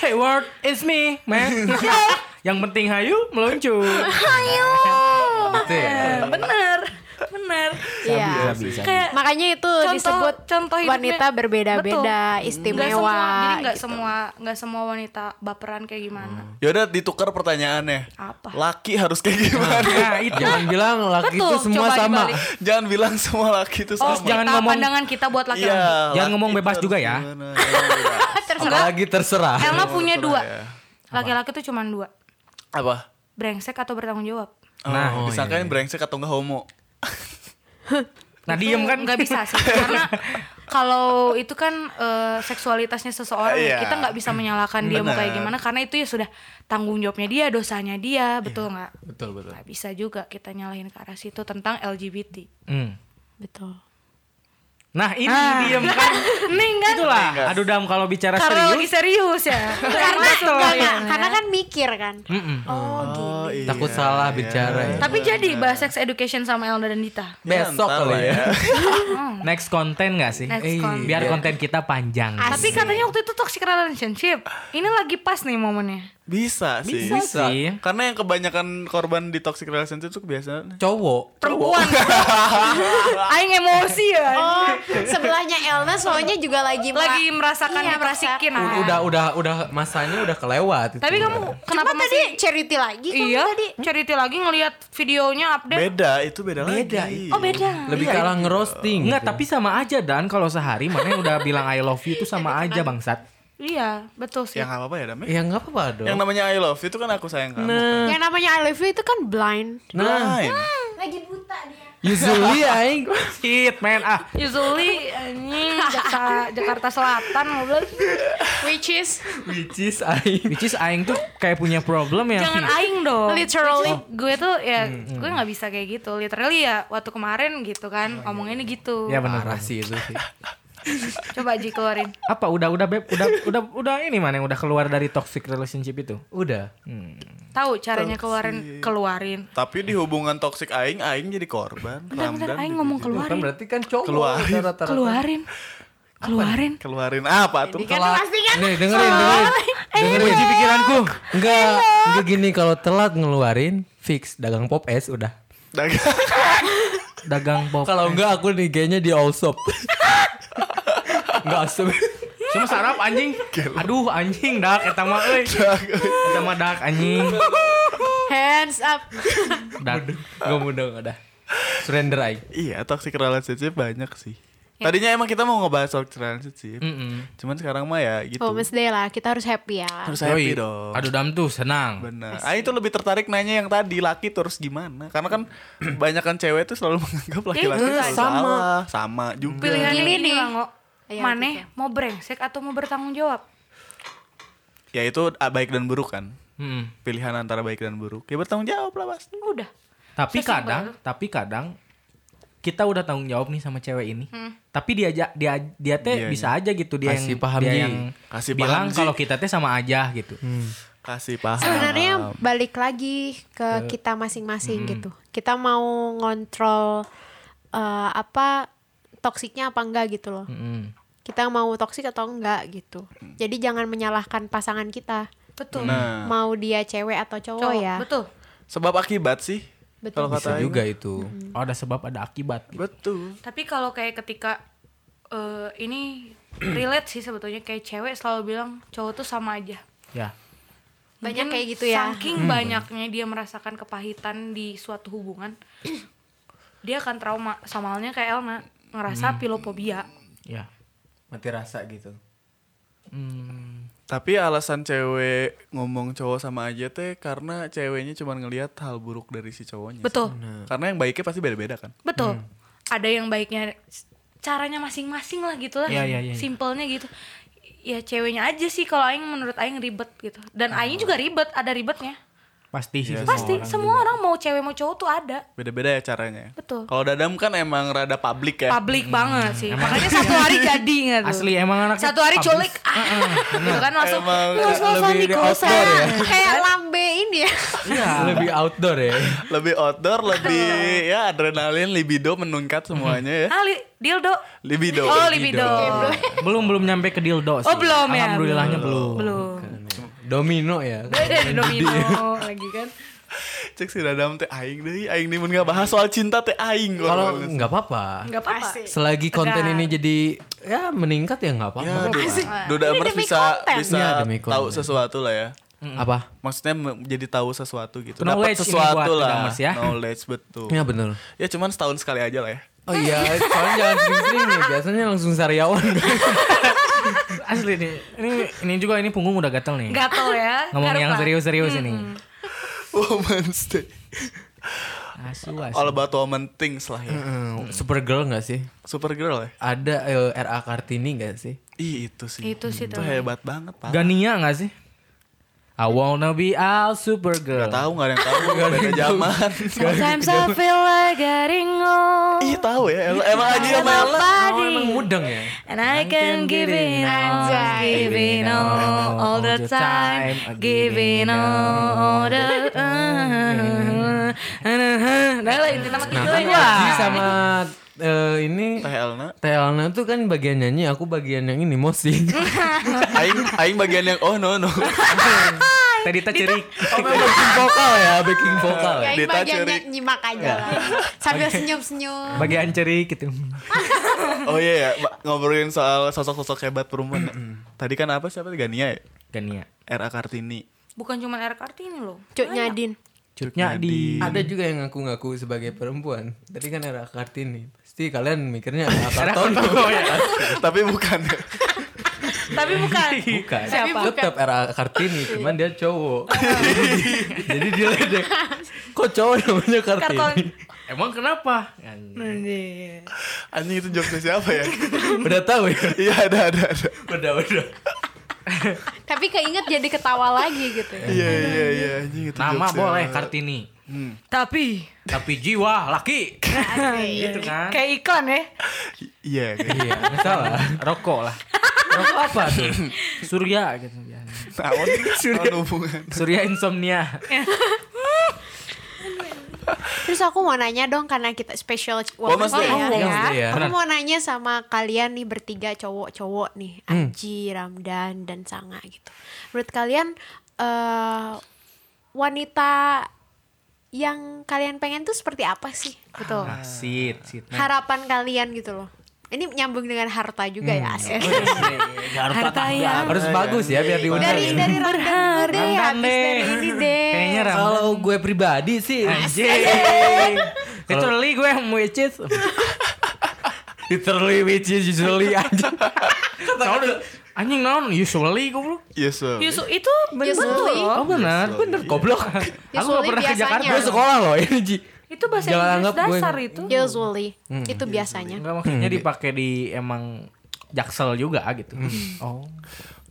[SPEAKER 4] hey world it's me man yang penting hayu meluncur
[SPEAKER 1] Ayo.
[SPEAKER 5] Gitu ya.
[SPEAKER 1] bener, bener.
[SPEAKER 3] Iya.
[SPEAKER 1] Kayak
[SPEAKER 3] Makanya itu
[SPEAKER 1] Contoh-
[SPEAKER 3] disebut
[SPEAKER 1] contoh hidupnya-
[SPEAKER 3] wanita berbeda-beda,
[SPEAKER 1] Betul.
[SPEAKER 3] istimewa.
[SPEAKER 1] Nggak semua, jadi nggak
[SPEAKER 3] gitu.
[SPEAKER 1] semua nggak semua wanita baperan kayak gimana.
[SPEAKER 2] Yaudah ditukar pertanyaannya.
[SPEAKER 1] Apa?
[SPEAKER 2] Laki harus kayak gimana?
[SPEAKER 4] nah itu
[SPEAKER 5] Jangan bilang laki
[SPEAKER 1] Betul,
[SPEAKER 5] itu semua
[SPEAKER 1] coba
[SPEAKER 5] sama.
[SPEAKER 1] dibalik.
[SPEAKER 2] Jangan bilang semua laki itu
[SPEAKER 1] Oh,
[SPEAKER 2] sama. Iya,
[SPEAKER 4] jangan
[SPEAKER 1] kita,
[SPEAKER 4] ngomong-
[SPEAKER 1] pandangan kita buat laki-laki.
[SPEAKER 4] Jangan
[SPEAKER 2] laki
[SPEAKER 4] ngomong
[SPEAKER 2] itu
[SPEAKER 4] bebas
[SPEAKER 2] harus
[SPEAKER 4] juga ya.
[SPEAKER 2] gimana, Iya, jangan bebas.
[SPEAKER 5] Apalagi terserah.
[SPEAKER 1] Elma punya
[SPEAKER 2] terserah
[SPEAKER 1] dua.
[SPEAKER 2] ya.
[SPEAKER 1] Laki-laki tuh cuman dua.
[SPEAKER 2] Apa?
[SPEAKER 1] Brengsek atau bertanggung jawab.
[SPEAKER 2] nah,
[SPEAKER 5] Oh,
[SPEAKER 4] iya,
[SPEAKER 2] disangkain brengsek atau enggak homo.
[SPEAKER 4] nah
[SPEAKER 1] Itu
[SPEAKER 4] diem kan
[SPEAKER 1] nggak bisa sih karena kalau itu kan eh, seksualitasnya seseorang ya,
[SPEAKER 2] Iya.
[SPEAKER 1] kita nggak bisa menyalahkan dia mau kayak
[SPEAKER 2] Benar.
[SPEAKER 1] gimana karena itu ya sudah tanggung jawabnya dia, dosanya dia, betul nggak?
[SPEAKER 5] Betul betul.
[SPEAKER 1] Nggak bisa juga kita nyalahin ke arah situ tentang LGBT.
[SPEAKER 4] Hmm.
[SPEAKER 3] Betul.
[SPEAKER 4] Nah ini diem kan.
[SPEAKER 1] Ning kan?
[SPEAKER 4] Itulah. Aduh dam kalau bicara
[SPEAKER 1] Karena lagi
[SPEAKER 4] serius.
[SPEAKER 1] serius ya.
[SPEAKER 3] karena
[SPEAKER 1] Betul,
[SPEAKER 3] enggak, enggak.
[SPEAKER 1] iya.
[SPEAKER 3] karena kan mikir kan
[SPEAKER 4] Mm-mm.
[SPEAKER 3] oh gini
[SPEAKER 2] iya,
[SPEAKER 5] Takut salah
[SPEAKER 2] iya.
[SPEAKER 5] bicara ya.
[SPEAKER 1] Tapi jadi bahas sex education sama Elda dan Dita.
[SPEAKER 2] Ya,
[SPEAKER 5] Besok
[SPEAKER 2] ntar
[SPEAKER 5] kali
[SPEAKER 2] lah
[SPEAKER 5] ya.
[SPEAKER 4] Next konten gak sih?
[SPEAKER 1] Next
[SPEAKER 4] Eh,
[SPEAKER 1] konten.
[SPEAKER 4] Biar konten kita panjang.
[SPEAKER 1] Tapi katanya waktu itu toxic relationship. Ini lagi pas nih momennya.
[SPEAKER 2] Bisa sih.
[SPEAKER 4] Bisa sih.
[SPEAKER 2] Karena yang kebanyakan korban di toxic relationship itu kebiasaan
[SPEAKER 5] Cowok.
[SPEAKER 1] Perempuan. Aing emosi ya.
[SPEAKER 3] oh sebelahnya Elna soalnya juga lagi ma-
[SPEAKER 1] Lagi merasakan
[SPEAKER 3] Iya,
[SPEAKER 1] dipersikin.
[SPEAKER 5] U-
[SPEAKER 1] ah.
[SPEAKER 5] Udah udah udah masanya udah kelewat itu.
[SPEAKER 1] Tapi kamu
[SPEAKER 3] kenapa
[SPEAKER 1] kenapa
[SPEAKER 3] tadi
[SPEAKER 1] masih
[SPEAKER 3] charity lagi kamu
[SPEAKER 1] Iya,
[SPEAKER 3] tadi
[SPEAKER 1] charity lagi ngelihat videonya update.
[SPEAKER 2] beda itu beda, lagi.
[SPEAKER 1] Oh, beda.
[SPEAKER 5] lebih kalah ngerosting. gitu.
[SPEAKER 4] Enggak, tapi sama aja Dan kalau sehari mana yang udah bilang I love you itu sama aja bangsat.
[SPEAKER 1] Iya, betul sih.
[SPEAKER 2] Yang nggak apa-apa ya Dam? ya?
[SPEAKER 5] ya nggak apa-apa dong.
[SPEAKER 2] Yang namanya I love you itu kan aku sayang kamu.
[SPEAKER 1] Hmm.
[SPEAKER 5] Nah,
[SPEAKER 3] yang namanya I love you itu kan blind
[SPEAKER 5] nah,
[SPEAKER 2] Lain.
[SPEAKER 3] lagi buta dia
[SPEAKER 5] usually aing
[SPEAKER 4] Shit, man ah.
[SPEAKER 1] Usually anjing Jakarta, Jakarta Selatan ngobrol.
[SPEAKER 3] which is
[SPEAKER 5] which is aing.
[SPEAKER 4] Which is aing tuh kayak punya problem ya.
[SPEAKER 1] Jangan aing dong.
[SPEAKER 3] Literally.
[SPEAKER 1] Which is Gue tuh ya gue nggak bisa kayak gitu. Literally ya waktu kemarin gitu kan omonginnya gitu.
[SPEAKER 4] Ya benar.
[SPEAKER 5] Parah sih itu sih.
[SPEAKER 1] Coba Ji keluarin.
[SPEAKER 4] Apa udah udah beb udah udah udah ini mana yang udah keluar dari toxic relationship itu? Hmm,
[SPEAKER 5] Udah.
[SPEAKER 1] Tahu caranya keluarin keluarin.
[SPEAKER 2] Tapi di hubungan toxic aing aing jadi korban.
[SPEAKER 1] Bentar-bentar
[SPEAKER 2] Ramdan
[SPEAKER 1] aing
[SPEAKER 2] juga
[SPEAKER 1] ngomong
[SPEAKER 2] jadi-
[SPEAKER 5] Kan
[SPEAKER 1] keluarin.
[SPEAKER 5] berarti kan cowok
[SPEAKER 2] Keluarin.
[SPEAKER 5] udah rata-rata.
[SPEAKER 1] Keluarin. Keluarin.
[SPEAKER 2] keluarin apa tuh?
[SPEAKER 3] kan
[SPEAKER 5] Telat.
[SPEAKER 3] pasti kan
[SPEAKER 5] Nih, dengerin, dengerin. Dengerin
[SPEAKER 4] Uji pikiranku.
[SPEAKER 5] Enggak, enggak gini kalau telat ngeluarin fix dagang pop es udah.
[SPEAKER 2] Dagang.
[SPEAKER 4] Dagang Eh. pop.
[SPEAKER 5] Kalau enggak aku nih kayaknya di all shop. Enggak asem.
[SPEAKER 4] Cuma sarap anjing. Aduh anjing dak eta mah euy. Eta mah dak anjing.
[SPEAKER 3] hands up
[SPEAKER 4] Dak.
[SPEAKER 5] Enggak mudah enggak ada. Surrender aing.
[SPEAKER 2] Iya, toxic relationship banyak sih.
[SPEAKER 5] Iya.
[SPEAKER 2] Tadinya emang kita mau ngebahas toxic relationship.
[SPEAKER 5] Mm.
[SPEAKER 4] Mm-mm.
[SPEAKER 2] Cuman sekarang mah ya gitu.
[SPEAKER 5] Oh,
[SPEAKER 3] Women's Day lah kita harus happy ya
[SPEAKER 2] Harus happy
[SPEAKER 4] Yoi.
[SPEAKER 2] dong.
[SPEAKER 4] Aduh dam tuh senang.
[SPEAKER 2] Benar.
[SPEAKER 5] Iya
[SPEAKER 2] Ah itu lebih tertarik nanya yang tadi laki tuh harus gimana? Karena kan kebanyakan cewek tuh selalu menganggap laki-laki
[SPEAKER 1] Iya,
[SPEAKER 2] selalu
[SPEAKER 5] Eh, sama.
[SPEAKER 2] salah, sama juga.
[SPEAKER 1] Pilihan
[SPEAKER 3] Gini
[SPEAKER 1] ini
[SPEAKER 3] nih.
[SPEAKER 1] nih.
[SPEAKER 3] Iya,
[SPEAKER 1] Maneh mau brengsek atau mau bertanggung jawab?
[SPEAKER 2] Ya itu ah, baik dan buruk kan.
[SPEAKER 4] Mm.
[SPEAKER 2] Pilihan antara baik dan buruk. Ya bertanggung jawab lah pasti.
[SPEAKER 1] Udah.
[SPEAKER 4] Tapi
[SPEAKER 1] Sesimpel
[SPEAKER 4] kadang, tapi kadang kita udah tanggung jawab nih sama cewek ini.
[SPEAKER 1] Hmm.
[SPEAKER 4] Tapi dia aja dia dia teh
[SPEAKER 2] Dianya.
[SPEAKER 4] bisa aja gitu dia
[SPEAKER 5] Kasih
[SPEAKER 4] yang
[SPEAKER 5] paham,
[SPEAKER 4] dia
[SPEAKER 5] Ji.
[SPEAKER 4] yang
[SPEAKER 2] Kasih paham,
[SPEAKER 4] bilang
[SPEAKER 2] Ji.
[SPEAKER 4] kalau kita teh sama aja gitu.
[SPEAKER 2] Kasih paham.
[SPEAKER 3] sebenarnya balik lagi ke kita masing-masing gitu kita mau ngontrol eh, apa toksiknya apa enggak gitu loh
[SPEAKER 4] Mm-mm.
[SPEAKER 3] kita mau toksik atau enggak gitu jadi jangan menyalahkan pasangan kita
[SPEAKER 1] Betul.
[SPEAKER 2] Nah,
[SPEAKER 3] mau dia cewek atau cowok,
[SPEAKER 1] Cowok,
[SPEAKER 3] ya
[SPEAKER 1] betul.
[SPEAKER 2] sebab akibat sih.
[SPEAKER 3] Betul.
[SPEAKER 2] Kalau
[SPEAKER 5] Bisa
[SPEAKER 2] kata Aing.
[SPEAKER 5] juga itu.
[SPEAKER 4] Oh, ada sebab ada akibat. gitu.
[SPEAKER 2] Betul.
[SPEAKER 1] Tapi kalau kayak ketika eh, ini relate sih sebetulnya kayak cewek selalu bilang cowok tuh sama aja.
[SPEAKER 4] Ya.
[SPEAKER 3] banyak
[SPEAKER 1] Mungkin
[SPEAKER 3] kayak gitu ya
[SPEAKER 4] Hmm.
[SPEAKER 1] Saking banyaknya dia merasakan kepahitan di suatu hubungan, dia akan trauma. Sama halnya kayak Elna
[SPEAKER 4] Hmm.
[SPEAKER 1] ngerasa pilofobia.
[SPEAKER 4] Ya.
[SPEAKER 5] Mati rasa gitu.
[SPEAKER 4] Hmm.
[SPEAKER 2] Tapi alasan cewek ngomong cowok sama aja teh karena ceweknya cuma ngelihat hal buruk dari si cowoknya.
[SPEAKER 1] Betul.
[SPEAKER 5] Nah.
[SPEAKER 2] Karena yang baiknya pasti beda-beda kan.
[SPEAKER 1] Betul.
[SPEAKER 4] Hmm.
[SPEAKER 1] Ada yang baiknya caranya masing-masing lah gitu lah.
[SPEAKER 4] Iya, iya, iya.
[SPEAKER 1] Simpelnya gitu. Ya ceweknya aja sih kalau aing menurut aing ribet gitu. Dan aing juga ribet, ada ribetnya.
[SPEAKER 4] Pasti sih
[SPEAKER 2] Iya,
[SPEAKER 4] Oh. semua
[SPEAKER 1] Pasti
[SPEAKER 4] orang.
[SPEAKER 1] semua orang mau cewek mau cowok tuh ada.
[SPEAKER 2] Beda-beda ya caranya.
[SPEAKER 1] Betul.
[SPEAKER 2] Kalau Dadam kan emang rada publik ya.
[SPEAKER 1] Publik
[SPEAKER 4] Hmm.
[SPEAKER 1] banget sih. Makanya satu hari jadi nggak tuh.
[SPEAKER 4] Asli emang anaknya
[SPEAKER 1] Satu hari
[SPEAKER 4] public.
[SPEAKER 1] culik. Ah, gitu kan langsung
[SPEAKER 2] Emang
[SPEAKER 1] ngos-ngosan di
[SPEAKER 5] lebih di
[SPEAKER 1] kosan. Eh,
[SPEAKER 5] outdoor ya?
[SPEAKER 3] kayak lambe ini ya
[SPEAKER 5] Lebih outdoor ya.
[SPEAKER 2] lebih outdoor, lebih ya adrenalin, libido meningkat semuanya ya.
[SPEAKER 1] Ah, li- dildo.
[SPEAKER 2] Libido.
[SPEAKER 1] Oh, libido.
[SPEAKER 4] belum belum nyampe ke dildo sih.
[SPEAKER 1] Oh, belum ya.
[SPEAKER 4] Alhamdulillahnya belum.
[SPEAKER 5] Oh,
[SPEAKER 1] Belum.
[SPEAKER 5] Domino ya.
[SPEAKER 1] Beda di domino lagi kan.
[SPEAKER 2] Cek si Dadam teh aing deh, aing nih mun nggak bahas soal cinta teh aing gua.
[SPEAKER 5] Kalau nggak apa-apa.
[SPEAKER 1] Enggak apa-apa.
[SPEAKER 5] Selagi konten
[SPEAKER 1] Enggak.
[SPEAKER 5] ini jadi ya meningkat ya nggak apa-apa.
[SPEAKER 2] Ya, Duda, Duda
[SPEAKER 3] Ini
[SPEAKER 2] Emers
[SPEAKER 3] demi
[SPEAKER 2] bisa
[SPEAKER 3] konten.
[SPEAKER 2] bisa
[SPEAKER 5] Ya, demi
[SPEAKER 2] tahu
[SPEAKER 5] konten.
[SPEAKER 2] sesuatu lah ya.
[SPEAKER 5] Apa?
[SPEAKER 2] Maksudnya me- jadi tahu sesuatu gitu.
[SPEAKER 4] Knowledge
[SPEAKER 2] Dapat
[SPEAKER 4] ini
[SPEAKER 2] sesuatu
[SPEAKER 4] buat Duda
[SPEAKER 2] lah.
[SPEAKER 4] Emers ya.
[SPEAKER 2] Knowledge betul.
[SPEAKER 5] Ya bener.
[SPEAKER 2] Ya cuman setahun sekali aja lah ya.
[SPEAKER 5] Oh iya, soalnya jangan sering-sering nih. Biasanya langsung sariawan.
[SPEAKER 4] Asli nih. Ini ini juga ini punggung udah gatel nih.
[SPEAKER 1] Gatel ya.
[SPEAKER 4] Ngomong
[SPEAKER 1] Garupa.
[SPEAKER 4] yang
[SPEAKER 1] Hmm,
[SPEAKER 4] serius-serius ini.
[SPEAKER 2] Woman's Day.
[SPEAKER 1] hmm.
[SPEAKER 4] Asu asu.
[SPEAKER 2] All about woman things lah ya.
[SPEAKER 5] Hmm, Supergirl nggak sih?
[SPEAKER 2] Supergirl ya.
[SPEAKER 5] Ada eh, RA Kartini nggak sih?
[SPEAKER 2] Ih itu sih.
[SPEAKER 1] Itu sih
[SPEAKER 2] Itu
[SPEAKER 1] tuh.
[SPEAKER 2] hebat banget, Pak.
[SPEAKER 4] Gania gak sih? I wanna be a super girl.
[SPEAKER 2] Gak tahu nggak ada yang tahu beda zaman.
[SPEAKER 1] Sometimes I feel like getting old
[SPEAKER 5] Iya,
[SPEAKER 2] Ih tahu ya emang, emang aja sama Ella.
[SPEAKER 5] Oh, emang mudeng ya?
[SPEAKER 1] And I can give it all,
[SPEAKER 3] Anjay.
[SPEAKER 1] give it all, all the time, give it all, all the Nah lah intinya mah gitu
[SPEAKER 5] Kan
[SPEAKER 1] ya.
[SPEAKER 5] Aji sama eh, ini
[SPEAKER 2] Teh Elna.
[SPEAKER 5] Telna tuh kan bagian nyanyi, aku bagian yang ini mosin.
[SPEAKER 2] Aing aing bagian yang oh no no.
[SPEAKER 4] Tadi tak cerik.
[SPEAKER 5] Oh, memang backing vokal ya, backing vokal.
[SPEAKER 3] Ya, ini
[SPEAKER 2] Dita
[SPEAKER 3] bagiannya
[SPEAKER 2] cerik.
[SPEAKER 3] nyimak aja lah. Sambil senyum-senyum.
[SPEAKER 4] Bagian cerik gitu.
[SPEAKER 2] Oh iya ya, ma- ngobrolin soal sosok-sosok hebat perempuan. Tadi kan apa siapa Gania ya?
[SPEAKER 4] Gania.
[SPEAKER 2] R.A. Kartini.
[SPEAKER 1] Bukan cuma R Kartini loh.
[SPEAKER 3] Cuk Nyadin.
[SPEAKER 4] Cutnya di
[SPEAKER 5] Ada juga yang ngaku-ngaku sebagai perempuan. Tadi kan era Kartini. Pasti kalian mikirnya era Kartono.
[SPEAKER 4] ya.
[SPEAKER 2] Tapi bukan.
[SPEAKER 1] Tapi bukan.
[SPEAKER 5] Bukan.
[SPEAKER 3] Siapa?
[SPEAKER 5] Tetap era Kartini, cuman dia cowok. Iya. Jadi dia ledek. Kok cowok namanya Kartini?
[SPEAKER 1] Karton.
[SPEAKER 4] Emang kenapa?
[SPEAKER 2] Anjing itu jokesnya siapa ya?
[SPEAKER 5] Udah tahu ya?
[SPEAKER 2] Iya ada ada ada.
[SPEAKER 5] Udah, udah.
[SPEAKER 3] Tapi keinget jadi ketawa lagi gitu ya.
[SPEAKER 2] Iya iya iya anjing itu
[SPEAKER 4] Nama
[SPEAKER 2] jokesnya.
[SPEAKER 4] boleh Kartini.
[SPEAKER 1] Tapi
[SPEAKER 4] Tapi jiwa laki. gitu kan.
[SPEAKER 1] kayak iklan ya.
[SPEAKER 2] I- Iya. kayak-
[SPEAKER 5] Iya, nggak salah.
[SPEAKER 4] Rokok lah.
[SPEAKER 5] Rokok apa tuh?
[SPEAKER 4] Surya gitu ya.
[SPEAKER 2] Tahun tahun hubungan.
[SPEAKER 4] Surya insomnia.
[SPEAKER 3] Terus aku mau nanya dong karena kita special
[SPEAKER 2] Oh, Mas
[SPEAKER 3] Women's Day
[SPEAKER 2] Day.
[SPEAKER 3] ya.
[SPEAKER 4] Iya,
[SPEAKER 5] Oh, Women's Day ya.
[SPEAKER 3] Aku mau nanya sama kalian nih bertiga cowok-cowok nih,
[SPEAKER 4] Hmm.
[SPEAKER 3] Aji, Ramdan dan Sanga gitu. Menurut kalian eh wanita yang kalian pengen tuh seperti apa sih? Betul.
[SPEAKER 4] Nah, sit, sit. Nah,
[SPEAKER 3] Harapan kalian gitu loh. Ini nyambung dengan harta juga
[SPEAKER 4] Hmm.
[SPEAKER 3] ya, asik.
[SPEAKER 1] Harta yang
[SPEAKER 5] Harus bagus ya biar diundang.
[SPEAKER 3] dari dari Ramdan dulu deh,
[SPEAKER 4] Ramdan
[SPEAKER 3] Iya, habis
[SPEAKER 4] deh.
[SPEAKER 3] dari ini deh.
[SPEAKER 4] Kayaknya Ramdan.
[SPEAKER 5] Kalau gue pribadi sih
[SPEAKER 4] Nah, iya. Anjing. Literally gue yang which is
[SPEAKER 5] literally which is usually anjing.
[SPEAKER 4] Soalnya, Anjing naon usually goblok.
[SPEAKER 2] Yes well.
[SPEAKER 1] Yusuf itu betul
[SPEAKER 3] Usually.
[SPEAKER 1] loh.
[SPEAKER 4] Oh benar,
[SPEAKER 2] Usually.
[SPEAKER 4] benar goblok. Aku gak
[SPEAKER 3] Usually
[SPEAKER 4] pernah ke
[SPEAKER 3] biasanya.
[SPEAKER 4] Jakarta.
[SPEAKER 5] Gue sekolah loh ini Ji.
[SPEAKER 1] Itu bahasa
[SPEAKER 5] Jangan
[SPEAKER 1] Inggris
[SPEAKER 5] anggap gue-
[SPEAKER 1] dasar itu.
[SPEAKER 3] Nah, Usually, itu biasanya.
[SPEAKER 4] Hmm. Enggak maksudnya dipakai di emang jaksel juga gitu. Oh.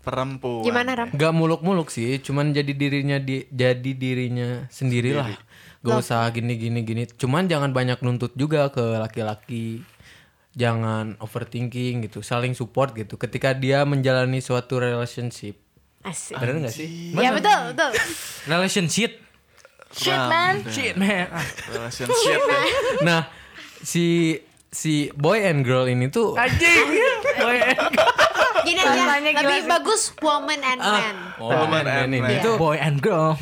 [SPEAKER 2] Perempuan.
[SPEAKER 3] Gimana, Ram?
[SPEAKER 5] Gak muluk-muluk sih, cuman jadi dirinya di, jadi dirinya sendirilah. Gak usah gini-gini gini. Cuman jangan banyak nuntut juga ke laki-laki. Jangan overthinking gitu, saling support gitu. Ketika dia menjalani suatu relationship,
[SPEAKER 3] Asik.
[SPEAKER 5] bener gak sih?
[SPEAKER 3] Ya betul, betul.
[SPEAKER 4] Relationship.
[SPEAKER 1] Shit man.
[SPEAKER 4] Shit, man. Ah,
[SPEAKER 2] Relationship ya.
[SPEAKER 5] Nah, si si boy and girl ini tuh
[SPEAKER 4] Anjing. Boy,
[SPEAKER 3] Gini aja,
[SPEAKER 1] Tanya gila
[SPEAKER 3] lebih
[SPEAKER 1] sih.
[SPEAKER 3] bagus woman and
[SPEAKER 4] Ah.
[SPEAKER 3] man.
[SPEAKER 5] Woman and man.
[SPEAKER 4] Itu
[SPEAKER 5] itu
[SPEAKER 4] boy and girl.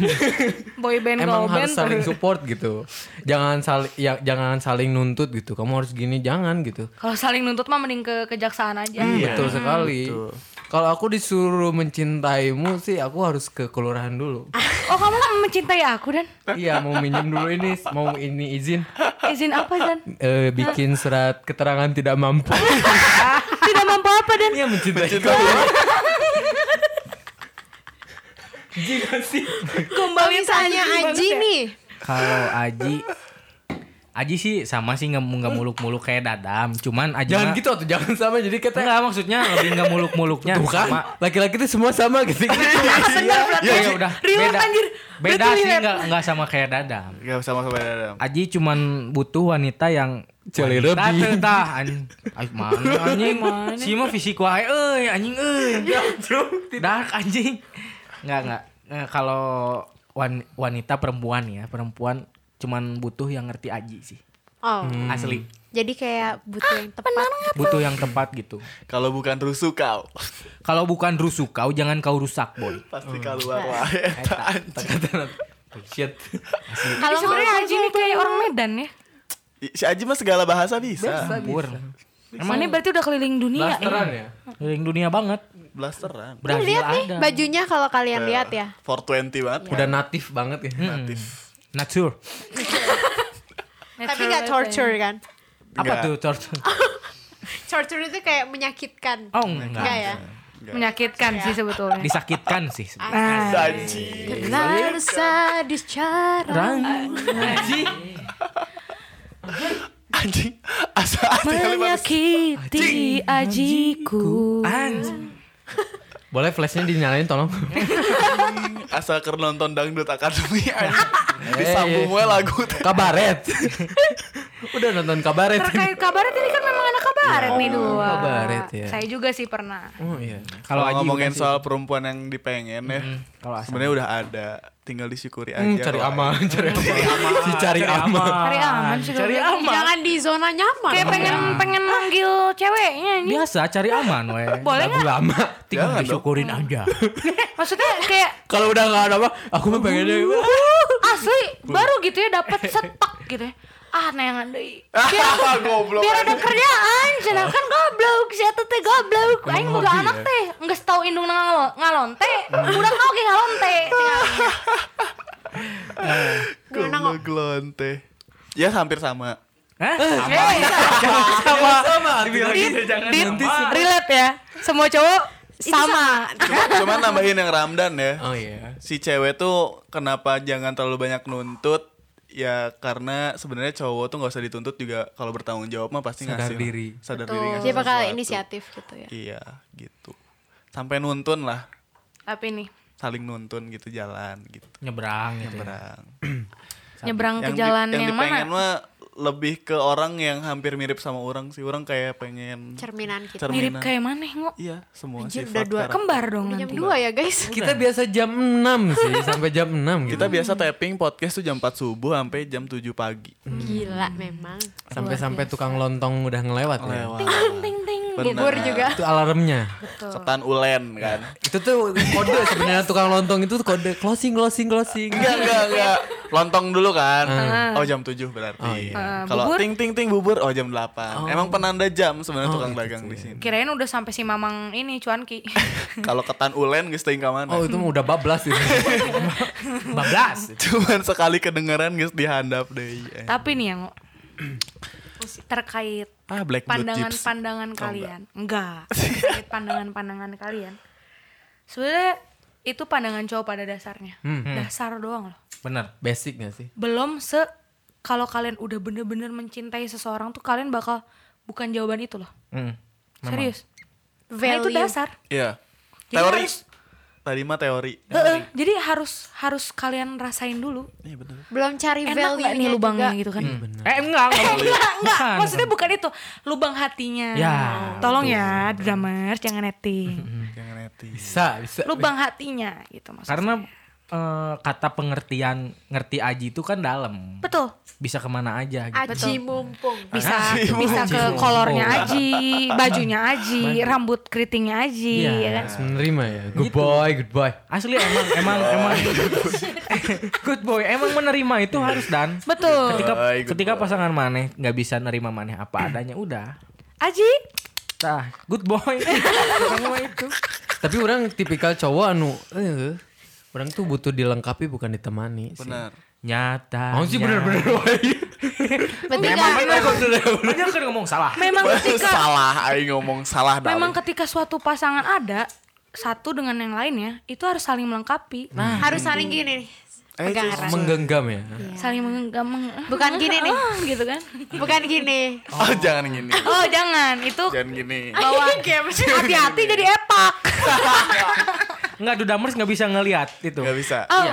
[SPEAKER 1] Boy band
[SPEAKER 5] emang
[SPEAKER 1] girl band.
[SPEAKER 5] harus saling support gitu. Jangan saling ya, jangan saling nuntut gitu. Kamu harus gini, jangan gitu.
[SPEAKER 1] Kalau saling nuntut mah mending ke kejaksaan aja.
[SPEAKER 5] Iya, Betul sekali. Kalau aku disuruh mencintaimu sih aku harus ke kelurahan dulu.
[SPEAKER 1] Oh kamu mencintai aku dan
[SPEAKER 5] iya, mau minjem dulu ini, mau ini izin
[SPEAKER 1] izin apa dan?
[SPEAKER 5] Eh, bikin surat keterangan tidak mampu.
[SPEAKER 1] Tidak mampu apa dan?
[SPEAKER 5] Iya, mencintai.
[SPEAKER 3] Kalau
[SPEAKER 1] Kembali
[SPEAKER 3] misalnya Aji nih,
[SPEAKER 4] Kalau Aji Aji sih sama sih nggak nggak muluk-muluk kayak Dadam, cuman Aji
[SPEAKER 5] Jangan
[SPEAKER 4] mah-
[SPEAKER 5] gitu tuh, jangan sama jadi kita
[SPEAKER 4] Enggak maksudnya lebih nggak muluk-muluknya
[SPEAKER 5] Tuh kan, Iya,
[SPEAKER 4] sama
[SPEAKER 5] laki-laki itu semua sama gitu.
[SPEAKER 1] Benar berarti.
[SPEAKER 4] Ya, ya udah.
[SPEAKER 1] Relate,
[SPEAKER 4] beda
[SPEAKER 1] anjir.
[SPEAKER 4] beda
[SPEAKER 1] Berarti
[SPEAKER 4] sih
[SPEAKER 1] relate.
[SPEAKER 4] nggak nggak sama kayak Dadam.
[SPEAKER 2] Gak sama sama Ram.
[SPEAKER 4] Aji cuman butuh wanita yang
[SPEAKER 5] Celi lebih.
[SPEAKER 4] Tah, tah, anjing. Ay, mana anjing? Si mah fisik wae euy, anjing euy.
[SPEAKER 5] Ya
[SPEAKER 4] Dark anjing. Enggak, enggak. Nah, kalau wan- wanita perempuan ya, perempuan cuman butuh yang ngerti Aji sih.
[SPEAKER 3] oh,
[SPEAKER 5] Hmm.
[SPEAKER 4] Asli.
[SPEAKER 3] jadi kayak butuh yang tepat.
[SPEAKER 4] Butuh yang tepat gitu.
[SPEAKER 2] Kalau bukan rusuh kau,
[SPEAKER 4] Kalau bukan rusuh kau, jangan kau rusak, boy.
[SPEAKER 2] pasti keluar wae. Eta anjing.
[SPEAKER 5] Shit.
[SPEAKER 3] Kalau
[SPEAKER 1] Tapi sebenarnya
[SPEAKER 3] nggak,
[SPEAKER 1] Aji ini kayak orang Medan ya.
[SPEAKER 2] Si Aji mah segala bahasa bisa.
[SPEAKER 4] Sempurna.
[SPEAKER 1] Emang ini berarti udah keliling dunia
[SPEAKER 5] Blasteran ya?
[SPEAKER 4] Yang dunia banget.
[SPEAKER 2] Blasteran.
[SPEAKER 3] tuh
[SPEAKER 4] Brazil
[SPEAKER 3] lihat nih
[SPEAKER 4] Nah, ada.
[SPEAKER 3] bajunya kalau kalian lihat ya.
[SPEAKER 2] 420 banget.
[SPEAKER 5] Udah natif banget ya.
[SPEAKER 2] Natif.
[SPEAKER 4] Nature.
[SPEAKER 3] Tapi nggak torture kan?
[SPEAKER 4] Apa
[SPEAKER 2] Nggak.
[SPEAKER 4] tuh torture?
[SPEAKER 3] Torture itu kayak menyakitkan.
[SPEAKER 4] Oh, enggak.
[SPEAKER 3] Enggak ya?
[SPEAKER 1] Menyakitkan sih sebetulnya.
[SPEAKER 4] Disakitkan sih. sebenarnya.
[SPEAKER 5] Hmm.
[SPEAKER 2] Aji.
[SPEAKER 3] Terlalu sadis cara.
[SPEAKER 4] Aji.
[SPEAKER 2] Anjing. Asa asa kali bagus.
[SPEAKER 1] Menyakiti ajiku. Ah,
[SPEAKER 4] Anjing.
[SPEAKER 5] Boleh flashnya dinyalain tolong.
[SPEAKER 2] Asal ker nonton Dangdut Academy aja.
[SPEAKER 5] Eh.
[SPEAKER 2] Disambung we lagu teh.
[SPEAKER 5] kabaret. Udah nonton kabaret.
[SPEAKER 1] Terkait kabaret ini kan memang anak kabaret nih dua.
[SPEAKER 5] kabaret, ya.
[SPEAKER 1] Saya juga sih pernah.
[SPEAKER 5] Oh iya.
[SPEAKER 2] Kalau
[SPEAKER 4] Aji
[SPEAKER 2] ngomongin
[SPEAKER 4] gimana sih?
[SPEAKER 2] soal perempuan yang dipengen ya.
[SPEAKER 4] kalau Asam.
[SPEAKER 2] Sebenarnya udah ada, tinggal disyukuri aja.
[SPEAKER 5] Hmm, cari
[SPEAKER 2] kalau
[SPEAKER 5] aman, cari aman. Si cari aman.
[SPEAKER 1] Cari aman sih kalau
[SPEAKER 4] Cari
[SPEAKER 1] gitu.
[SPEAKER 4] Ya, aman.
[SPEAKER 3] Jangan di zona nyaman.
[SPEAKER 1] Kayak pengen pengen manggil ceweknya ini.
[SPEAKER 4] Biasa cari aman we.
[SPEAKER 1] Boleh
[SPEAKER 5] Lagu
[SPEAKER 1] nggak?
[SPEAKER 5] lama.
[SPEAKER 4] Tinggal
[SPEAKER 2] Jangan dong.
[SPEAKER 4] disyukurin aja.
[SPEAKER 1] Maksudnya kayak "Uh,
[SPEAKER 5] Kalau udah nggak ada apa, aku mah pengennya
[SPEAKER 1] asli baru gitu ya dapat sepak gitu ya. Ah neangan deui.
[SPEAKER 2] Ah, goblok.
[SPEAKER 1] Biar ada kerjaan, cenah kan goblok, si eta teh goblok. Aing boga anak teh geus tau indung ngalon ngalon teh, budak oge ngalon teh. Tinggal-
[SPEAKER 2] Goblok glonte. Ya hampir sama.
[SPEAKER 4] Hah?
[SPEAKER 1] Eh,
[SPEAKER 5] sama. gitu, Sama.
[SPEAKER 1] Dit, Dit, Eh, relate ya. Semua cowok sama.
[SPEAKER 2] Cuma, cuma nambahin yang Ramdan ya.
[SPEAKER 5] Oh iya.
[SPEAKER 2] Si cewek tuh kenapa jangan terlalu banyak nuntut? Ya karena sebenarnya cowok tuh nggak usah dituntut juga kalau bertanggung jawab mah pasti
[SPEAKER 5] Sadar
[SPEAKER 2] ngasih
[SPEAKER 5] diri.
[SPEAKER 2] Sadar diri.
[SPEAKER 3] Tuh.
[SPEAKER 2] ngasih
[SPEAKER 3] Dia bakal
[SPEAKER 2] sesuatu.
[SPEAKER 3] inisiatif gitu ya.
[SPEAKER 2] Iya, gitu. Sampai nuntun lah,
[SPEAKER 1] Apa ini?
[SPEAKER 2] saling nuntun gitu jalan gitu.
[SPEAKER 4] Nyebrang gitu. ya.
[SPEAKER 2] Berang.
[SPEAKER 1] Nyebrang ke
[SPEAKER 2] di-
[SPEAKER 1] jalan
[SPEAKER 2] yang
[SPEAKER 1] yang
[SPEAKER 2] dipengen
[SPEAKER 1] mana?
[SPEAKER 2] mah lebih ke orang yang hampir mirip sama orang sih. Orang kayak pengen
[SPEAKER 3] Cerminan gitu. kita.
[SPEAKER 1] Mirip
[SPEAKER 2] cerminan.
[SPEAKER 1] kayak mana ngo?
[SPEAKER 2] Iya, semua
[SPEAKER 3] Anjir,
[SPEAKER 2] sifat
[SPEAKER 3] udah dua-
[SPEAKER 2] karakter.
[SPEAKER 1] Kembar dong
[SPEAKER 3] Udah
[SPEAKER 1] nanti.
[SPEAKER 3] Jam 2 ya guys.
[SPEAKER 5] Kita biasa jam 6 sih, sampai jam 6 gitu.
[SPEAKER 2] Kita biasa tapping podcast tuh jam 4 subuh sampai jam 7 pagi.
[SPEAKER 3] Gila memang.
[SPEAKER 5] Sampai-sampai tukang lontong udah ngelewat ya.
[SPEAKER 2] Lewat.
[SPEAKER 1] Ting ting ting ting.
[SPEAKER 3] Bubur juga.
[SPEAKER 5] Itu alarmnya.
[SPEAKER 2] Setan ulen
[SPEAKER 5] Iya.
[SPEAKER 2] kan.
[SPEAKER 5] Itu tuh kode sebenarnya tukang lontong itu tuh kode closing closing closing.
[SPEAKER 2] Enggak, enggak, enggak. Lontong dulu kan. Oh, jam 7 berarti.
[SPEAKER 5] iya.
[SPEAKER 2] Kalau
[SPEAKER 1] Bubur?
[SPEAKER 2] ting ting ting bubur oh jam 8. Emang penanda jam
[SPEAKER 5] Oh,
[SPEAKER 2] sebenarnya tukang
[SPEAKER 5] gitu
[SPEAKER 2] dagang
[SPEAKER 5] ya.
[SPEAKER 2] di sini.
[SPEAKER 1] Kirain udah sampai si Mamang ini cuanki.
[SPEAKER 2] Kalau ketan ulen geus teuing ka mana?
[SPEAKER 5] Oh itu mah udah bablas itu.
[SPEAKER 4] 14.
[SPEAKER 2] Cuman sekali kedengeran guys dihandap deh. iya.
[SPEAKER 1] Tapi nih ya ngo. Terkait
[SPEAKER 2] Ah, Black Blood Jeeps.
[SPEAKER 1] pandangan-pandangan kalian. Enggak. Terkait pandangan-pandangan kalian. Sebenarnya itu pandangan cowok pada dasarnya.
[SPEAKER 2] Hmm.
[SPEAKER 1] Dasar doang loh.
[SPEAKER 4] Bener.
[SPEAKER 5] Basic gak sih?
[SPEAKER 2] Ya.
[SPEAKER 1] belum se kalau kalian udah bener-bener mencintai seseorang tuh kalian bakal bukan jawaban itu loh
[SPEAKER 4] Hmm.
[SPEAKER 1] serius Karena
[SPEAKER 3] Value.
[SPEAKER 1] itu dasar
[SPEAKER 2] Iya.
[SPEAKER 1] Jadi
[SPEAKER 2] Teori.
[SPEAKER 1] harus-
[SPEAKER 2] Tadi mah teori.
[SPEAKER 1] Heeh, jadi harus harus kalian rasain dulu
[SPEAKER 2] Iya bener.
[SPEAKER 3] Belum cari
[SPEAKER 1] enak
[SPEAKER 3] value
[SPEAKER 1] nggak nih lubangnya gitu kan
[SPEAKER 4] Eh enggak, enggak boleh.
[SPEAKER 1] enggak enggak
[SPEAKER 4] Bukan.
[SPEAKER 1] maksudnya bukan itu lubang hatinya
[SPEAKER 4] Ya,
[SPEAKER 1] tolong ya drummer jangan netting
[SPEAKER 2] Jangan neti.
[SPEAKER 5] Bisa, bisa.
[SPEAKER 1] lubang hatinya gitu maksudnya
[SPEAKER 4] Karena eh, kata pengertian ngerti aji itu kan dalam.
[SPEAKER 1] betul
[SPEAKER 4] Bisa kemana aja gitu.
[SPEAKER 3] Aji mumpung.
[SPEAKER 1] bisa bisa ke
[SPEAKER 4] Oh,
[SPEAKER 1] kolornya aji bajunya aji rambut keritingnya aji
[SPEAKER 4] Iya.
[SPEAKER 1] ya kan
[SPEAKER 5] Harus menerima ya.
[SPEAKER 2] Gitu.
[SPEAKER 5] Good boy, good boy.
[SPEAKER 4] Asli emang emang
[SPEAKER 2] Oh.
[SPEAKER 4] emang good boy emang menerima itu harus dan
[SPEAKER 1] betul
[SPEAKER 4] ketika
[SPEAKER 2] Boy, Iya. good
[SPEAKER 4] ketika pasangan maneh nggak bisa nerima maneh apa adanya udah
[SPEAKER 1] aji
[SPEAKER 4] tah good boy semua itu
[SPEAKER 5] Tapi orang tipikal cowok anu eh, orang tuh butuh dilengkapi bukan ditemani sih.
[SPEAKER 2] Benar. Ya.
[SPEAKER 4] nyata
[SPEAKER 5] Mau Oh, sih bener-bener woy.
[SPEAKER 3] Berarti
[SPEAKER 4] memang
[SPEAKER 3] nggak-
[SPEAKER 4] bener kok bener kan ngomong salah
[SPEAKER 1] memang ketika
[SPEAKER 2] salah, aing ngomong salah Eh, dah.
[SPEAKER 1] memang ketika suatu pasangan ada satu dengan yang lainnya itu harus saling melengkapi
[SPEAKER 3] harus saling gini nih. Pegang erat.
[SPEAKER 5] menggenggam ya.
[SPEAKER 1] saling menggam meng-
[SPEAKER 3] Bukan gini nih.
[SPEAKER 1] Ah, gitu kan
[SPEAKER 3] Bukan gini.
[SPEAKER 2] Oh, jangan gini.
[SPEAKER 1] oh jangan itu
[SPEAKER 2] Jangan gini.
[SPEAKER 1] bawa hati-hati jadi epak
[SPEAKER 4] nggak dudamers nggak bisa ngelihat itu
[SPEAKER 2] Gak bisa.
[SPEAKER 1] oh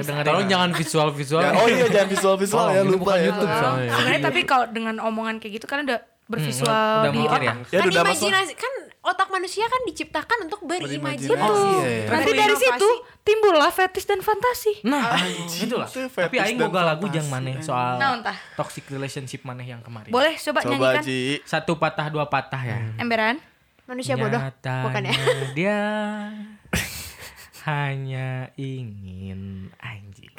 [SPEAKER 4] dengerin
[SPEAKER 5] Tolong jangan visual-visual.
[SPEAKER 2] Ya, oh iya jangan visual-visual
[SPEAKER 5] Tolong,
[SPEAKER 2] ya
[SPEAKER 5] ini
[SPEAKER 2] lupa
[SPEAKER 5] bukan
[SPEAKER 2] ya.
[SPEAKER 5] YouTube soalnya.
[SPEAKER 1] sebenarnya tapi kalau dengan omongan kayak gitu kalian udah
[SPEAKER 4] Mm, udah-
[SPEAKER 1] bervisual
[SPEAKER 4] udah
[SPEAKER 1] di
[SPEAKER 4] mikir ya.
[SPEAKER 1] otak
[SPEAKER 2] Ya
[SPEAKER 3] kan
[SPEAKER 2] udah masuk.
[SPEAKER 3] imajinasi kan otak manusia kan diciptakan untuk berimajinasi.
[SPEAKER 5] Oh, iya, iya.
[SPEAKER 1] nanti dari situ timbullah fetish dan fantasi
[SPEAKER 4] nah itu lah
[SPEAKER 2] Itu
[SPEAKER 4] tapi
[SPEAKER 2] fetish
[SPEAKER 4] aing
[SPEAKER 2] dan
[SPEAKER 4] boga lagu
[SPEAKER 2] fantasi,
[SPEAKER 4] jang maneh soal
[SPEAKER 1] Nah, entah.
[SPEAKER 4] toxic relationship maneh yang kemarin
[SPEAKER 1] boleh coba,
[SPEAKER 2] Coba
[SPEAKER 1] nyanyikan
[SPEAKER 2] Ji.
[SPEAKER 4] satu patah dua patah ya
[SPEAKER 2] Hmm.
[SPEAKER 1] emberan
[SPEAKER 3] Manusia bodoh. Bukan ya.
[SPEAKER 4] Nyatanya dia hanya ingin anjing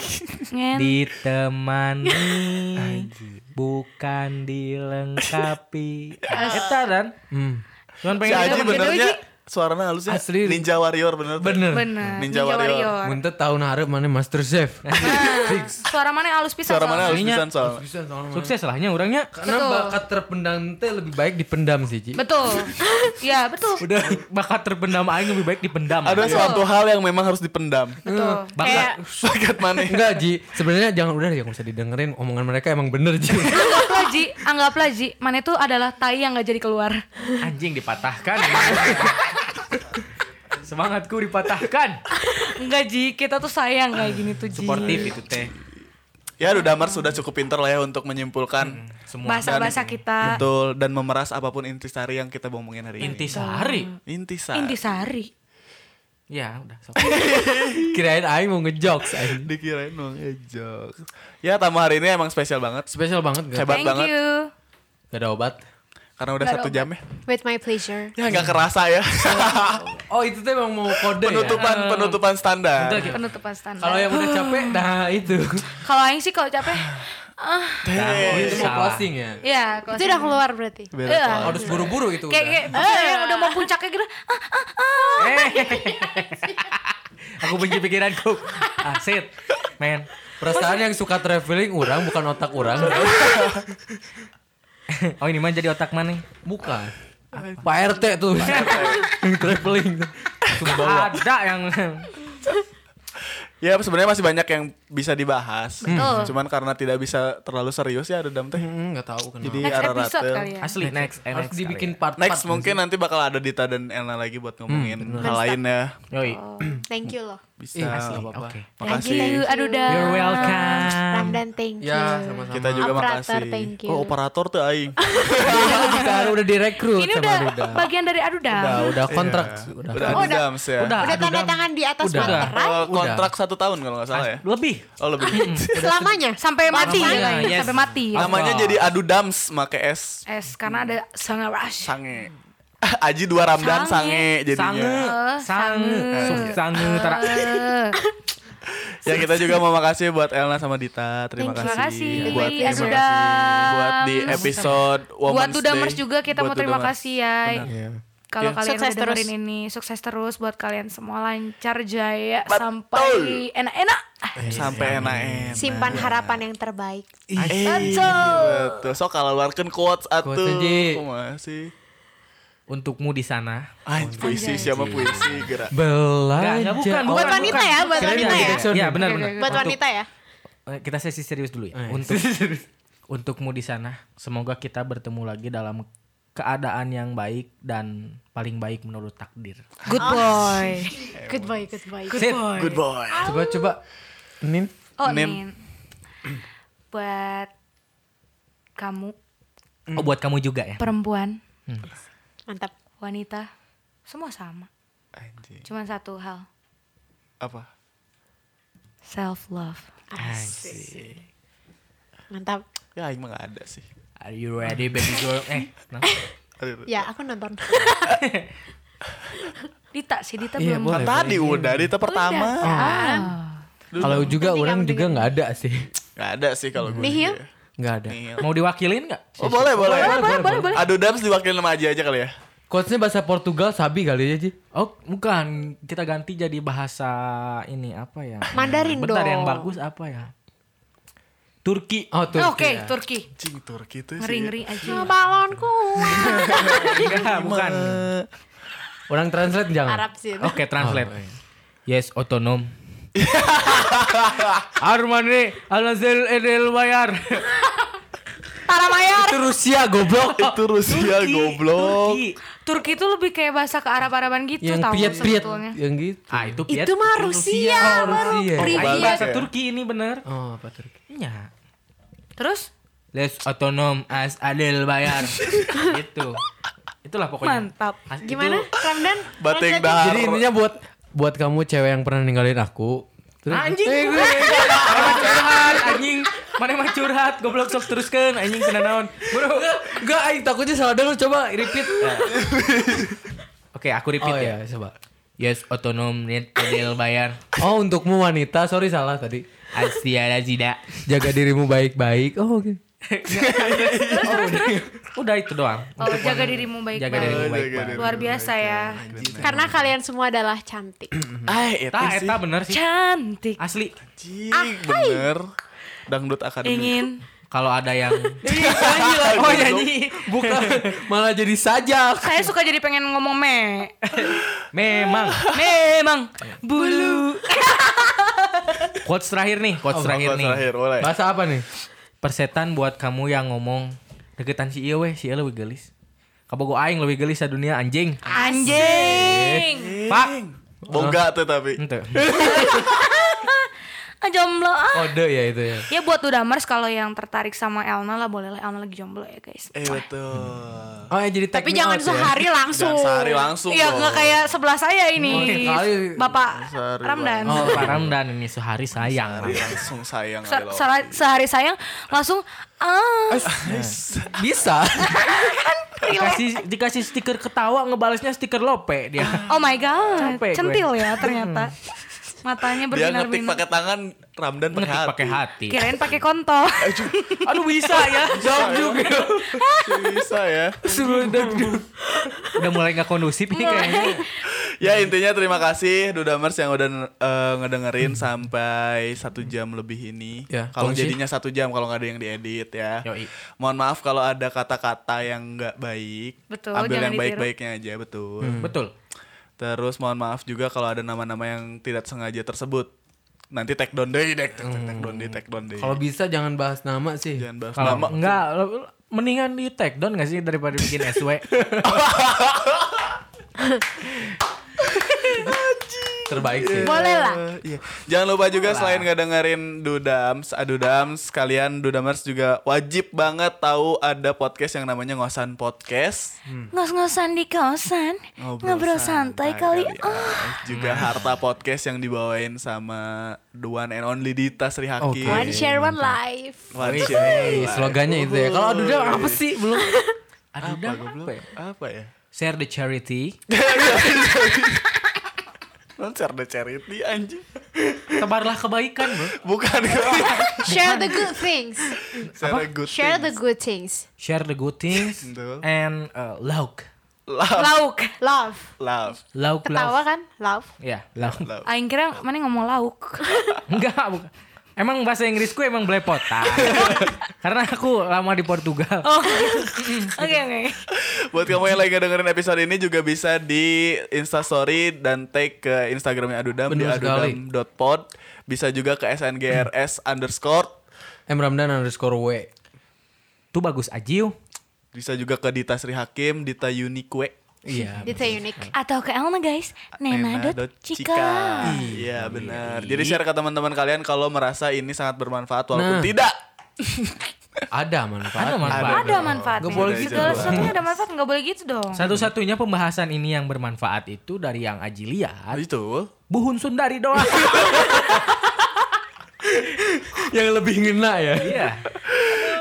[SPEAKER 1] Ngen.
[SPEAKER 4] ditemani bukan dilengkapi. Eta dan
[SPEAKER 5] Hmm.
[SPEAKER 4] cuman
[SPEAKER 2] Si
[SPEAKER 4] pengen
[SPEAKER 2] Aji
[SPEAKER 1] Gede,
[SPEAKER 2] benernya
[SPEAKER 1] Ji.
[SPEAKER 2] suaranya halusnya
[SPEAKER 5] Asli.
[SPEAKER 2] Ninja Warrior bener. tuh.
[SPEAKER 5] Bener.
[SPEAKER 1] benar
[SPEAKER 2] Ninja Warrior.
[SPEAKER 5] Muntah tahun harap mana Master Chef. Fix.
[SPEAKER 1] suara mana halus pisan
[SPEAKER 2] Suara mana
[SPEAKER 1] soalnya.
[SPEAKER 2] halus pisan
[SPEAKER 4] Soalnya-
[SPEAKER 2] soalnya.
[SPEAKER 5] Bisa soalnya.
[SPEAKER 4] sukses lahnya orangnya.
[SPEAKER 5] Karena bakat terpendam teh lebih baik dipendam sih, Ci.
[SPEAKER 1] betul ya betul
[SPEAKER 4] Udah bakat terpendam aing lebih baik dipendam.
[SPEAKER 2] Ada suatu hal yang memang harus dipendam.
[SPEAKER 1] betul
[SPEAKER 4] Bakat.
[SPEAKER 1] kayak
[SPEAKER 2] Bakat mana?
[SPEAKER 5] Enggak, Ji. Sebenarnya jangan udah deh, nggak usah didengerin omongan mereka emang bener, Ji.
[SPEAKER 1] anggaplah Ji, anggaplah Ji, mana itu adalah tai yang gak jadi keluar.
[SPEAKER 4] anjing dipatahkan. Semangatku dipatahkan.
[SPEAKER 1] Enggak Ji, kita tuh sayang kayak gini tuh Ji.
[SPEAKER 4] Sportif itu teh.
[SPEAKER 2] Ya udah Damar sudah cukup pinter lah ya untuk menyimpulkan
[SPEAKER 4] Semua
[SPEAKER 1] Bahasa-bahasa kita
[SPEAKER 2] betul dan memeras apapun intisari yang kita omongin hari ini.
[SPEAKER 4] intisari.
[SPEAKER 2] Intisari.
[SPEAKER 1] intisari.
[SPEAKER 4] Ya, udah. sok.
[SPEAKER 5] Kirain Aing mau ngejokes Aing.
[SPEAKER 2] Dikirain dong ya jokes. Ya tamu hari ini emang spesial banget.
[SPEAKER 5] Spesial banget gak?
[SPEAKER 2] Hebat
[SPEAKER 1] Thank
[SPEAKER 2] banget
[SPEAKER 1] you.
[SPEAKER 5] Gak ada obat.
[SPEAKER 2] karena udah satu jam ya.
[SPEAKER 3] With my pleasure.
[SPEAKER 2] Ya nggak kerasa ya.
[SPEAKER 5] Oh itu tuh emang mau kode ya?
[SPEAKER 2] penutupan penutupan standar.
[SPEAKER 5] Bentar, kayak-
[SPEAKER 1] Penutupan standar.
[SPEAKER 5] Kalau yang udah capek, nah itu.
[SPEAKER 1] Kalau aing sih kalau capek ah
[SPEAKER 4] Iya,
[SPEAKER 5] Oh, itu mau
[SPEAKER 4] Salah.
[SPEAKER 5] closing ya?
[SPEAKER 1] ya kalau
[SPEAKER 3] Itu udah keluar berarti.
[SPEAKER 2] Beda
[SPEAKER 1] Eh,
[SPEAKER 2] kelas.
[SPEAKER 5] Harus buru-buru itu
[SPEAKER 1] kayak
[SPEAKER 5] udah.
[SPEAKER 1] kayak maksudnya udah mau puncaknya gitu. Ah, ah, ah.
[SPEAKER 4] Aku benci pikiranku. Asit, men.
[SPEAKER 5] Perasaan yang suka traveling orang bukan otak orang.
[SPEAKER 4] Oh ini mah jadi otak mana?
[SPEAKER 5] Bukan. Pak RT tuh yang traveling tuh.
[SPEAKER 4] Ada yang
[SPEAKER 2] Ya sebenarnya masih banyak yang bisa dibahas. Hmm.
[SPEAKER 1] Betul.
[SPEAKER 2] Cuman karena tidak bisa terlalu serius ya ada dam teh.
[SPEAKER 5] Hmm, Gak tahu kenapa.
[SPEAKER 2] Jadi
[SPEAKER 1] Next
[SPEAKER 2] arah
[SPEAKER 1] episode
[SPEAKER 2] ratel.
[SPEAKER 1] kali ya.
[SPEAKER 4] asli next, eh,
[SPEAKER 5] Harus
[SPEAKER 4] next
[SPEAKER 5] dibikin
[SPEAKER 4] kali
[SPEAKER 5] part-part.
[SPEAKER 2] Next mungkin nanti bakal ada Dita dan Elna lagi buat ngomongin hal lain ya.
[SPEAKER 4] ya. Yoi.
[SPEAKER 3] Oh, Thank you loh.
[SPEAKER 2] Bisa.
[SPEAKER 5] Ih, asli.
[SPEAKER 4] Oke.
[SPEAKER 5] apa-apa.
[SPEAKER 1] Thank
[SPEAKER 2] Makasih.
[SPEAKER 1] you. Aduh dah.
[SPEAKER 4] You're welcome.
[SPEAKER 3] Ramdan thank you.
[SPEAKER 5] Ya, sama-sama.
[SPEAKER 2] Kita juga
[SPEAKER 3] Operator,
[SPEAKER 2] makasih.
[SPEAKER 3] thank you.
[SPEAKER 2] Oh, operator tuh aing.
[SPEAKER 5] Kita udah direkrut
[SPEAKER 1] Ini
[SPEAKER 5] sama
[SPEAKER 1] udah
[SPEAKER 5] Ruda.
[SPEAKER 1] bagian dari aduh
[SPEAKER 5] Udah,
[SPEAKER 1] dah.
[SPEAKER 4] Iya.
[SPEAKER 5] udah kontrak. Udah.
[SPEAKER 2] udah
[SPEAKER 1] Oh,
[SPEAKER 2] ada jams ya.
[SPEAKER 4] Udah,
[SPEAKER 3] Udah
[SPEAKER 4] aduh,
[SPEAKER 3] tanda
[SPEAKER 4] Dam.
[SPEAKER 3] tangan di atas
[SPEAKER 5] Udah.
[SPEAKER 3] materai
[SPEAKER 2] Oh, kontrak satu tahun kalau nggak salah ya.
[SPEAKER 4] Lebih.
[SPEAKER 2] Oh lebih.
[SPEAKER 3] selamanya.
[SPEAKER 1] Sampai mati ya,
[SPEAKER 4] Iya,
[SPEAKER 1] kayaknya.
[SPEAKER 4] yes.
[SPEAKER 1] sampai mati. ya.
[SPEAKER 2] Namanya jadi adu dams make S
[SPEAKER 1] Es karena ada sangat rush.
[SPEAKER 2] sange. Aji dua Ramdan
[SPEAKER 1] Sange.
[SPEAKER 2] sange, jadinya.
[SPEAKER 1] Eh,
[SPEAKER 3] Oh,
[SPEAKER 4] sange,
[SPEAKER 3] iya.
[SPEAKER 4] sange, sange, tara.
[SPEAKER 2] Ya kita juga mau makasih buat Elna sama Dita. Terima
[SPEAKER 1] Thank you.
[SPEAKER 2] kasih.
[SPEAKER 1] Terima kasih.
[SPEAKER 2] Buat
[SPEAKER 1] Iya,
[SPEAKER 2] terima
[SPEAKER 1] sudah.
[SPEAKER 2] kasih. Buat di episode
[SPEAKER 1] Buat
[SPEAKER 2] Women's
[SPEAKER 1] Dudamers
[SPEAKER 2] Day.
[SPEAKER 1] juga kita
[SPEAKER 2] Buat
[SPEAKER 1] mau terima
[SPEAKER 2] Dudamers.
[SPEAKER 1] kasih ya.
[SPEAKER 4] Iya.
[SPEAKER 2] Benar.
[SPEAKER 1] Kalau
[SPEAKER 2] Ya.
[SPEAKER 1] kalian
[SPEAKER 3] Sukses
[SPEAKER 1] udah dengerin
[SPEAKER 3] terus.
[SPEAKER 1] ini sukses terus buat kalian semua lancar jaya
[SPEAKER 2] Betul.
[SPEAKER 1] sampai enak-enak. Ah,
[SPEAKER 2] Eh, Sampai enak-enak.
[SPEAKER 3] Simpan harapan yang terbaik.
[SPEAKER 2] Eh, Betul. So kalau luarkan quotes atuh.
[SPEAKER 5] Quotes aja.
[SPEAKER 2] Kok masih.
[SPEAKER 4] Untukmu di sana.
[SPEAKER 2] Ay, puisi siapa puisi gerak.
[SPEAKER 5] Belajar.
[SPEAKER 4] Enggak, bukan,
[SPEAKER 5] Oh,
[SPEAKER 3] Buat wanita ya, buat wanita ya.
[SPEAKER 4] Iya, benar benar.
[SPEAKER 3] Buat wanita ya.
[SPEAKER 4] Eh, Kita sesi serius
[SPEAKER 5] Oh,
[SPEAKER 4] dulu
[SPEAKER 5] iya.
[SPEAKER 4] ya. Untuk untukmu di sana, semoga kita bertemu lagi dalam keadaan yang baik dan paling baik menurut takdir.
[SPEAKER 1] Good boy.
[SPEAKER 3] Good boy, good boy.
[SPEAKER 4] Sit.
[SPEAKER 2] Good boy.
[SPEAKER 5] Coba coba. Nin.
[SPEAKER 1] Oh, Nin.
[SPEAKER 2] Nim.
[SPEAKER 1] Buat kamu
[SPEAKER 4] Oh, buat kamu juga ya.
[SPEAKER 1] perempuan,
[SPEAKER 3] Mantap.
[SPEAKER 1] wanita, semua sama.
[SPEAKER 2] Anjing.
[SPEAKER 1] Cuman satu hal,
[SPEAKER 2] Apa?
[SPEAKER 1] self love.
[SPEAKER 4] Asik.
[SPEAKER 3] Mantap.
[SPEAKER 2] Ya aing mah gak ada sih.
[SPEAKER 4] Are you ready baby girl? Eh, no.
[SPEAKER 2] Aduh.
[SPEAKER 3] Ya, aku nonton.
[SPEAKER 1] Dita sih, Dita
[SPEAKER 5] Iya,
[SPEAKER 1] belum.
[SPEAKER 5] boleh.
[SPEAKER 2] Kan Tadi udah Dita pertama.
[SPEAKER 1] Ah.
[SPEAKER 5] Kalau juga
[SPEAKER 3] Nanti
[SPEAKER 5] orang
[SPEAKER 3] kamu
[SPEAKER 5] juga nggak ada sih.
[SPEAKER 2] Gak ada sih kalau gue.
[SPEAKER 3] Nihil?
[SPEAKER 2] juga.
[SPEAKER 5] Nggak ada.
[SPEAKER 2] Nihil.
[SPEAKER 4] mau diwakilin nggak?
[SPEAKER 2] Oh boleh boleh.
[SPEAKER 1] boleh, boleh, boleh.
[SPEAKER 2] Adu dams diwakilin sama Aji aja kali ya.
[SPEAKER 5] Quotesnya bahasa Portugal sabi kali ya, Ji.
[SPEAKER 4] Oh, bukan. Kita ganti jadi bahasa ini apa ya?
[SPEAKER 3] Mandarin
[SPEAKER 4] Bentar
[SPEAKER 3] dong.
[SPEAKER 4] yang bagus apa ya? Turki.
[SPEAKER 5] Oh, tuh.
[SPEAKER 1] Nah, Oke, Turki.
[SPEAKER 2] Cing Turki tuh ya. sih.
[SPEAKER 1] Ngeri-ngeri aja.
[SPEAKER 3] Balonku.
[SPEAKER 4] Enggak, bukan.
[SPEAKER 5] Orang translate jangan.
[SPEAKER 3] Arab sih.
[SPEAKER 4] Oke, translate.
[SPEAKER 5] Oh, iya.
[SPEAKER 4] Yes, otonom. Armani Alazil Edel Bayar.
[SPEAKER 5] Itu Rusia goblok.
[SPEAKER 2] Itu
[SPEAKER 4] Oh,
[SPEAKER 2] Rusia
[SPEAKER 5] Oh.
[SPEAKER 2] goblok.
[SPEAKER 4] Turki.
[SPEAKER 1] Turki itu lebih kayak bahasa ke Arab-Araban gitu
[SPEAKER 5] yang
[SPEAKER 1] tahu
[SPEAKER 5] priet-priet
[SPEAKER 1] sebetulnya.
[SPEAKER 5] yang gitu.
[SPEAKER 4] Ah, itu Piet.
[SPEAKER 3] Itu mah Rusia.
[SPEAKER 5] baru
[SPEAKER 4] Ini
[SPEAKER 2] Priet.
[SPEAKER 4] bahasa
[SPEAKER 2] Iya.
[SPEAKER 4] Turki ini bener.
[SPEAKER 5] ya. Oh, apa Turki?
[SPEAKER 4] Iya.
[SPEAKER 1] Terus
[SPEAKER 4] Les otonom as Adel Bayar. gitu. Itulah pokoknya.
[SPEAKER 1] mantap.
[SPEAKER 4] As- itu-
[SPEAKER 3] Gimana? Ramdan?
[SPEAKER 2] Batik
[SPEAKER 3] Ramdan,
[SPEAKER 4] Ah,
[SPEAKER 2] dahar.
[SPEAKER 5] Jadi intinya buat buat kamu cewek yang pernah ninggalin aku. Terus,
[SPEAKER 4] Anjing.
[SPEAKER 5] Eh, gue-
[SPEAKER 4] Mana mah curhat anjing. Mana mah curhat goblok sok teruskeun anjing kena naon. Bro.
[SPEAKER 5] Enggak, aing eh, takutnya salah denger coba repeat.
[SPEAKER 4] Oke, aku Eh, repeat
[SPEAKER 5] Oh
[SPEAKER 4] ya.
[SPEAKER 5] iya, coba.
[SPEAKER 4] Yes, otonom net model bayar.
[SPEAKER 5] Oh, untukmu wanita, sorry salah tadi.
[SPEAKER 4] Asia Zida.
[SPEAKER 5] Jaga dirimu baik-baik. Oh, oke.
[SPEAKER 4] Oh, iya. Udah itu doang.
[SPEAKER 1] Oh, jaga dirimu
[SPEAKER 4] Jaga dirimu
[SPEAKER 1] baik-baik.
[SPEAKER 4] baik-baik.
[SPEAKER 1] Luar biasa ya.
[SPEAKER 2] Nah.
[SPEAKER 3] Karena kalian semua adalah cantik.
[SPEAKER 2] Ay, Ah, eta
[SPEAKER 4] Eta
[SPEAKER 2] sih.
[SPEAKER 4] Hmm. eta bener sih.
[SPEAKER 1] Cantik.
[SPEAKER 4] Asli.
[SPEAKER 2] Cing, bener. Dangdut Akademi.
[SPEAKER 1] Ingin
[SPEAKER 4] Kalau ada yang
[SPEAKER 5] Oh,
[SPEAKER 4] iya,
[SPEAKER 5] nyanyi. Bukan malah jadi sajak.
[SPEAKER 1] saya suka jadi pengen ngomong me.
[SPEAKER 4] memang
[SPEAKER 1] Memang bulu.
[SPEAKER 4] quotes terakhir nih, quotes terakhir
[SPEAKER 2] Apa
[SPEAKER 4] nih.
[SPEAKER 2] terakhir boleh.
[SPEAKER 5] Bahasa apa nih?
[SPEAKER 4] Persetan buat kamu yang ngomong deketan si iya weh, si iya lebih gelis. Kabogo aing lebih gelis sa dunia anjing.
[SPEAKER 1] Anjing.
[SPEAKER 4] Pak.
[SPEAKER 2] Boga tuh tapi.
[SPEAKER 4] Ente.
[SPEAKER 1] Ah jomblo ah.
[SPEAKER 5] Kode ya itu
[SPEAKER 1] Ya
[SPEAKER 5] ya.
[SPEAKER 1] buat Dudamers kalau yang tertarik sama Elna lah boleh lah Elna lagi jomblo ya guys.
[SPEAKER 2] Eh betul.
[SPEAKER 5] Oh ya jadi
[SPEAKER 3] Tapi
[SPEAKER 5] take me
[SPEAKER 3] jangan
[SPEAKER 5] out ya.
[SPEAKER 3] sehari langsung.
[SPEAKER 2] Jangan sehari langsung.
[SPEAKER 1] Iya
[SPEAKER 2] dong.
[SPEAKER 1] nggak kayak sebelah saya ini.
[SPEAKER 5] Oh, sekali.
[SPEAKER 1] Bapak
[SPEAKER 2] Sehari
[SPEAKER 1] Ramdan.
[SPEAKER 4] Oh, Pak Ramdan ini sehari sayang.
[SPEAKER 2] Sehari Oh, iya, langsung sayang
[SPEAKER 1] Se-
[SPEAKER 2] ada lo.
[SPEAKER 1] sehari- sehari sayang langsung ah
[SPEAKER 5] Bisa.
[SPEAKER 4] Dikasih dikasih stiker ketawa ngebalasnya stiker lope dia.
[SPEAKER 1] oh my god
[SPEAKER 4] Capek gue.
[SPEAKER 1] centil ya ternyata matanya
[SPEAKER 2] Dia ngetik
[SPEAKER 1] berbinar-binar
[SPEAKER 2] pakai tangan, Ramdan pakai
[SPEAKER 4] Ngetik
[SPEAKER 2] hati.
[SPEAKER 4] pakai hati.
[SPEAKER 1] kirain pakai kontol
[SPEAKER 4] Aduh bisa ya. Jawab juga.
[SPEAKER 2] Bisa ya.
[SPEAKER 4] Udah mulai nggak kondusif nih kayaknya.
[SPEAKER 2] Ya intinya terima kasih Dudamers yang udah eh, ngedengerin sampai satu jam lebih ini.
[SPEAKER 5] Hmm. Ya,
[SPEAKER 2] kalau
[SPEAKER 5] tolong sih.
[SPEAKER 2] jadinya satu jam kalau nggak ada yang diedit ya.
[SPEAKER 4] Yoi.
[SPEAKER 2] Mohon maaf kalau ada kata-kata yang nggak baik.
[SPEAKER 1] Betul,
[SPEAKER 2] Ambil
[SPEAKER 1] jangan
[SPEAKER 2] yang
[SPEAKER 1] ditiru.
[SPEAKER 2] baik-baiknya aja betul.
[SPEAKER 5] Hmm.
[SPEAKER 4] Betul.
[SPEAKER 2] Terus mohon maaf juga kalau ada nama-nama yang tidak sengaja tersebut. Nanti take down deh, take, take, take down deh, take down deh.
[SPEAKER 5] Kalau bisa jangan bahas nama sih.
[SPEAKER 2] Jangan bahas
[SPEAKER 4] Kalau
[SPEAKER 2] nama.
[SPEAKER 4] enggak lo- mendingan di take down gak sih daripada bikin SW.
[SPEAKER 5] Terbaik sih.
[SPEAKER 3] Boleh lah.
[SPEAKER 2] Eh, iya. Jangan lupa juga selain nggak dengerin Dudams, Adudams, kalian Dudamers juga wajib banget tahu ada podcast yang namanya Ngosan Podcast.
[SPEAKER 1] ngos-ngosan di kawasan ngobrol santai kali ah
[SPEAKER 2] ya. Juga Harta Podcast yang dibawain sama the one and only Dita Sri Hakim.
[SPEAKER 5] Oke.
[SPEAKER 3] One share one life.
[SPEAKER 2] One
[SPEAKER 5] Wih,
[SPEAKER 2] share.
[SPEAKER 5] slogannya itu ya. Kalau aduh dia apa sih?
[SPEAKER 4] belum. Aduh, apa, apa ya?
[SPEAKER 2] Apa ya?
[SPEAKER 4] Share the charity,
[SPEAKER 2] Konser the charity anjing.
[SPEAKER 4] tebarlah kebaikan, Bro.
[SPEAKER 2] Bukan.
[SPEAKER 3] Share the good things.
[SPEAKER 2] Share the good
[SPEAKER 3] Share the
[SPEAKER 2] things.
[SPEAKER 3] good things.
[SPEAKER 4] Share the good things
[SPEAKER 2] Betul.
[SPEAKER 5] Eh.
[SPEAKER 4] and uh, lauk.
[SPEAKER 2] love,
[SPEAKER 1] lauk
[SPEAKER 3] Love.
[SPEAKER 2] love,
[SPEAKER 4] Lauk
[SPEAKER 3] Ketawa
[SPEAKER 4] lauk.
[SPEAKER 3] kan? Love.
[SPEAKER 4] Ya, lauk.
[SPEAKER 2] love.
[SPEAKER 1] Ah. aing kira mana ngomong lauk
[SPEAKER 4] Enggak, bukan. Emang bahasa Inggrisku emang belepotan. Karena aku lama di Portugal.
[SPEAKER 1] oh oke oke
[SPEAKER 2] Buat kamu yang lagi dengerin episode ini juga bisa di Instastory dan tag ke Instagramnya Adudam di
[SPEAKER 5] Bener sekali.
[SPEAKER 2] adudam.pod. Bisa juga ke SNGRS underscore. Iya.
[SPEAKER 5] Emramdan underscore W.
[SPEAKER 4] Tuh bagus ajiu.
[SPEAKER 2] Bisa juga ke Dita Sri Hakim, Dita Unique.
[SPEAKER 5] Iya.
[SPEAKER 3] It's a unique.
[SPEAKER 1] atau ke Elna guys Nena dot Cika
[SPEAKER 2] Iya benar. Jadi share ke teman-teman kalian kalau merasa ini sangat bermanfaat walaupun
[SPEAKER 5] Nah.
[SPEAKER 2] tidak.
[SPEAKER 5] Ada manfaat.
[SPEAKER 4] Ada Kan manfaat.
[SPEAKER 1] ada manfaatnya
[SPEAKER 5] Nggak boleh gitu.
[SPEAKER 1] segala sesuatunya ada manfaat nggak boleh gitu dong
[SPEAKER 4] Satu-satunya pembahasan ini yang bermanfaat itu dari yang Aji lihat.
[SPEAKER 2] Itu.
[SPEAKER 4] Buhun Sundari doang.
[SPEAKER 5] Yang lebih ngena ya.
[SPEAKER 4] Iya.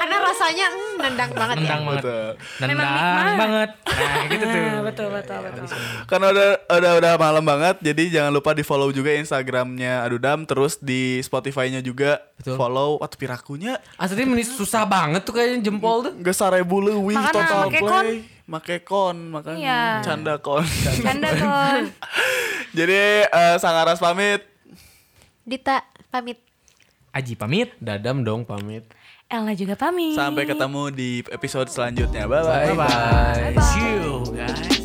[SPEAKER 3] Karena rasanya mm, nendang banget ya.
[SPEAKER 4] Nendang banget.
[SPEAKER 2] Betul.
[SPEAKER 1] Memang
[SPEAKER 4] Nendang
[SPEAKER 1] nikmat.
[SPEAKER 4] banget. Nah, gitu tuh.
[SPEAKER 1] Nah, betul betul betul
[SPEAKER 2] Karena udah udah udah malam banget, jadi jangan lupa di follow juga Instagramnya Adudam, terus di Spotify-nya juga
[SPEAKER 5] Betul.
[SPEAKER 2] follow. Waktu pirakunya
[SPEAKER 5] Asli ini susah banget tuh kayaknya jempol tuh.
[SPEAKER 2] Gak sarebu leuwih
[SPEAKER 1] Makanya,
[SPEAKER 2] total
[SPEAKER 1] make kon.
[SPEAKER 2] play. Make kon, makanya
[SPEAKER 1] Iya.
[SPEAKER 2] canda kon.
[SPEAKER 1] canda kon
[SPEAKER 2] Jadi eh, Sangaras pamit.
[SPEAKER 3] Dita pamit.
[SPEAKER 4] Aji pamit.
[SPEAKER 5] Dadam dong pamit.
[SPEAKER 1] Elna juga pamit
[SPEAKER 2] Sampai ketemu di episode selanjutnya. Bye bye.
[SPEAKER 5] Bye.
[SPEAKER 4] See you guys.